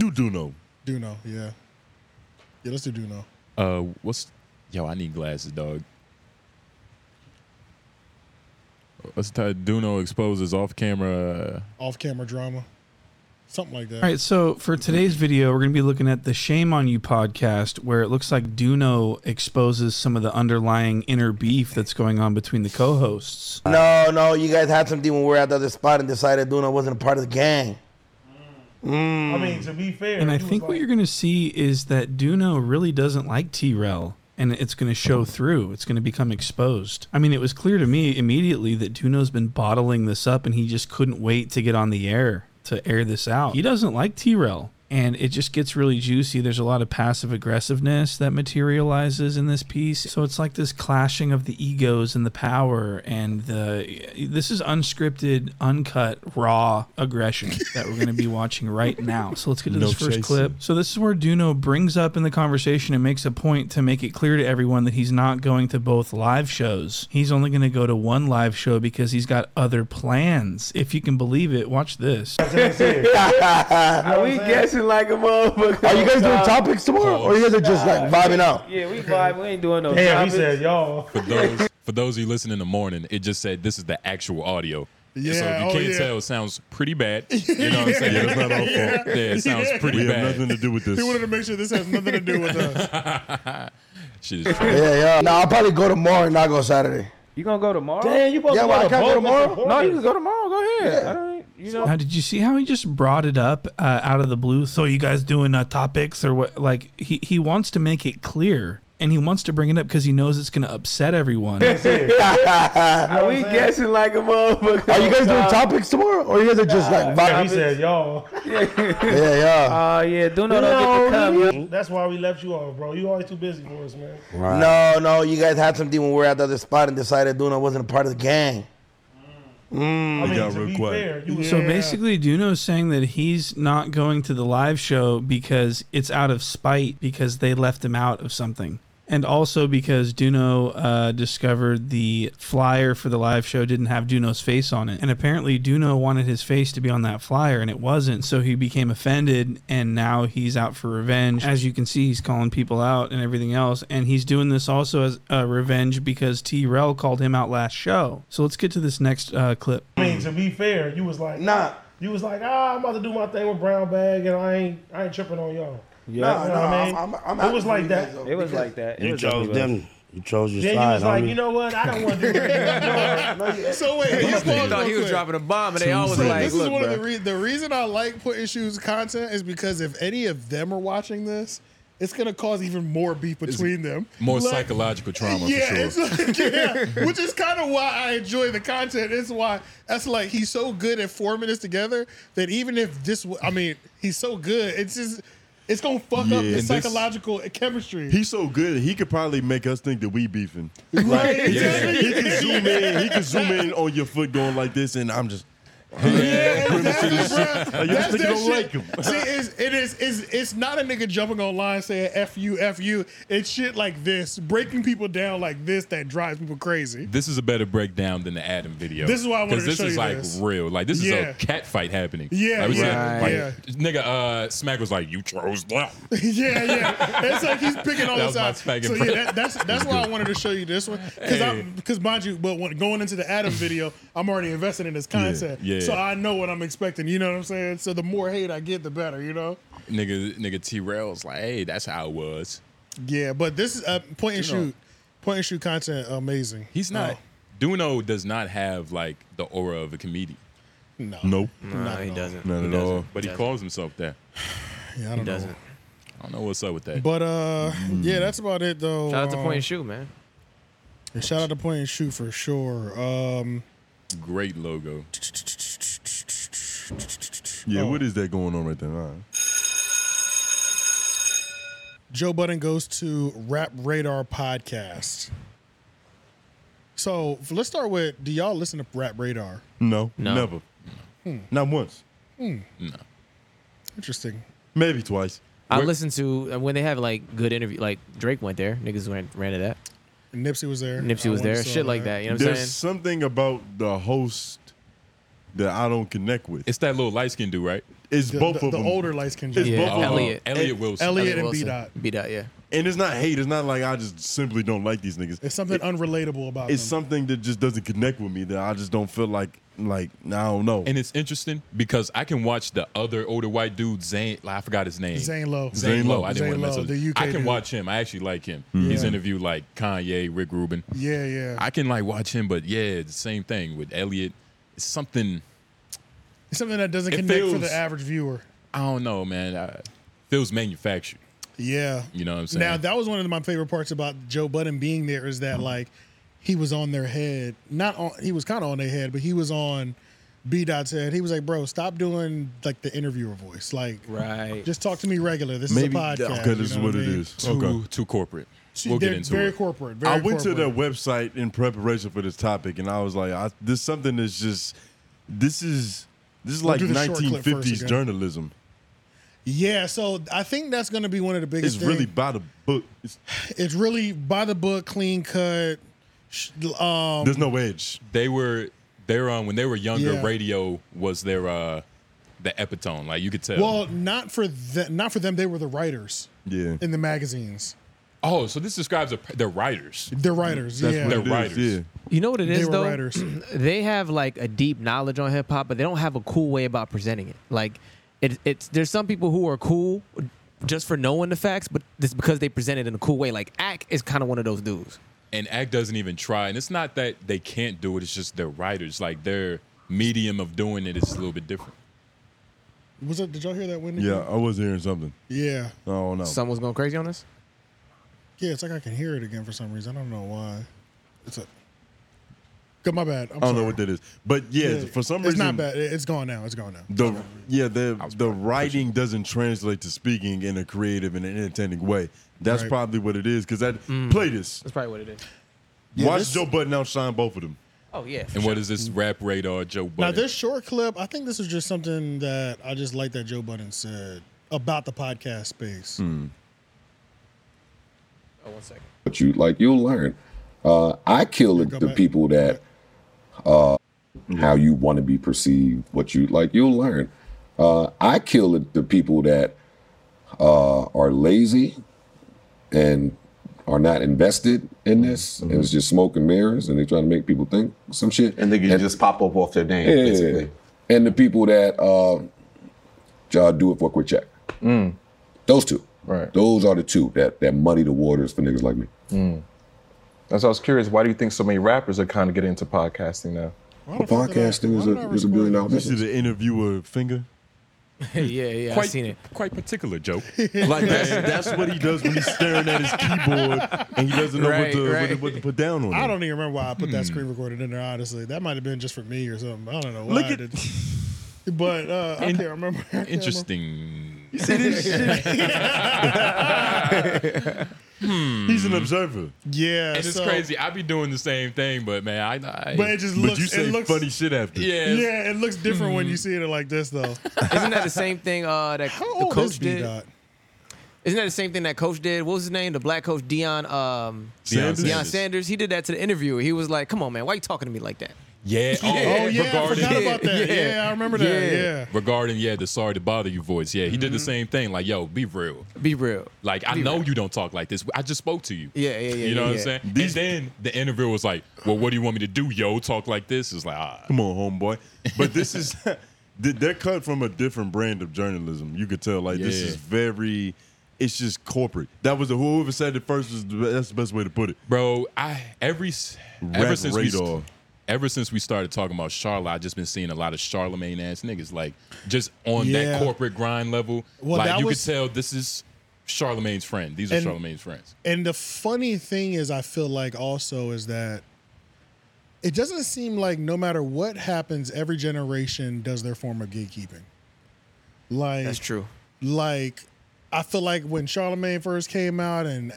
You do know. Duno, yeah, yeah. Let's do Duno. Uh, what's yo? I need glasses, dog. Let's tie Duno exposes off camera. Off camera drama, something like that. All right, so for today's video, we're going to be looking at the Shame on You podcast, where it looks like Duno exposes some of the underlying inner beef that's going on between the co hosts. No, no, you guys had something when we were at the other spot and decided Duna wasn't a part of the gang. Mm. I mean, to be fair. And I think what you're going to see is that Duno really doesn't like T Rel, and it's going to show through. It's going to become exposed. I mean, it was clear to me immediately that Duno's been bottling this up, and he just couldn't wait to get on the air to air this out. He doesn't like T Rel. And it just gets really juicy. There's a lot of passive aggressiveness that materializes in this piece. So it's like this clashing of the egos and the power. And the this is unscripted, uncut, raw aggression that we're going to be watching right now. So let's get to No this first chasing. clip. So this is where Duno brings up in the conversation and makes a point to make it clear to everyone that he's not going to both live shows. He's only going to go to one live show because he's got other plans. If you can believe it, watch this. Are we guessing like a motherfucker? Are you guys doing topics tomorrow, or you guys are just like vibing out? Yeah, we vibe. We ain't doing no. Damn, he topics. said (laughs) y'all. uh, For those for those who listen in the morning, it just said this is the actual audio. And so Yeah, if you oh, can't yeah. tell, it sounds pretty (laughs) bad. You know (laughs) what I'm saying? Yeah, it's not our fault. Yeah, it sounds pretty We have bad. nothing to do with this. He wanted to make sure this has nothing to do with us. (laughs) Shit is trash. yeah, yeah. No, I'll probably go tomorrow and not go Saturday. You gonna go tomorrow? Damn, you supposed Yeah, to go well, to I can't go Portland tomorrow? for No, you Portland. can go tomorrow. Go ahead. Yeah. I don't, you know. (laughs) Now, did you see how he just brought it up uh, out of the blue? So you guys doing uh, topics or what? Like he he wants to make it clear, and he wants to bring it up because he knows it's going to upset everyone. (laughs) Are we guessing like a motherfucker? Are you guys doing topics tomorrow, or you guys are just like vibing? y'all. Yeah, yeah. Uh, yeah, do not Duno, get the cup. That's why we left you off, bro. You always too busy for us, man. No, no, you guys had something when we were at the other spot and decided Duna wasn't a part of the gang. Mm. I mean, to be fair, you So basically, Duno's saying that he's not going to the live show because it's out of spite because they left him out of something. and also because Duno uh, discovered the flyer for the live show didn't have Duno's face on it, and apparently Duno wanted his face to be on that flyer, and it wasn't, so he became offended, and now he's out for revenge. As you can see, he's calling people out and everything else, and he's doing this also as uh, revenge because T. Rel called him out last show. So let's get to this next uh, clip. I mean, to be fair, you was like, nah. You was like, ah, I'm about to do my thing with Brown Bag, and I ain't, I ain't tripping on y'all. Yeah. You know Nah, what I nah, mean? I'm- I'm- I'm it was happy like you that. guys are- It was like that. It You was up chose to us. them. You chose your Then you side. was like, homie. you know what? I (laughs) don't want to do it. So wait, They here's thought one he was quick. dropping a bomb, and they So always like, this is "Look, one of bruh." the, re- the reason I like putting shoes content is because if any of them are watching this, it's gonna cause even more beef between them. More Like- psychological trauma yeah, for sure. it's like- yeah, which is kind of why I enjoy the content. It's why that's like he's so good at forming this together that even if this, w- I mean, he's so good, it's just it's gonna fuck Yeah, up the and this- psychological (laughs) chemistry. He's so good, he could probably make us think that we beefing. Right, Like, exactly. He can zoom in. He can zoom in on your foot going like this, and I'm just. (laughs) Yeah, exactly, bro. You just That's think you that don't like shit. him. See, it's, it is it's, it's not a nigga jumping online saying "f you, f you." It's shit like this, breaking people down like this that drives people crazy. This is a better breakdown than the Adam video. This is why I wanted 'Cause to this show is you like this. real. Like this Yeah. is a cat fight happening. Yeah, like, we yeah, like, Nigga, uh, Smack was like, "You chose them." yeah, yeah. It's like he's picking all That was the my time. So spanking yeah, break. that, that's that's why I wanted to show you this one because Hey. because mind you, but when, going into (laughs) the Adam video, I'm already invested in this content, yeah. so I know what I'm expecting. You know what I'm saying? So the more hate I get, the better. You know? Nigga, nigga T Rail's like, "Hey, that's how it was." Yeah. But this is uh, point and You know. shoot, point and shoot content, amazing. Um, He's not. Duno does not have like the aura of a comedian. No. Nope. Nah, Not at he all. doesn't. Not He at doesn't. all. But he Doesn't. calls himself that. (sighs) Yeah, I don't He know. doesn't. I don't know what's up with that. But uh, Mm-hmm. Mm. yeah, that's about it though. Shout out to Um, Point and Shoot, man. and Shout out to point and shoot for sure. Um, Great logo. Yeah, Oh. what is that going on right there? All right. Joe Budden goes to Rap Radar podcast. So f- let's start with: Do y'all listen to Rap Radar? No, No. never, Hmm. not once, Hmm. No. Interesting. maybe twice. I Where- listen to uh, when they have like good interview. Like Drake went there. Niggas went ran to that. Nipsey was there. Nipsey I was there. went and saw Shit like that. You know what I'm There's saying? something about the host that I don't connect with. It's that little light skinned dude, right? It's The- both the- of the them. older light-skinned It's dude. both Yeah, of them. Elliot. And- Elliot Wilson. Elliot and B-Dot. B dot, yeah. And it's not hate. It's not like I just simply don't like these niggas. It's something It- unrelatable about it's them. something that just doesn't connect with me. That I just don't feel like. Like I don't know. And it's interesting because I can watch the other older white dude, Zane. like, I forgot his name. Zane Lowe. Zane Zane Lowe. Mm. I didn't Lowe, want to the mess up. UK I can dude. watch him. I actually like him. Yeah. He's interviewed like Kanye, Rick Rubin. Yeah, yeah. I can like watch him, but yeah, the same thing with Elliot. It's something It's something that doesn't It connect for feels- the average viewer. I don't know, man. I, feels manufactured. Yeah. You know what I'm saying? Now that was one of my favorite parts about Joe Budden being there is Mm-hmm. that like he was on their head. Not on he was kind of on their head, but he was on B Dot's head. He was like, "Bro, stop doing like the interviewer voice. Like, right? Just talk to me regular. This Maybe- is a podcast. okay, this is what it is. Too, Okay. too corporate. See, we'll get they're into very it. corporate. Very I went to corporate. their website in preparation for this topic, and I was like, I, "This something that's just this is this is We'll like do the short clip first 1950s again. journalism. Yeah, so I think that's going to be one of the biggest. It's really thing. by the book. It's, it's really by the book, clean cut. sh- Um, there's no edge. They were they were on when they were younger. Yeah. Radio was their uh the epitome. Like you could tell. Well, not for them. Not for them. They were the writers yeah. in the magazines. Oh, so this describes the, the writers. They're writers. yeah, They're writers. You know what it They is were though. writers. (clears throat) they have like a deep knowledge on hip hop, but they don't have a cool way about presenting it. Like it, it's there's some people who are cool just for knowing the facts, but it's because they present it in a cool way. Like Ack is kind of one of those dudes. And Act doesn't even try. And it's not that they can't do it. It's just their writers. Like their medium of doing it is a little bit different. Was it? Did y'all hear that, Wendy? Yeah, I was hearing something. Yeah. I don't know. Someone's going crazy on this. Yeah, it's like I can hear it again for some reason. I don't know why. It's a. Good, my bad. I'm I don't sorry. know what that is, but yeah, for some reason, it's not bad. It- It's gone now. It's gone now. The yeah, the the writing doesn't translate to speaking in a creative and an entertaining way. That's Right. probably what it is. Because I Mm. play this. Hmm. That's probably what it is. Watch Joe Button outshine both of them. Oh yeah. And what is this rap radar, Joe Now Budden? this short clip, I think this is just something that I just like that Joe Budden said about the podcast space. Oh, one second. But you like you'll learn. Uh, I kill the, the people that uh, how you want to be perceived. What you like you'll learn. Uh, I kill the, the people that uh, are lazy and are not invested in this. And it's just smoke and mirrors, and they try to make people think some shit. And they can just pop up off their name, basically. And the people that uh, y'all do it for a quick check. Mm. Those two. Right. Those are the two that that muddy the waters for niggas like me. Mm. That's why I was curious. Why do you think so many rappers are kind of getting into podcasting now? podcasting is a is a billion dollar You see the interviewer finger. yeah, yeah, quite, I've seen it. Quite particular, (laughs) Joe. Like that's, that's what he does when he's staring at his keyboard and he doesn't know Right, what, to, right. what, to, what to put down on. I it. Hmm. don't even remember why I put that screen recorder in there. Honestly, that might have been just for me or something. I don't know. Why Look I at- did. (laughs) But uh, I can't remember. (laughs) I can't Interesting. You see (laughs) this (laughs) shit? Hmm. Hmm. He's an observer. Yeah, and it's so- crazy. I be doing the same thing, but man, I. I But it just But looks- you say it looks- funny shit after. Yeah, Remember. it's- Yeah, it looks different Hmm. when you see it like this though. Isn't that the same thing uh, that the old is coach B. did? Dot? Isn't that the same thing that coach did? What was his name? The black coach, Dion um, Sanders? Deion Sanders. He did that to the interviewer. He was like, "Come on, man, why you talking to me like that?" (laughs) Yeah. Oh, Yeah. Oh, yeah, I Regarding, forgot (laughs) about that. Yeah, I remember that. Yeah. Mm-hmm. Regarding, yeah, the sorry to bother you voice. Yeah, he did the same thing. Like, yo, be real. Be real. Like, I Be know real. you don't talk like this. I just spoke to you. Yeah, yeah, yeah, You know yeah, what I'm yeah. saying? and then the interviewer was like, well, what do you want me to do, yo? Talk like this? It's like, ah. Come on, homeboy. But this is (laughs) th- they're cut from a different brand of journalism. You could tell. Like this Yeah. is very. It's just corporate. That was the, whoever said it first was the, be- that's the best way to put it. Bro, I every s- ever Rat since radar. we ever since we started talking about Charlotte, I've just been seeing a lot of Charlemagne ass niggas like just on Yeah. that corporate grind level. Well, like that you was- could tell this is Charlemagne's friend. These are And- Charlemagne's friends. And the funny thing is, I feel like also is that it doesn't seem like no matter what happens, every generation does their form of gatekeeping. Like That's true. Like I feel like when Charlemagne first came out, and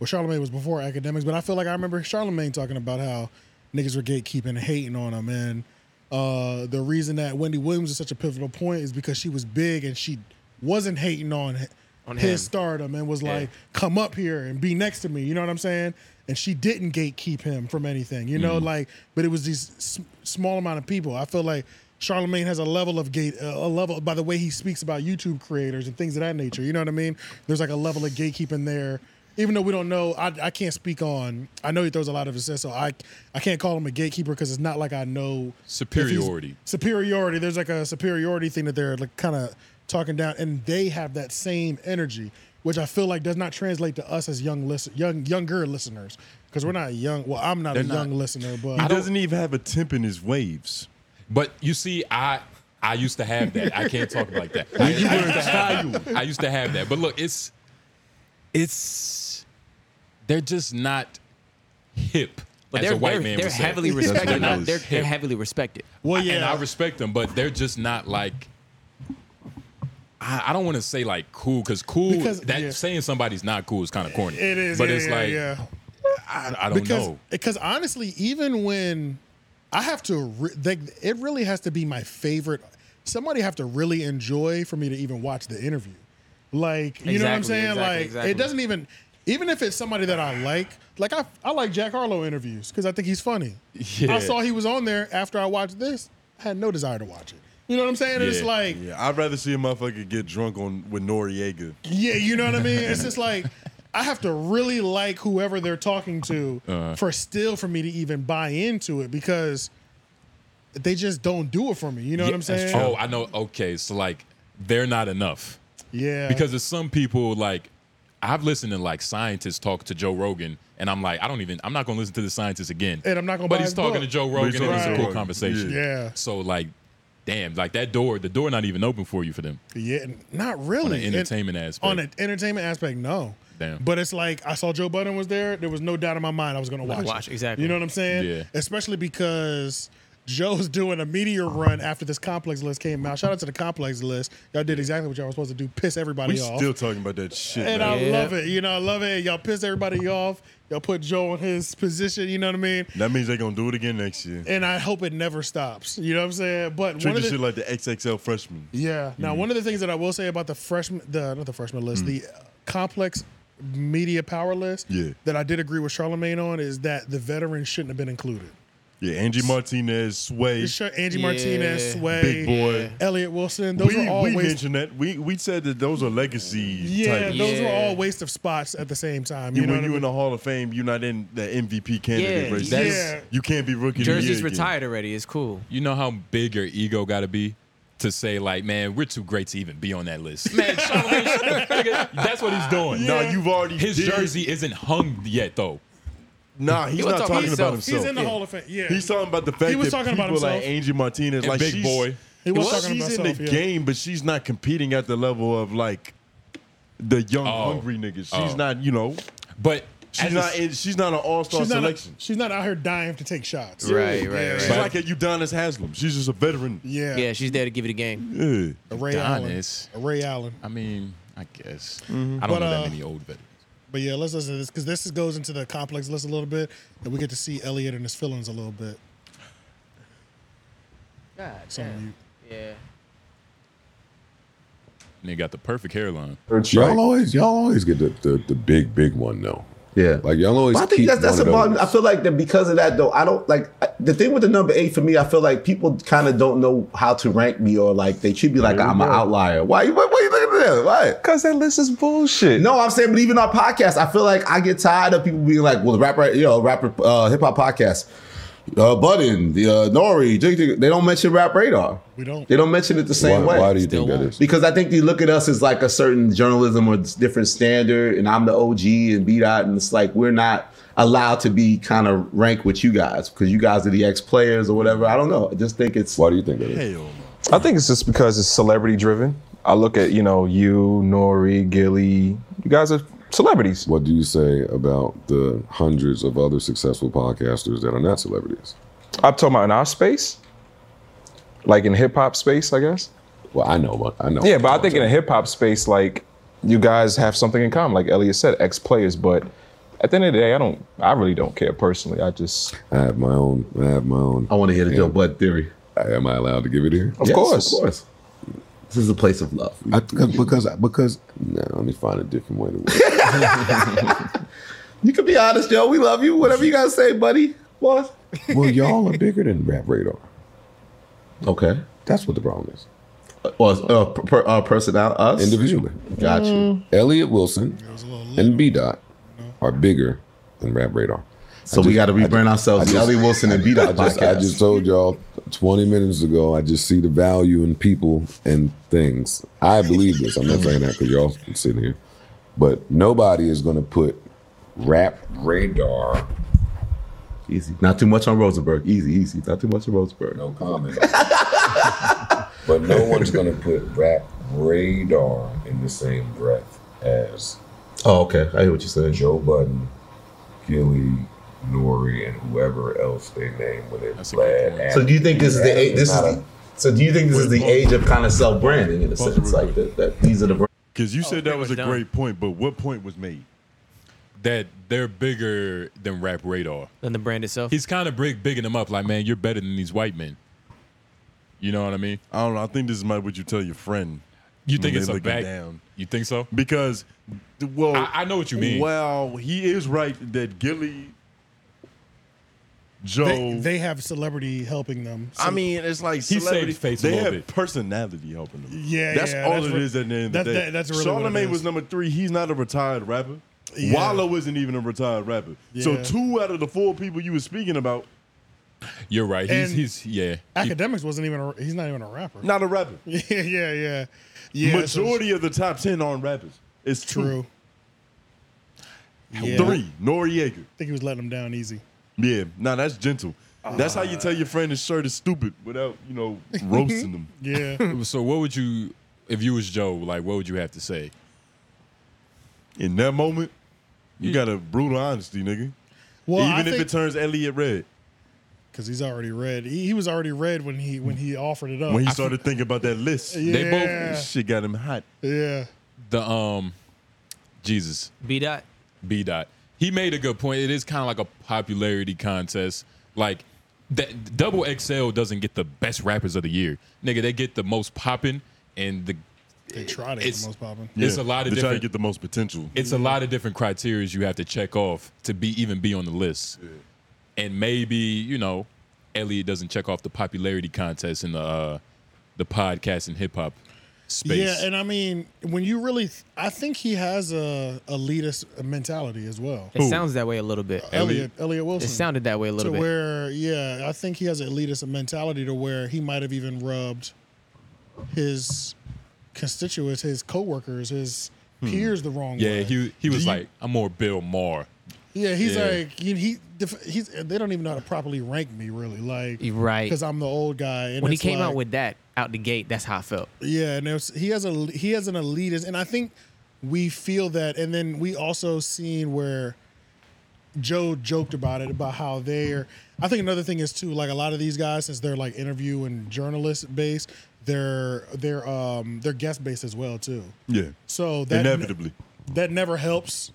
well, Charlemagne was before academics, but I feel like I remember Charlemagne talking about how niggas were gatekeeping, and hating on him, and uh, the reason that Wendy Williams is such a pivotal point is because she was big and she wasn't hating on On him. his stardom and was like, come up here and be next to me. You know what I'm saying? And she didn't gatekeep him from anything, you know, like, but it was these s- small amount of people. I feel like Charlemagne has a level of gate, uh, a level by the way he speaks about YouTube creators and things of that nature. You know what I mean? There's like a level of gatekeeping there. Even though we don't know, I, I can't speak on. I know he throws a lot of assists, so I I can't call him a gatekeeper because it's not like I know if he's- Superiority. superiority. There's like a superiority thing that they're like kind of talking down, and they have that same energy, which I feel like does not translate to us as young listen, young younger listeners, because we're not young. Well, I'm not They're a young not. listener, but He doesn't even have a temp in his waves. But you see, I I used to have that. I can't talk like (laughs) that. I, When you I were used to a have that. I used to have that. But look, it's it's they're just not hip. But as they're a white they're, man they're would say. heavily respected. They're, not- they're- they're heavily respected. Well, yeah, and I respect them, but they're just not like. I, I don't want to say like cool because cool Because- that saying somebody's not cool is kind of corny. It is, but yeah, it's yeah, like yeah. I, I don't because, know. Because honestly, even when I have to, re- like, it really has to be my favorite. Somebody have to really enjoy for me to even watch the interview. Like, you know what I'm Exactly, saying? exactly, like, exactly. it doesn't even. Even if it's somebody that I like, like I, I like Jack Harlow interviews because I think he's funny. Yeah. I saw he was on there after I watched this. I had no desire to watch it. You know what I'm saying? It's like, yeah, I'd rather see a motherfucker get drunk on with Noriega. yeah, you know what I (laughs) mean? It's just like I have to really like whoever they're talking to Uh. Uh-huh. for still for me to even buy into it because they just don't do it for me. You know what I'm saying? Oh, I know. Okay, so like they're not enough. Yeah. Because there's some people like I've listened to like scientists talk to Joe Rogan, and I'm like, I don't even. I'm not gonna listen to the scientist again. And I'm not gonna But buy he's his talking book. to Joe But Rogan, he's and talking it's to a Joe cool Rogan. conversation. Yeah. So like, damn, like that door. The door not even open for you for them. yeah, not really. On an And- entertainment aspect. On an entertainment aspect, no. Damn. But it's like I saw Joe Budden was there. There was no doubt in my mind I was going to Gonna watch. watch, it. exactly. You know what I'm saying? Yeah. Especially because Joe's doing a meteor run after this complex list came out. Shout out to the complex list. Y'all did exactly what y'all were supposed to do. Piss everybody We off. still talking about that shit. and now. I love it. You know, I love it. Y'all piss everybody off. Y'all put Joe in his position. You know what I mean? That means they're gonna do it again next year. And I hope it never stops. You know what I'm saying? But Treat one of this the shit like Mm-hmm. the XXL freshman. Mm. yeah. Now, one of the things that I will say about the freshman, the not the freshman list, the uh, complex media power list Yeah. that I did agree with Charlemagne on is that the veterans shouldn't have been included. Yeah, Angie Martinez, Sway, It's Sha- Angie Martinez, Sway, Big Boy. Elliot Wilson. Those we are all we waste. mentioned that. We we said that those are legacy. Yeah, types. those were all waste of spots at the same time. You, You know when what I you mean? in the Hall of Fame, you're not in the MVP Yeah, candidate race. that's- Yeah. You can't be rookie. of the Jersey's year again. retired already. It's cool. You know how big your ego got to be to say like, man, we're too great to even be on that list. Man, Charlamagne- (laughs) that's what he's doing. No, you've already his did. jersey isn't hung yet though. Nah, he's not talking about himself. He's in the Hall of Fame. Yeah, He's talking about the fact He was that talking people about like himself. Angie Martinez, And like Big she's, Boy. He was talking she's about in himself, the yeah. game, but she's not competing at the level of like the young hungry niggas. She's Oh. not, you know, but she's as not. a- in, she's not an all star she's not, a- selection. she's not out here dying to take shots. Yeah, She's like a Udonis Haslam. She's just a veteran. Yeah. Yeah, she's there to give you the game. Yeah. A Ray Adonis. Allen. A Ray Allen. I mean, I guess Mm-hmm. Mhm. I don't But, know that uh, many old veterans. But yeah, let's listen to this because this is- goes into the complex list a little bit, and we get to see Elliot and his feelings a little bit. God, It's on mute. Yeah. And they got the perfect hairline. Y'all always y'all always get the, the, the big big one though. Yeah, like y'all always. But I think keep that's that's one the of problem. those. I feel like that because of that though. I don't like I- the thing with the number eight for me. I feel like people kind of don't know how to rank me or like they treat me like I'm an outlier. Why? Why, why you looking at that? Why? Because that list is bullshit. No, I'm saying, but even our podcast, I feel like I get tired of people being like, "Well, the rapper, you know, rapper uh, hip hop podcast." Uh, Button, the uh, Nori, Jig- Jig- they don't mention Rap Radar. We don't. They don't mention it the same Why- way. why do you think that is? Because I think they look at us as like a certain journalism or different standard, and I'm the OG and B dot, and it's like we're not allowed to be kind of ranked with you guys because you guys are the ex players or whatever. I don't know. I just think it's. Why do you think that is? I think it's just because it's celebrity driven. I look at, you know, you, Nori, Gilly. You guys are celebrities. What do you say about the hundreds of other successful podcasters that are not celebrities? I'm talking about in our space, like in hip hop space, I guess. Well, I know, I know. Yeah, but I think in a hip hop space, like you guys have something in common. Like Elliot said, ex players. But at the end of the day, I don't. I really don't care personally. I just. I have my own. I have my own. I want to hear the Joe Bud theory. Am I allowed to give it here? Of Yes, course. of course. This is a place of love. I, because because no, let me find a different way to word. You can be honest, Joe. We love you. Whatever you guys say, buddy. Boss. it. well, y'all are bigger than Rap Radar. Okay. That's what the problem is. Or uh, per, uh, personnel, us individually. Mm. Got you. Elliot Wilson and B Dot are bigger than Rap Radar. So we gotta rebrand ourselves as Elliot Wilson and B Dot I just, I podcast. just told y'all 20 minutes ago. I just see the value in people and things. I believe this. I'm not saying that because y'all sitting here, but nobody is going to put Rap Radar. Easy. Not too much on Rosenberg. Easy, easy. Not too much on Rosenberg. No comment. (laughs) but no one's going to put Rap Radar in the same breath as Oh, okay. I hear what you said. Joe Budden, Gilly, Nori, and whoever else they name when it's Vlad. So do you think this is the age? This is the, so do you think this is the age of kind of self branding in a sense, like that, that these are the brands. Because you said that was a Oh, done. great point, but what point was made? That they're bigger than Rap Radar. Than the brand itself. He's kind of big, bigging them up. Like, man, you're better than these white men. You know what I mean? I don't know. I think this is my what you tell your friend. You think when it's they a look you back? You think so? Because, well, I, I know what you mean. Well, he is right that Gilly, Joe. They, they have celebrity helping them. I mean, it's like He saved celebrity. face a they little have bit. personality helping them. Yeah, that's yeah, all that's it is what- at the end of the that- day. that- that's really what it Charlamagne was is. number three. He's not a retired rapper. Yeah. Wallow isn't even a retired rapper. So Yeah. two out of the four people you were speaking about, You're right. He's, And- he's yeah. academics wasn't even. A, he's not even a rapper. not a rapper. (laughs) Yeah, yeah, yeah, yeah. so- Majority of the top ten aren't rappers. It's true. Yeah. Three Noriega. I think he was letting them down easy. Yeah, nah, that's gentle. That's how you tell your (laughs) friend his shirt is stupid without you (laughs) know (laughs) roasting them. Yeah. so what would you, if you was Joe, like what would you have to say? In that moment, you got a brutal honesty, nigga. Well, I Even if think- it turns Elliot red, Because he's already red. He, he was already red when he when he offered it up. when he started thinking about that list, They both- Yeah. shit got him hot. Yeah. The um, Jesus B dot. B dot. He made a good point. It is kind of like a popularity contest. Like that double XL doesn't get the best rappers of the year. Nigga, they get the most popping and the They tried it for the most popping. It's a lot of They try to different get the most potential. It's a lot of different criteria you have to check off to be even be on the list. And maybe, you know, Elliot doesn't check off the popularity contest in the uh, the podcast and hip hop space. Yeah, and I mean, when you really, I think he has a elitist mentality as well. It sounds that way a little bit. Elliot, Elliot Wilson. It sounded that way a little to bit. where, yeah, I think he has an elitist mentality to where he might have even rubbed his constituents, his coworkers, his Hmm. peers the wrong yeah, way. he he was Do you- like, I'm more Bill Maher. yeah, he's Yeah. like he, he def- he's they don't even know how to properly rank me really, like You're right. because I'm the old guy. And when he it's came like- out with that out the gate, that's how I felt. Yeah, and there's, he has a he has an elitist, and I think we feel that, and then we also seen where Joe joked about it about how they're. I think another thing is too, like a lot of these guys, since they're like interview and journalist based, they're they're um they're guest based as well too. Yeah. So that Inevitably. that never helps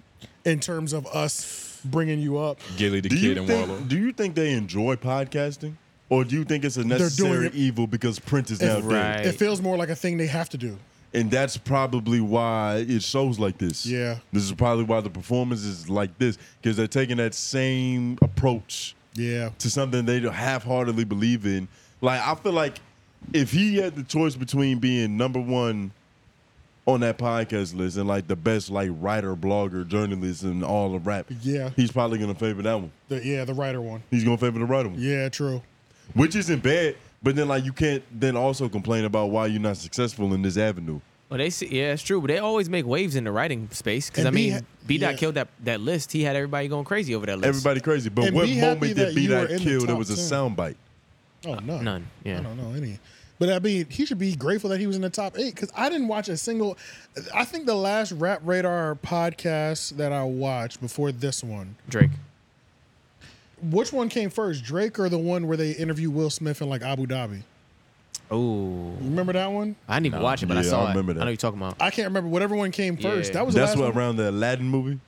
in terms of us bringing you up. Gilly the do you Kid and think, Wallow. Do you think they enjoy podcasting? Or do you think it's a doing necessary it- evil because print is It- now dead? It feels more like a thing they have to do. And that's probably why it shows like this. Yeah. This is probably why the performance is like this because they're taking that same approach Yeah. to something they don't half-heartedly believe in. Like I feel like if he had the choice between being number one on that podcast list and like the best like writer, blogger, journalist, and all of rap, Yeah. he's probably gonna favor that one. The, yeah, the writer one. He's gonna favor the writer one, Yeah, true. which isn't bad. But then like you can't then also complain about why you're not successful in this avenue. Well, they see, yeah, it's true, but they always make waves in the writing space. Because And I B mean, ha- B dot yeah. killed that, that list. He had everybody going crazy over that list. Everybody crazy. But And what be happy moment that did B you Dot were in the kill that top was a 10? soundbite? Oh, none. Uh, None, yeah. I don't know any. But I mean, he should be grateful that he was in the top eight because I didn't watch a single. I think the last Rap Radar podcast that I watched before this one, Drake. which one came first, Drake or the one where they interview Will Smith in like Abu Dhabi? Oh, Remember that one? I didn't even watch it, but I Yeah, saw I remember it. that. I know you're talking about. I can't remember whatever one came first. Yeah. That was the That's last what one. around the Aladdin movie.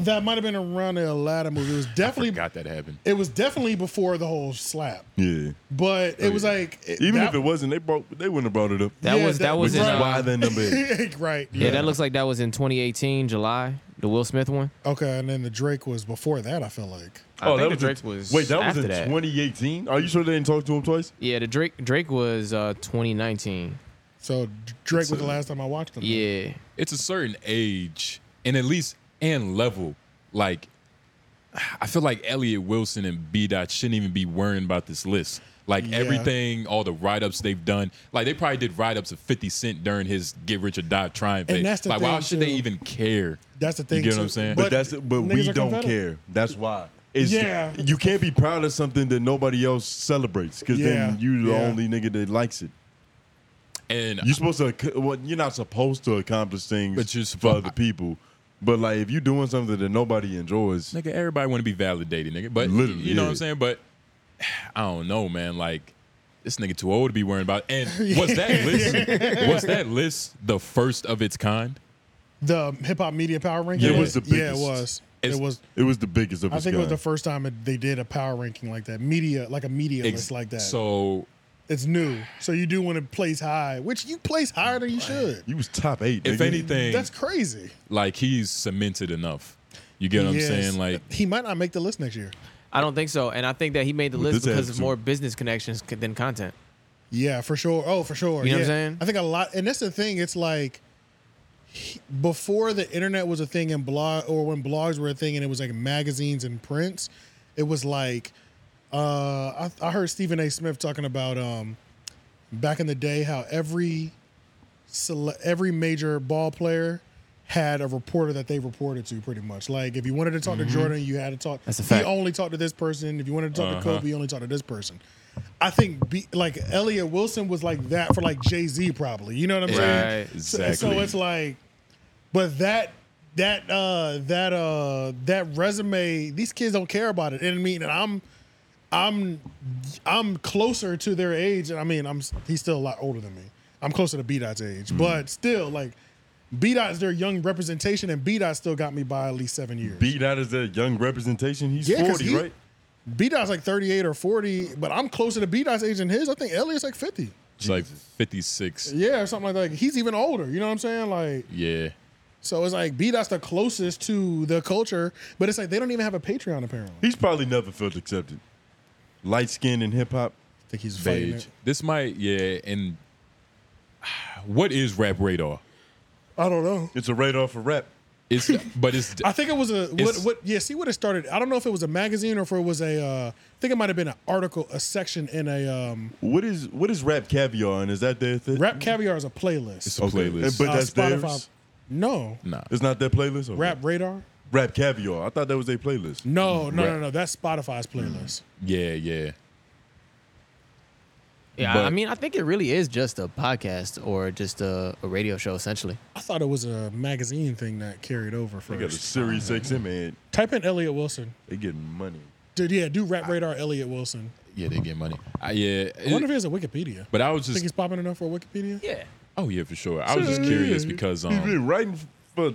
That might have been around the Aladdin movie. (laughs) It was definitely Got that happen. it was definitely before the whole slap, Oh, Yeah. but it was like Even if it wasn't, they broke. They wouldn't have brought it up. That Yeah, was- that that- was Which in, is uh, why that number. is. (laughs) right. Yeah. that looks like that was in 2018, July, the Will Smith one. Okay, and then the Drake was before that. I feel like. I Oh, Oh. think the Drake was Wait, that after was in that. 2018. Are you sure they didn't talk to him twice? Yeah, the Drake Drake was uh, 2019. So Drake was the last time I watched him. Yeah. It's a certain age and at least and level. Like I feel like Elliot Wilson and B Dot shouldn't even be worrying about this list. Like Yeah. everything, all the write ups they've done, like they probably did write ups of 50 Cent during his Get Rich or Die Trying And phase. that's the like, why thing, should they even care? That's the thing. You get what too. I'm saying? But, that's but niggas we are don't competitive. care. That's why. It's, Yeah. You can't be proud of something that nobody else celebrates because then Yeah. you the Yeah. only nigga that likes it. And you're supposed to. ac- Well, you're not supposed to accomplish things for other people. But like, if you're doing something that nobody enjoys, Nigga, everybody want to be validated, nigga. But Literally, you know what yeah. I'm saying? But (sighs) I don't know, man. Like this nigga too old to be worrying about. And was that (laughs) Yeah. (laughs) list? was that list the first of its kind? The hip hop media power ranking. it was the biggest. Yeah, it was. it was. It was the biggest of I its think it was kind. the first time it, they did a power ranking like that. Media, like a media list like that. So it's new. So you do want to place high, which you place higher than you should. You was top eight. If anything, That's crazy. like he's cemented enough. You get what Yes. I'm saying? Like he might not make the list next year. I don't think so, and I think that he made the With list this because of attitude. more business connections c- than content. Yeah, for sure. Oh, for sure. You know what I'm yeah. saying? I think a lot, and that's the thing. It's like he- before the internet was a thing and blog, or when blogs were a thing, and it was like magazines and prints. It was like uh, I, I heard Stephen A. Smith talking about um, back in the day how every sele- every major ball player had a reporter that they reported to pretty much. Like if you wanted to talk Mhm. Mm-hmm. to Jordan, you had to talk. That's a He fact. only talked to this person. If you wanted to talk Uh-huh. to Kobe, you only talked to this person. I think B, like Elliot Wilson was like that for like Jay Z probably. You know what I'm saying? Right, So- So, exactly. it's like, but that that uh that uh that resume, these kids don't care about it. And I mean, and I'm I'm I'm closer to their age. And I mean, I'm he's still a lot older than me. I'm closer to B Dot's age, Mm-hmm. but still like. B Dot is their young representation, and B Dot still got me by at least seven years. B Dot is that young representation. He's Yeah, 'cause 40, he- right? B Dot's like 38 or 40, but I'm closer to B Dot's age than his. I think Elliot's like 50. It's like 56. Yeah, or something like that. Like, he's even older. You know what I'm saying? Like, Yeah. so it's like B. That's the closest to the culture, but it's like they don't even have a Patreon apparently. He's probably never felt accepted. Light skin in hip hop. I think he's vague. Beige. This might, yeah. And (sighs) what is rap radar? I don't know. It's a radar for rap. It's but it's (laughs) I think it was a what, It's- what yeah. See what it started. I don't know if it was a magazine or if it was a. Uh, I think it might have been an article, a section in a um, What is what is rap caviar? And is that their thing? rap caviar is a playlist. It's a Okay. playlist. Uh, And- Uh, but that's theirs? No, Nah. It's not their playlist? Okay. rap radar. Rap caviar. I thought that was their playlist. No, no, Mm-hmm. Rap. Mm-hmm. no, no. That's Spotify's playlist. Yeah, yeah. Yeah, But- I mean, I think it really is just a podcast or just a, a radio show, essentially. I thought it was a magazine thing that carried over They first. got a Sirius XM ad. Type in Elliot Wilson. They getting money. Dude, yeah, do Rap Radar Elliot Wilson. Yeah, they get money. I, yeah. I wonder if he has a Wikipedia. But I was think just- he's popping enough for a Wikipedia. Yeah. oh, yeah, for sure. I was just curious because. he's um. been writing for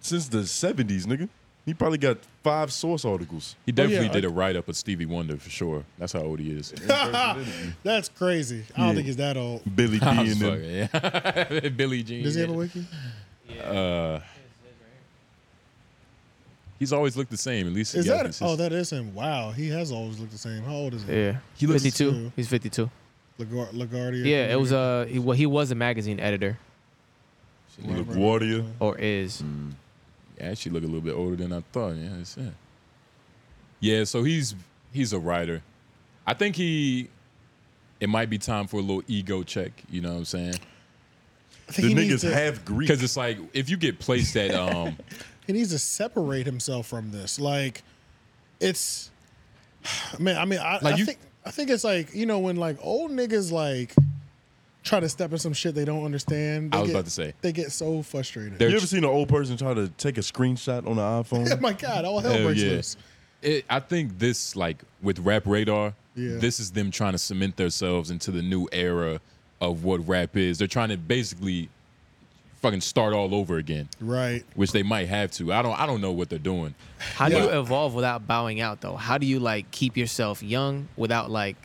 since the seventies, nigga. He probably got five source articles. Oh, He definitely did a write up of Stevie Wonder for sure. That's how old he is. (laughs) That's crazy. I don't Yeah. think he's that old. Billy (laughs) I D was and them. fucking- yeah. (laughs) Billy Jean. Does he have a wiki? Uh, he's always looked the same. At least Is he got that? consistent- Oh, that is him. Wow, he has always looked the same. How old is he? Yeah, he looks 52. He's 52. Lagar- LaGuardia. Yeah, it was uh, he, well, he was a magazine editor. LaGuardia. Or is. Mm. Yeah, actually look a little bit older than I thought. Yeah, that's it. Yeah, so he's he's a writer. I think he it might be time for a little ego check, you know what I'm saying? think The he needs niggas to- half Greek. Cuz it's like if you get placed at um He needs to separate himself from this. Like, it's (sighs) man. I mean, I, Like I you- think I think it's like you know when like old niggas like try to step in some shit they don't understand. They I was get- about to say. they get so frustrated. you ever seen an old person try to take a screenshot on an (laughs) (laughs) oh iPhone? my god! All hell Hell breaks yeah. loose. It, I think this, like with Rap Radar, Yeah. this is them trying to cement themselves into the new era of what rap is. They're trying to basically fucking start all over again, Right. which they might have to. I don't. I don't know what they're doing. How do you evolve without bowing out, though? How do you like keep yourself young without like?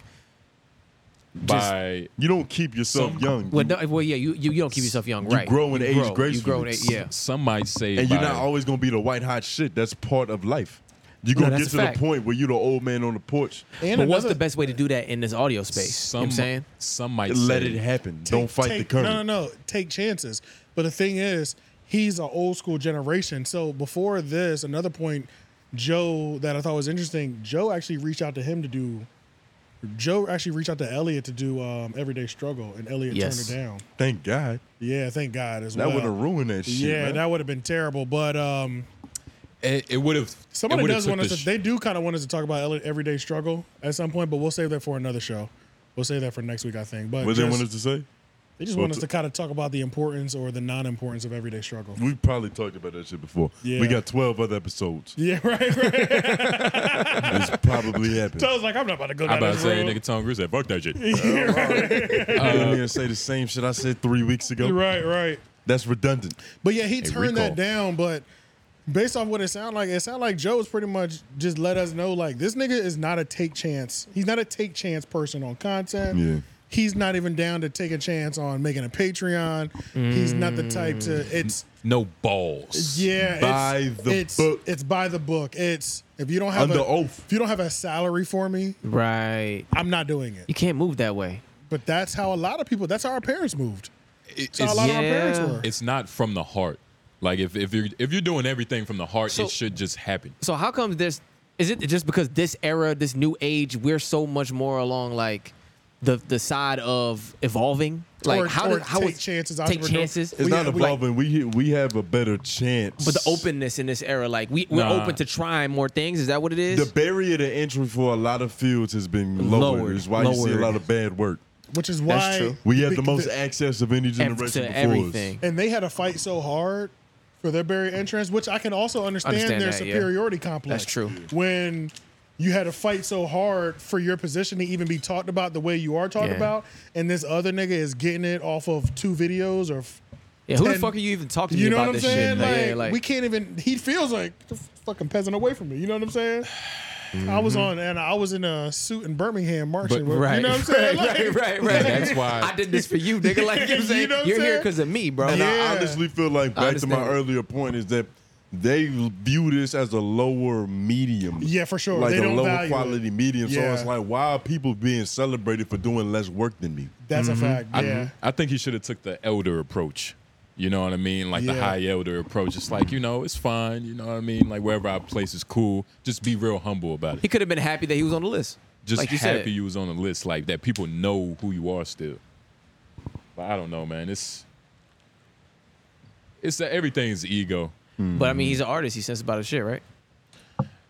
By you don't keep yourself young. Well, no, well, yeah, you, you you don't keep yourself young, You right? grow in age grow. gracefully. You grow in age, yeah. Some might say, and you're by- not always gonna be the white hot shit. That's part of life. You're No, gonna that's get a to fact. the point where you're the old man on the porch. but what's the best way to do that in this audio space? Some- you know what I'm saying some might Let say- it happen. Take- don't fight the take- current. No, no, no. Take chances. But the thing is, he's an old school generation. So before this, another point, Joe that I thought was interesting. Joe actually reached out to him to do. Joe actually reached out to Elliot to do um, Everyday Struggle, and Elliot Yes. turned her down. Thank God. Yeah, thank God as That well. would have ruined that shit. Yeah, man. that would have been terrible. But um, it, it would have. somebody does want us. to, they do kind of want us to talk about Elliot Everyday Struggle at some point, but we'll save that for another show. We'll save that for next week, I think. But what they just- want us to say? they just Well, want us t- to kind of talk about the importance or the non-importance of everyday struggle. We probably talked about that shit before. Yeah. We got 12 other episodes. (laughs) Yeah, (laughs) right, right. This probably happened. so I was like, I'm not about to go I'm down about to this say, road. nigga, Tom Cruise said, "Fuck that shit." Uh, Yeah, right. I'm (laughs) gonna say the same shit I said three weeks ago. Right, right. That's redundant. But yeah, he A turned that recall. down. But based off what it sounded like, it sounded like Joe's pretty much just let us know like this nigga is not a take chance. He's not a take chance person on content. Yeah. He's not even down to take a chance on making a Patreon. He's not the type to. It's no balls. yeah. Mm. by it's, the it's, book. It's by the book. It's if you don't have Under a, if you don't have a salary for me, right? I'm not doing it. You can't move that way. But that's how a lot of people. That's how our parents moved. That's how a lot of our parents were. it's not from the heart. Like if, if you're if you're doing everything from the heart, it should just happen. So how comes there's is it just because this era, this new age, we're so much more along like the the side of evolving? Like Or- how or did, how take was- chances, Take entrepreneur. chances. It's not evolving. We we have a better chance. But the openness in this era, like we we're Nah. open to trying more things. Is that what it is? The barrier to entry for a lot of fields has been lowered. Lowered, It's why you see a lowered. lot of bad work. Which is why We have the bec- most access of any generation before us. And they had to fight so hard for their barrier entrance, which I can also understand, Understand their that, yeah. superiority complex. That's true. When you had to fight so hard for your position to even be talked about the way you are talked Yeah. about, and this other nigga is getting it off of two videos or. f- Yeah, who the 10 fuck are you even talking to You me know about what I'm this shit? saying? Like, Like, yeah, like- we can't even. He feels like the f- fucking peasant away from me. You know what I'm saying? I was on, and I was in a suit in Birmingham marching. with- Mm-hmm. right, you know what I'm saying? (laughs) right, Like- right, right, right. That's why- I did this for you, (laughs) nigga. Like, you know what I'm saying? what I'm You're here saying? 'cause of me, bro. And Yeah. I honestly feel like I back to my understand. earlier point is that they view this as a lower medium. Yeah, for sure. Like They a don't lower value quality it. medium. So Yeah. it's like, why are people being celebrated for doing less work than me? That's a fact. Mm-hmm. I- Yeah. I, think he should have took the elder approach. You know what I mean? Like the Yeah. high elder approach. It's like, you know, it's fine. You know what I mean? Like wherever our place is cool. Just be real humble about He it. could have been happy that he was on the list. Just like you happy said. you was on the list. Like that people know who you are still. But I don't know, man. It's it's that everything's ego. But I mean, he's an artist. He says about his shit, right?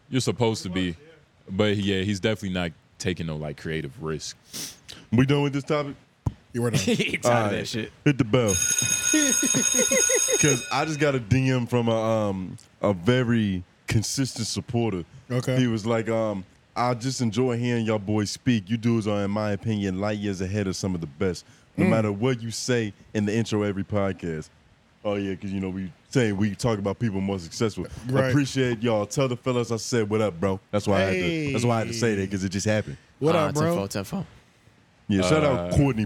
You're supposed to be. But yeah, he's definitely not taking no like creative risk. We done with this topic? You were done. He tired of that shit. Hit the bell. (laughs) Because I just got a DM from a um a very consistent supporter. Okay. He was like, um, I just enjoy hearing y'all boys speak. You dudes are, in my opinion, light years ahead of some of the best. No Mm. matter what you say in the intro of every podcast. Oh yeah, because you know we say we talk about people more successful. Right. Appreciate y'all. Tell the fellas I said what up, bro. That's why I had to. That's why I had to say that because it just happened. What up, bro? Yeah, shout out Uh, Courtney.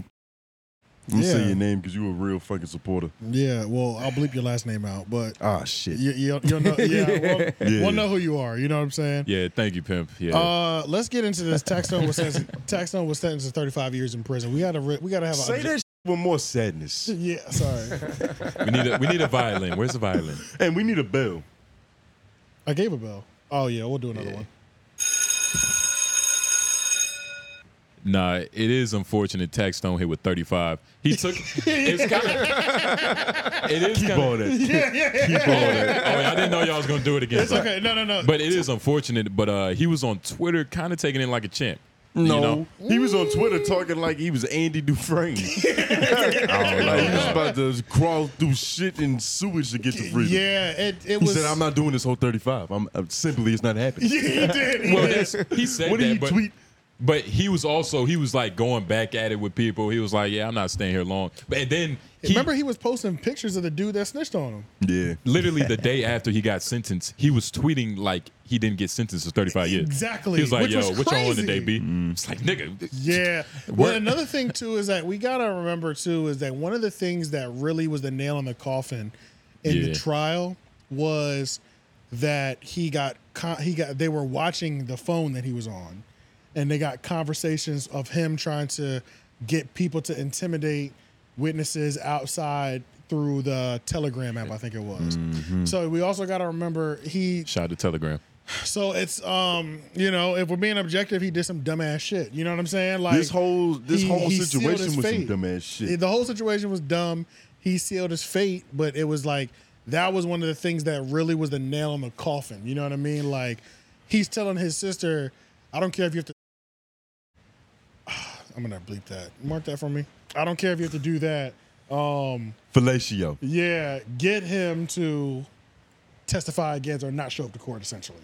I'm gonna say Yeah. your name because you a real fucking supporter. Yeah, well, I'll bleep your last name out, but Ah shit. you, you, you'll know, yeah, we'll, Yeah. we'll know who you are. You know what I'm saying? Yeah, thank you, Pimp. Yeah. Uh, let's get into this. Taxon was sentenced. Taxon was sentenced to 35 years in prison. We gotta. Re- we gotta have. a- Say that shit with more sadness. Yeah, sorry. (laughs) we need a we need a violin. Where's the violin? (laughs) And we need a bell. I gave a bell. Oh yeah, we'll do another one. Nah, it is unfortunate. Tax Stone hit with 35. He (laughs) took. it's kind of. It is Keep kinda, on it. Yeah, yeah, yeah. Keep on it. Oh, wait, I didn't know y'all was gonna do it again. (laughs) It's okay. No, (laughs) no, no. But it is unfortunate. But uh, he was on Twitter, kind of taking it like a champ. No, You know? he was on Twitter talking like he was Andy Dufresne. (laughs) like he was about to crawl through shit and sewage to get to freedom. Yeah, it, it he was. said, "I'm not doing this whole 35. I'm, I'm simply it's not happening." (laughs) Yeah, he did. He well, did. that's, he said What did that, he but, tweet? But he was also he was like going back at it with people. He was like, "Yeah, I'm not staying here long." But and then he Remember, he was posting pictures of the dude that snitched on him. Yeah. Literally the day after he got sentenced, he was tweeting like he didn't get sentenced to 35 years. Exactly, He was like, which yo, was what y'all on crazy. Mm-hmm. today, B? It's like, nigga. Yeah. Well, Work. another thing too is that we gotta remember too is that one of the things that really was the nail in the coffin in the Yeah. trial was that he got co- he got they were watching the phone that he was on, and they got conversations of him trying to get people to intimidate witnesses outside through the Telegram app. I think it was. Mm-hmm. So we also gotta remember he Shout out to Telegram. So it's um, you know, if we're being objective, he did some dumbass shit. You know what I'm saying? Like This whole- this whole sealed situation his was some fate. dumbass shit. The whole situation was dumb. He sealed his fate, but it was like that was one of the things that really was the nail in the coffin. You know what I mean? Like he's telling his sister, I don't care if you have to (sighs) I'm gonna bleep that. Mark that for me. I don't care if you have to do that. Um Fellatio. yeah, get him to testify against or not show up to court. Essentially,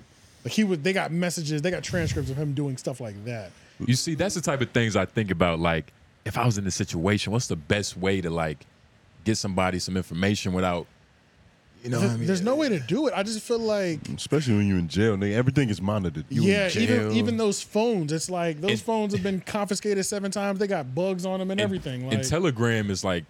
like he would. They got messages. They got transcripts of him doing stuff like that. You see, that's the type of things I think about. Like, if I was in this situation, what's the best way to like get somebody some information without, you know, Th- what I mean? There's no way to do it. I just feel like. Especially when you're in jail, nigga. Everything is monitored. You yeah, in jail. even even those phones, it's like those phones have been confiscated seven times. They got bugs on them and, everything. Like, and Telegram is like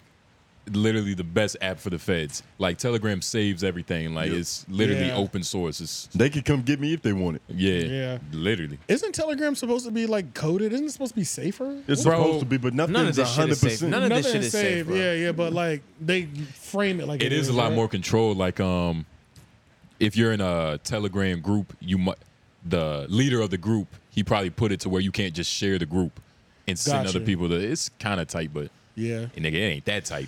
literally the best app for the feds. Like Telegram saves everything. Like it's literally Yeah. open source. It's they could come get me if they want it. yeah, Yeah. literally. isn't Telegram supposed to be like coded? Isn't it supposed to be safer? It's Bro, supposed to be, but none of nothing's this shit is 100%. safe. None of this Nothing shit is safe, bro. Yeah, yeah, but like they frame it like it is a lot right? more controlled. Like, um, if you're in a Telegram group, you mu- the leader of the group, he probably put it to where you can't just share the group and send Gotcha. other people. To, it's kind of tight, but yeah, nigga, it ain't that tight.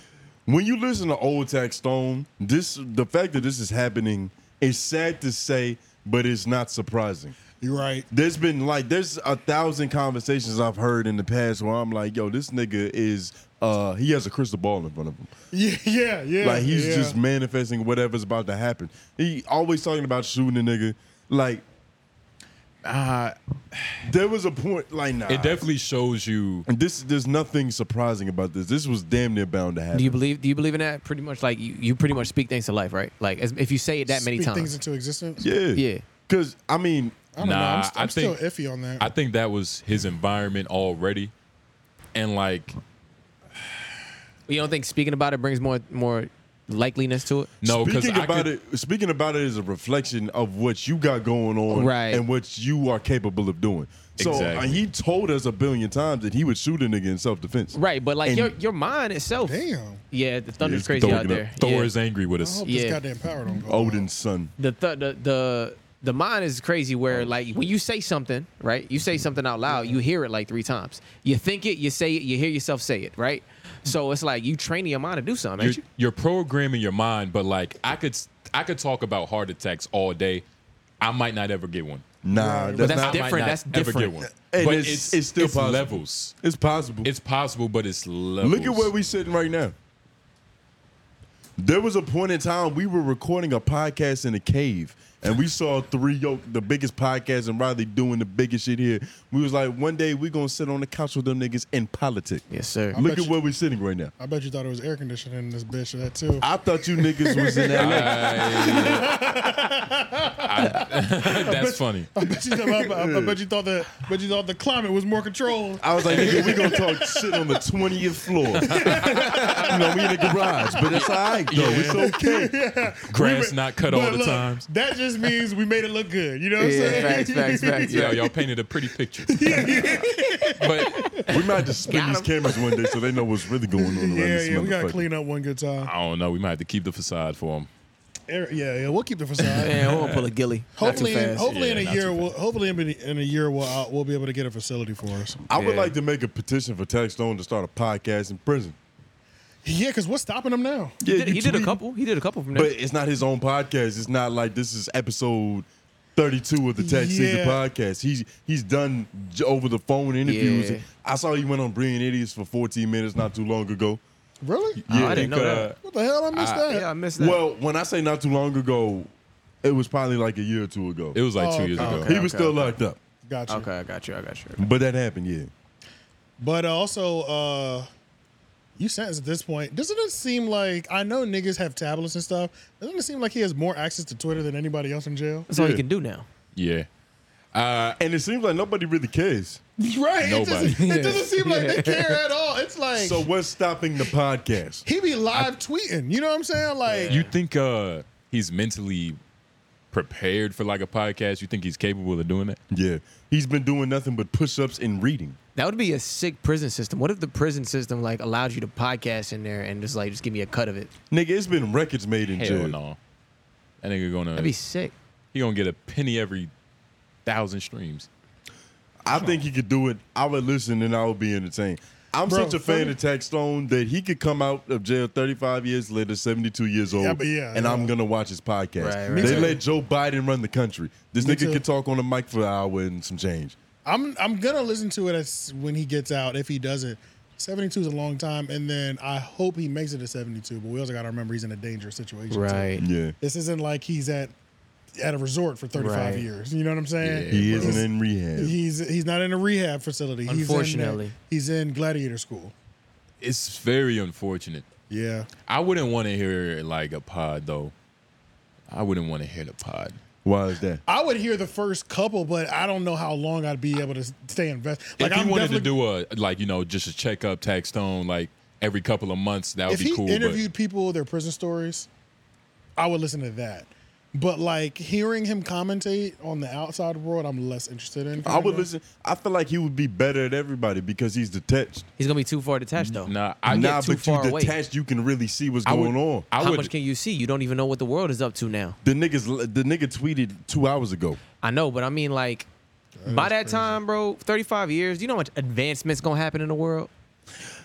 When you listen to Old Tax Stone, this the fact that this is happening is sad to say, but it's not surprising. You're right. There's been like there's a thousand conversations I've heard in the past where I'm like, yo, this nigga is uh he has a crystal ball in front of him. (laughs) Yeah, yeah, yeah. like he's yeah. just manifesting whatever's about to happen. He always talking about shooting a nigga. Like uh there was a point like nah. It definitely shows you And this there's nothing surprising about this. This was damn near bound to happen. Do you believe? Do you believe in that? Pretty much, like you, you pretty much speak things to life, right? Like as, if you say it that many Speak times, things into existence. Yeah. Yeah. Because, I mean, I don't know. nah, I'm st- I I'm still think iffy on that. I think that was his environment already, and like You don't think speaking about it brings more more likeliness to it? speaking about it, speaking about it is a reflection of what you got going on, Right. and what you are capable of doing. So uh, Exactly. he told us a billion times that he would shoot a nigga in self defense. Right, but like And- your your mind itself. Damn. Yeah, the thunder's He's crazy throwing out it there. up. Thor Yeah. is angry with us. yeah. Odin's son. the th- the the the mind is crazy where like when you say something right you say something out loud you hear it like three times you think it you say it you hear yourself say it right so it's like you training your mind to do something you're, ain't you? you're programming your mind, but like I could I could talk about heart attacks all day. I might not ever get one. Nah, I that's, might not not Ever get one. And but it's, it's, still possible. levels. It's possible. It's possible, but it's levels. Look at where we sitting right now. There was a point in time we were recording a podcast in a cave, and we saw three yoke, the biggest podcast, and Riley doing the biggest shit here. We was like, one day we gonna sit on the couch with them niggas and politic. Yes, sir. I Look bet at you- where we sitting right now. I bet you thought it was air conditioning in this bitch. That too. I thought you niggas was in (laughs) That's funny. (laughs) I bet you, thought, I, I bet you thought the, bet you thought the climate was more controlled. I was like, nigga, we (laughs) gonna talk shit on the twentieth floor. you know, we in the garage, but it's all right though. It's okay. (laughs) yeah. Grass not cut all But the look, times. That just means we made it look good. You know what I'm saying? Yeah, y'all painted a pretty picture. We might have to spin these cameras one day so they know what's really going on around Yeah, this yeah, we gotta motherfucker. clean up one good time. I don't know. We might have to keep the facade for him. Air- Yeah, yeah, we'll keep the facade. (laughs) Yeah, we won't pull a gilly. Hopefully, in, hopefully in Yeah, a not year, too we'll, hopefully in, in a year, we'll uh, we'll be able to get a facility for us. I would like to make a petition for Tax Stone to start a podcast in prison. Yeah, because what's stopping him now? Yeah, you tweet- couple. He did a couple from But it's not his own podcast. It's not like this is episode 32 of the Tax Season Yeah. podcast. He's he's done j- over the phone interviews. Yeah. I saw he went on Brilliant Idiots for 14 minutes not too long ago. Really? Yeah, I didn't know that. What the hell? I missed I- that. yeah, Uh, I missed Well, when I say not too long ago, it was probably like a year or two ago. It was like two two Oh, years okay. ago. he was Okay, still okay. locked up. Gotcha. Okay, I got you. I got you. But that happened, yeah. But also, uh, you sense at this point, doesn't it seem like I know niggas have tablets and stuff? Doesn't it seem like he has more access to Twitter than anybody else in jail? that's all you can do now Yeah. Uh, and it seems like nobody really cares. (laughs) Right? It doesn't, Nobody. it doesn't seem like they Yeah. care at all. It's like So what's stopping the podcast? he be live tweeting. You know what I'm saying? Like, You think uh, he's mentally prepared for like a podcast? You think he's capable of doing that? Yeah. He's been doing nothing but push ups and reading. that would be a sick prison system what if the prison system like allowed you to podcast in there and just like just give me a cut of it Nigga, it's been records made in Hell jail. no. That nigga gonna that'd be sick he gonna get a penny every thousand streams. I think he could do it. I would listen and I would be entertained. I'm Bro, such a fan funny- of Tax Stone that he could come out of jail 35 years later, 72 years old, Yeah, but yeah, and yeah. I'm gonna watch his podcast. Right, right. They Me let Joe Biden run the country. This Me nigga too. could talk on the mic for an hour and some change. I'm I'm gonna listen to it as when he gets out. If he doesn't, 72 is a long time, and then I hope he makes it to 72. But we also gotta remember he's in a dangerous situation. too. Right. Yeah. This isn't like he's at at a resort for 35 Right. years. You know what I'm saying? he isn't in rehab. He's he's not in a rehab facility. He's in, uh, Unfortunately. he's in gladiator school. It's very unfortunate. Yeah. I wouldn't want to hear like a pod though. I wouldn't want to hear the pod. Why is that? I would hear the first couple, but I don't know how long I'd be able to stay invested. Like if he I'm wanted to definitely- do a like you know just a checkup, tax stone like every couple of months, that would if be he cool. interviewed people their prison stories, I would listen to that. But like hearing him commentate on the outside world, I'm less interested in. I would listen. I feel like he would be better at everybody because he's detached. he's gonna be too far detached though nah I nah, too but you far away detached, you can really see what's I would- going on. how much can you see you don't even know what the world is up to now The niggas, the nigga tweeted two hours ago. I know, but I mean, like, by that time, bro, 35 years, you know how much advancements gonna happen in the world? But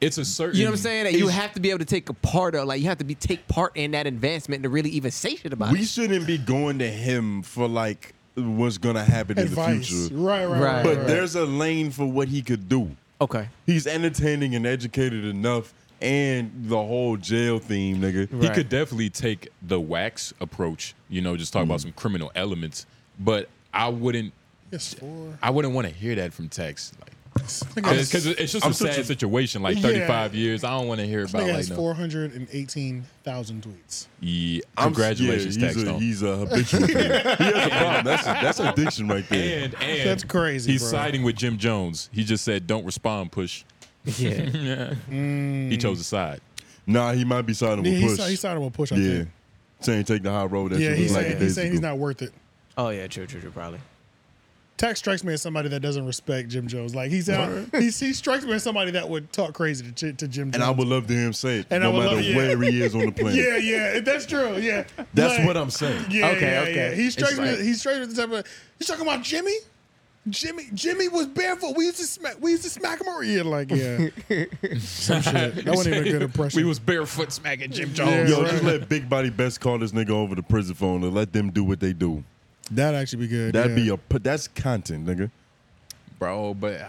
it's a certain. You know what I'm saying? That you it's- have to be able to take a part of, like, you have to be take part in that advancement to really even say shit about We it. shouldn't be going to him for like what's gonna happen Advice. in the future. Right, right, right, But right. there's a lane for what he could do. Okay. He's entertaining and educated enough, and the whole jail theme, nigga. He could definitely take the wax approach, you know, just talk Mm. about some criminal elements. But I wouldn't, Yes, four. I wouldn't want to hear that from Tex. Like, Because it's just I'm a such sad a- situation. Like Yeah. 35 years, I don't want to hear This about nigga like has no. 418,000 tweets. Yeah, I'm- congratulations, yeah, Tax he's a- Stone. he's a habitual (laughs) He has a problem. That's that's addiction right there. And, and That's crazy, He's bro. siding with Jim Jones. He just said, "Don't respond, push." (laughs) Yeah. Mm. He chose a side. Nah, he might be signing Yeah, with he push. si- he signed with Push, I yeah, think. saying take the high road. That yeah, shit he's was like saying, a he's, days saying ago. he's not worth it. Oh yeah, true, true, true, probably. Tax strikes me as somebody that doesn't respect Jim Jones. Like he's out, he's, (laughs) he strikes me as somebody that would talk crazy to, J- to Jim Jones. And I would love to hear him say it, And I no would matter love- yeah. where he is on (laughs) the planet. yeah, yeah, that's true. Yeah, That's Like, what I'm saying. Yeah, Okay, yeah, okay. Yeah. He It's strikes me. like- He strikes me with the type of you talking about Jimmy. Jimmy, Jimmy was barefoot. We used to smack. We used to smack him around. Yeah, (laughs) like yeah. Some shit. That wasn't even a good impression. We was barefoot smacking Jim Yeah, Jones. Yo, right. just let Big Body Best call this nigga over the prison phone and let them do what they do. That'd actually be good. That'd yeah. be a put. That's content, nigga. bro, but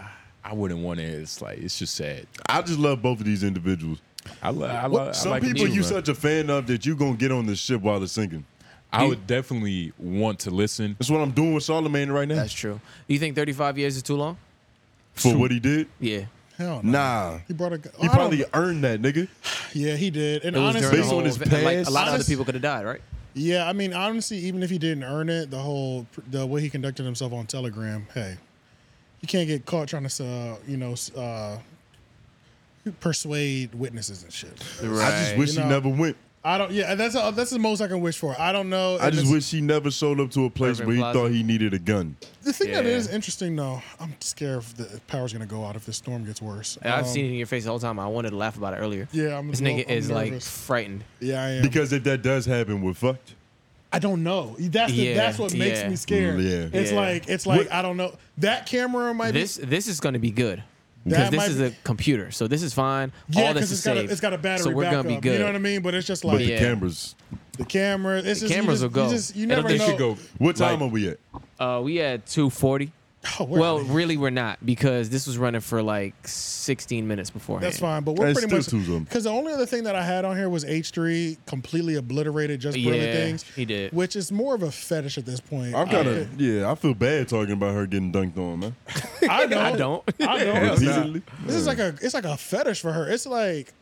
I wouldn't want it. It's like it's just sad. I just love both of these individuals. I love. I What- love. I Some like people them too, you bro. such a fan of that you gonna get on this ship while it's sinking. I would definitely want to listen. That's what I'm doing with Charlemagne right now. That's true. You think 35 years is too long? For what he did? Yeah. Hell Oh, no. Nah. He brought a. gu- He I don't- probably earned that, nigga. Yeah, he did. And it was honestly, during the whole event, like, a lot of other people could have died, right? Yeah, I mean, honestly, even if he didn't earn it, the whole the way he conducted himself on Telegram, hey, you can't get caught trying to, uh, you know, uh, persuade witnesses and shit. I just wish You know, he never went. I don't. Yeah, that's uh, that's the most I can wish for. I don't know. I if just it's- wish he never showed up to a place Irving where he Plaza. thought he needed a gun. The thing that Yeah. is interesting, though, I'm scared if the power's gonna go out if the storm gets worse. And I've Um, seen it in your face the whole time. I wanted to laugh about it earlier. Yeah, I'm- This I'm- nigga I'm is like nervous. frightened. Yeah, I am. Because if that does happen, we're fucked. I don't know. That's the, Yeah, that's what makes yeah. me scared. Mm, yeah. It's Yeah. like it's like What- I don't know. That camera might This be this is going to be good because That this might is be- a computer, so this is fine. yeah, All this because is it's got a, saved. it's got a battery so we're backup. gonna be good. You know what I mean? But it's just But like the cameras. the camera. It's The just, cameras you just, will go. You, just, you It'll- never they know. should go What time like- are we at? Uh, we at two forty. Oh, we're well, late. really, we're not because this was running for like sixteen minutes beforehand. That's fine, but we're pretty much because the only other thing that I had on here was H three completely obliterated just for other Yeah, things. he did. which is more of a fetish at this point. I'm kind I- of yeah. I feel bad talking about her getting dunked on, man. I don't. (laughs) I don't. (laughs) I don't. Hell nah. This is like a it's like a fetish for her. It's like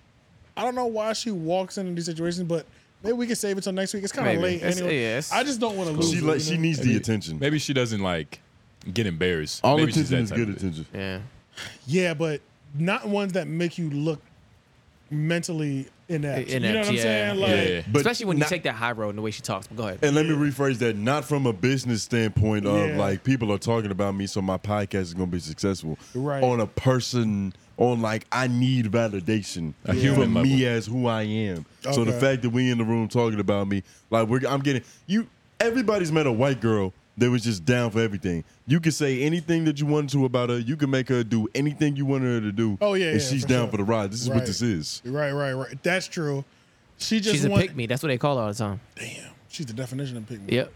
I don't know why she walks into these situations, but maybe we can save it till next week. It's kind Maybe. of late It's- anyway. yeah, it's- I just don't want to lose. She it, like you she know? needs the Maybe- attention. Maybe she doesn't like get embarrassed. All Maybe she's attention that is type good of bitch. attention. Yeah. Yeah, but not ones that make you look mentally inept. you know what I'm saying? Like, But Especially when not- you take that high road and the way she talks. But go ahead. And let me rephrase that not from a business standpoint of Yeah. like people are talking about me, so my podcast is going to be successful. Right. On a person, on like I need validation A human for level. me as who I am. So the Okay. fact that we in the room talking about me, like we're I'm getting you. Everybody's met a white girl that was just down for everything. You could say anything that you wanted to about her. You could make her do anything you wanted her to do. Oh, yeah, and yeah, she's for down sure. for the ride. This is Right. what this is. Right, right, right. That's true. She just She's a want- pick me. That's what they call her all the time. She's the definition of pygmy. Yep.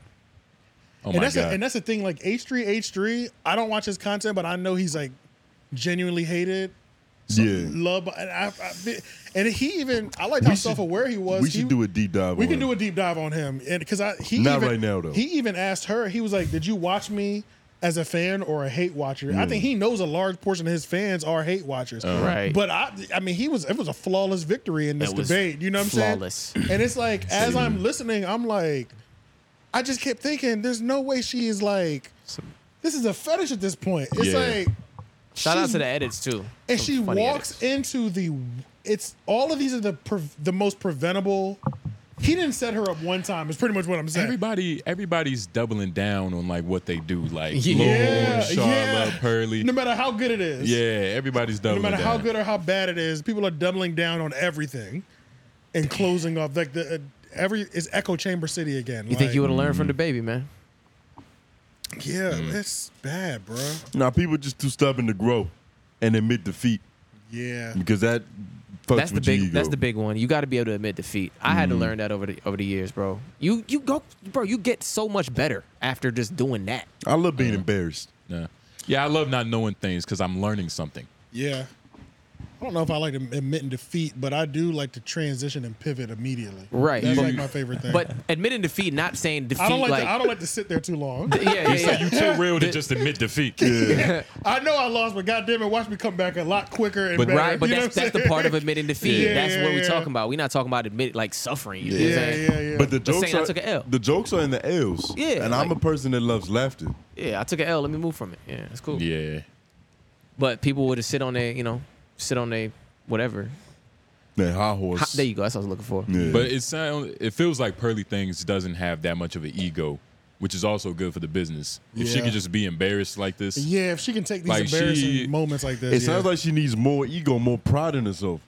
Oh and that's A, and that's the thing. Like H three H three. I don't watch his content, but I know he's like genuinely hated. yeah. Love and I, I and he even I liked how Mm. We should- self aware he was. we He- should do a deep dive. We on can it. do a deep dive on him, and because I he Not even- right now, though. He even asked her. He was like, "Did you watch me as a fan or a hate watcher?" I Yeah. think he knows a large portion of his fans are hate watchers, Oh. Right. But I, I mean, he was it was a flawless victory in this Uh-huh. It was debate. You know what I'm flawless. saying? And it's like as I'm listening, I'm like, I just kept thinking, there's no way she is like, this is a fetish at this point. It's Yeah. like, Shout out she's- to the edits too. and Some she funny walks into the. It's all of these are the pre, the most preventable. He didn't set her up one time. Is pretty much what I'm saying. Everybody, everybody's doubling down on like what they do, like Yeah, Lord, yeah. Charlotte, Pearly. No matter how good it is. yeah, everybody's No doubling matter down. how good or how bad it is, people are doubling down on everything and closing off. Like the uh, every is echo chamber city again. You think Like, mm. you would have learned from the baby, man? Yeah, it's bad, bro. Now Mm. people just too stubborn to grow and admit defeat Yeah. because that fucks that's the with big. your ego. That's the big one. You got to be able to admit defeat. I had to Mm-hmm. Mhm. learn that over the over the years, bro. You you go, bro. You get so much better after just doing that. I love being embarrassed. Yeah. yeah, I love not knowing things because I'm learning something. Yeah. I don't know if I like admitting defeat, but I do like to transition and pivot immediately. Right. That's But- like my favorite thing. But admitting defeat, not saying defeat I don't like, like to, I don't like to sit there too long. (laughs) Yeah, yeah, You say yeah. You too real to just admit (laughs) defeat. (laughs) I know I lost, but goddamn it, watch me come back a lot quicker and But better. right, but You know that's what I'm that's the saying? (laughs) part of admitting defeat. Yeah, that's yeah, what we're yeah. talking about. We're not talking about admit like suffering. You know what I'm saying? But the Just jokes saying are I took an L. the jokes are in the L's. Yeah, and I'm a person that loves laughter. Yeah, I took an L. Let me move from it. Yeah, that's cool. Yeah. But people would just sit on their, you know, sit on their whatever. That high horse. there you go. That's what I was looking for. But it sound it feels like Pearly Things doesn't have that much of an ego, which is also good for the business. If she Yeah. could just be embarrassed like this, Yeah, if she can take these Like, embarrassing she- moments like this. It yeah. sounds like she needs more ego, more pride in herself.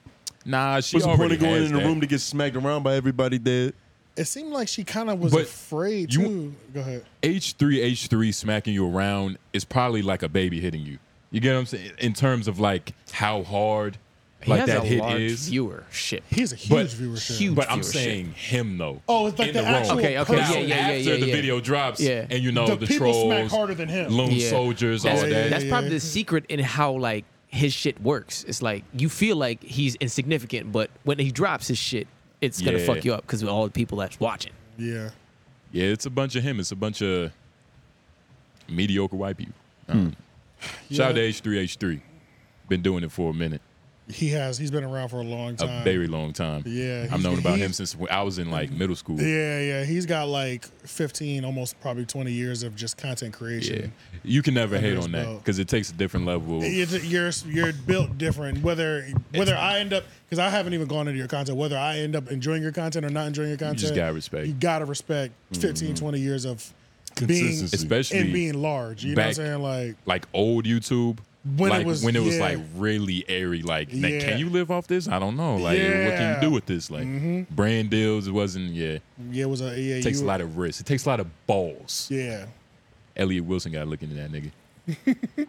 Nah, she What's the point already of going has in the that. room to get smacked around by everybody there? it seemed like she kind of was But afraid you- too. Go ahead. H three H three smacking you around is probably like a baby hitting you. You get what I'm saying? In terms of like how hard He like has that a hit large is. Viewership. He's a But, huge viewership. but I'm saying him though. Oh, it's like in the the, room. actual Okay, okay, Now, yeah, yeah, yeah, after yeah, the yeah. video drops, Yeah. and you know the, people trolls, smack harder than him. loon soldiers, that's, all that. That's probably the secret in how like his shit works. It's like you feel like he's insignificant, but when he drops his shit, it's gonna Yeah. fuck you up because of all the people that's watching. Yeah. Yeah, it's a bunch of him. It's a bunch of mediocre white people. Hmm. Shout out to H3H3. Been doing it for a minute, He has. He's been around for a long a time. very long time. Yeah, I've he's- known about he- him since when I was in like middle school. Yeah, yeah. He's got like 15, almost probably 20 years of just content creation. You can never hate his on that belt. because it takes a different level. of- You're, you're you're built different. Whether whether I end up because I haven't even gone into your content. Whether I end up enjoying your content or not enjoying your content, gotta respect. Mm-hmm. You gotta respect 15, 20 years of being Consistency. Especially and being large. You know what I'm back saying? Like like old YouTube. When it like, was- when it was yeah. like really airy, like na- Yeah. can you live off this? I don't know. Like what can Yeah. you do with this? Like Mhm. brand deals, it wasn't. Yeah, yeah, it was a yeah. it takes you a were- lot of risk. It takes a lot of balls. Yeah, Elliot Wilson got looking at that nigga.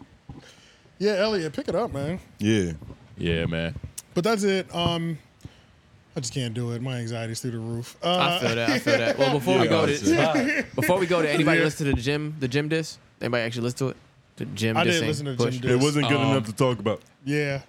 yeah. Elliot, pick it up, man. Yeah, yeah, man. But that's it. Um, I just can't do it. My anxiety's through the roof. Uh, I feel that. I feel that. (laughs) Well, before we go to (laughs) before we go to anybody Yeah. listen to the gym, the gym disc. Anybody actually listen to it? The gym. I did dissing listen to the Bush. gym disc. It wasn't Um, good enough to talk about. (sighs) Yeah.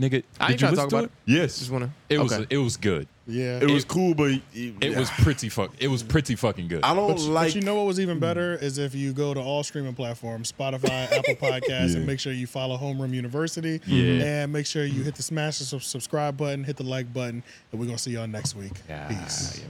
Nigga, I ain't did you trying to talk listen to about it. it? Yes. Just wanna. It was Okay. it was good. Yeah. It was cool, but it, it (laughs) was pretty fuck. It was pretty fucking good. but, But you know what was Hmm. even better is if you go to all streaming platforms, (laughs) Spotify, Apple Podcasts, Yeah. and make sure you follow Homeroom University. Yeah. And make sure you hit the smash the sub- subscribe button, hit the like button, and we're gonna see y'all next week. Peace.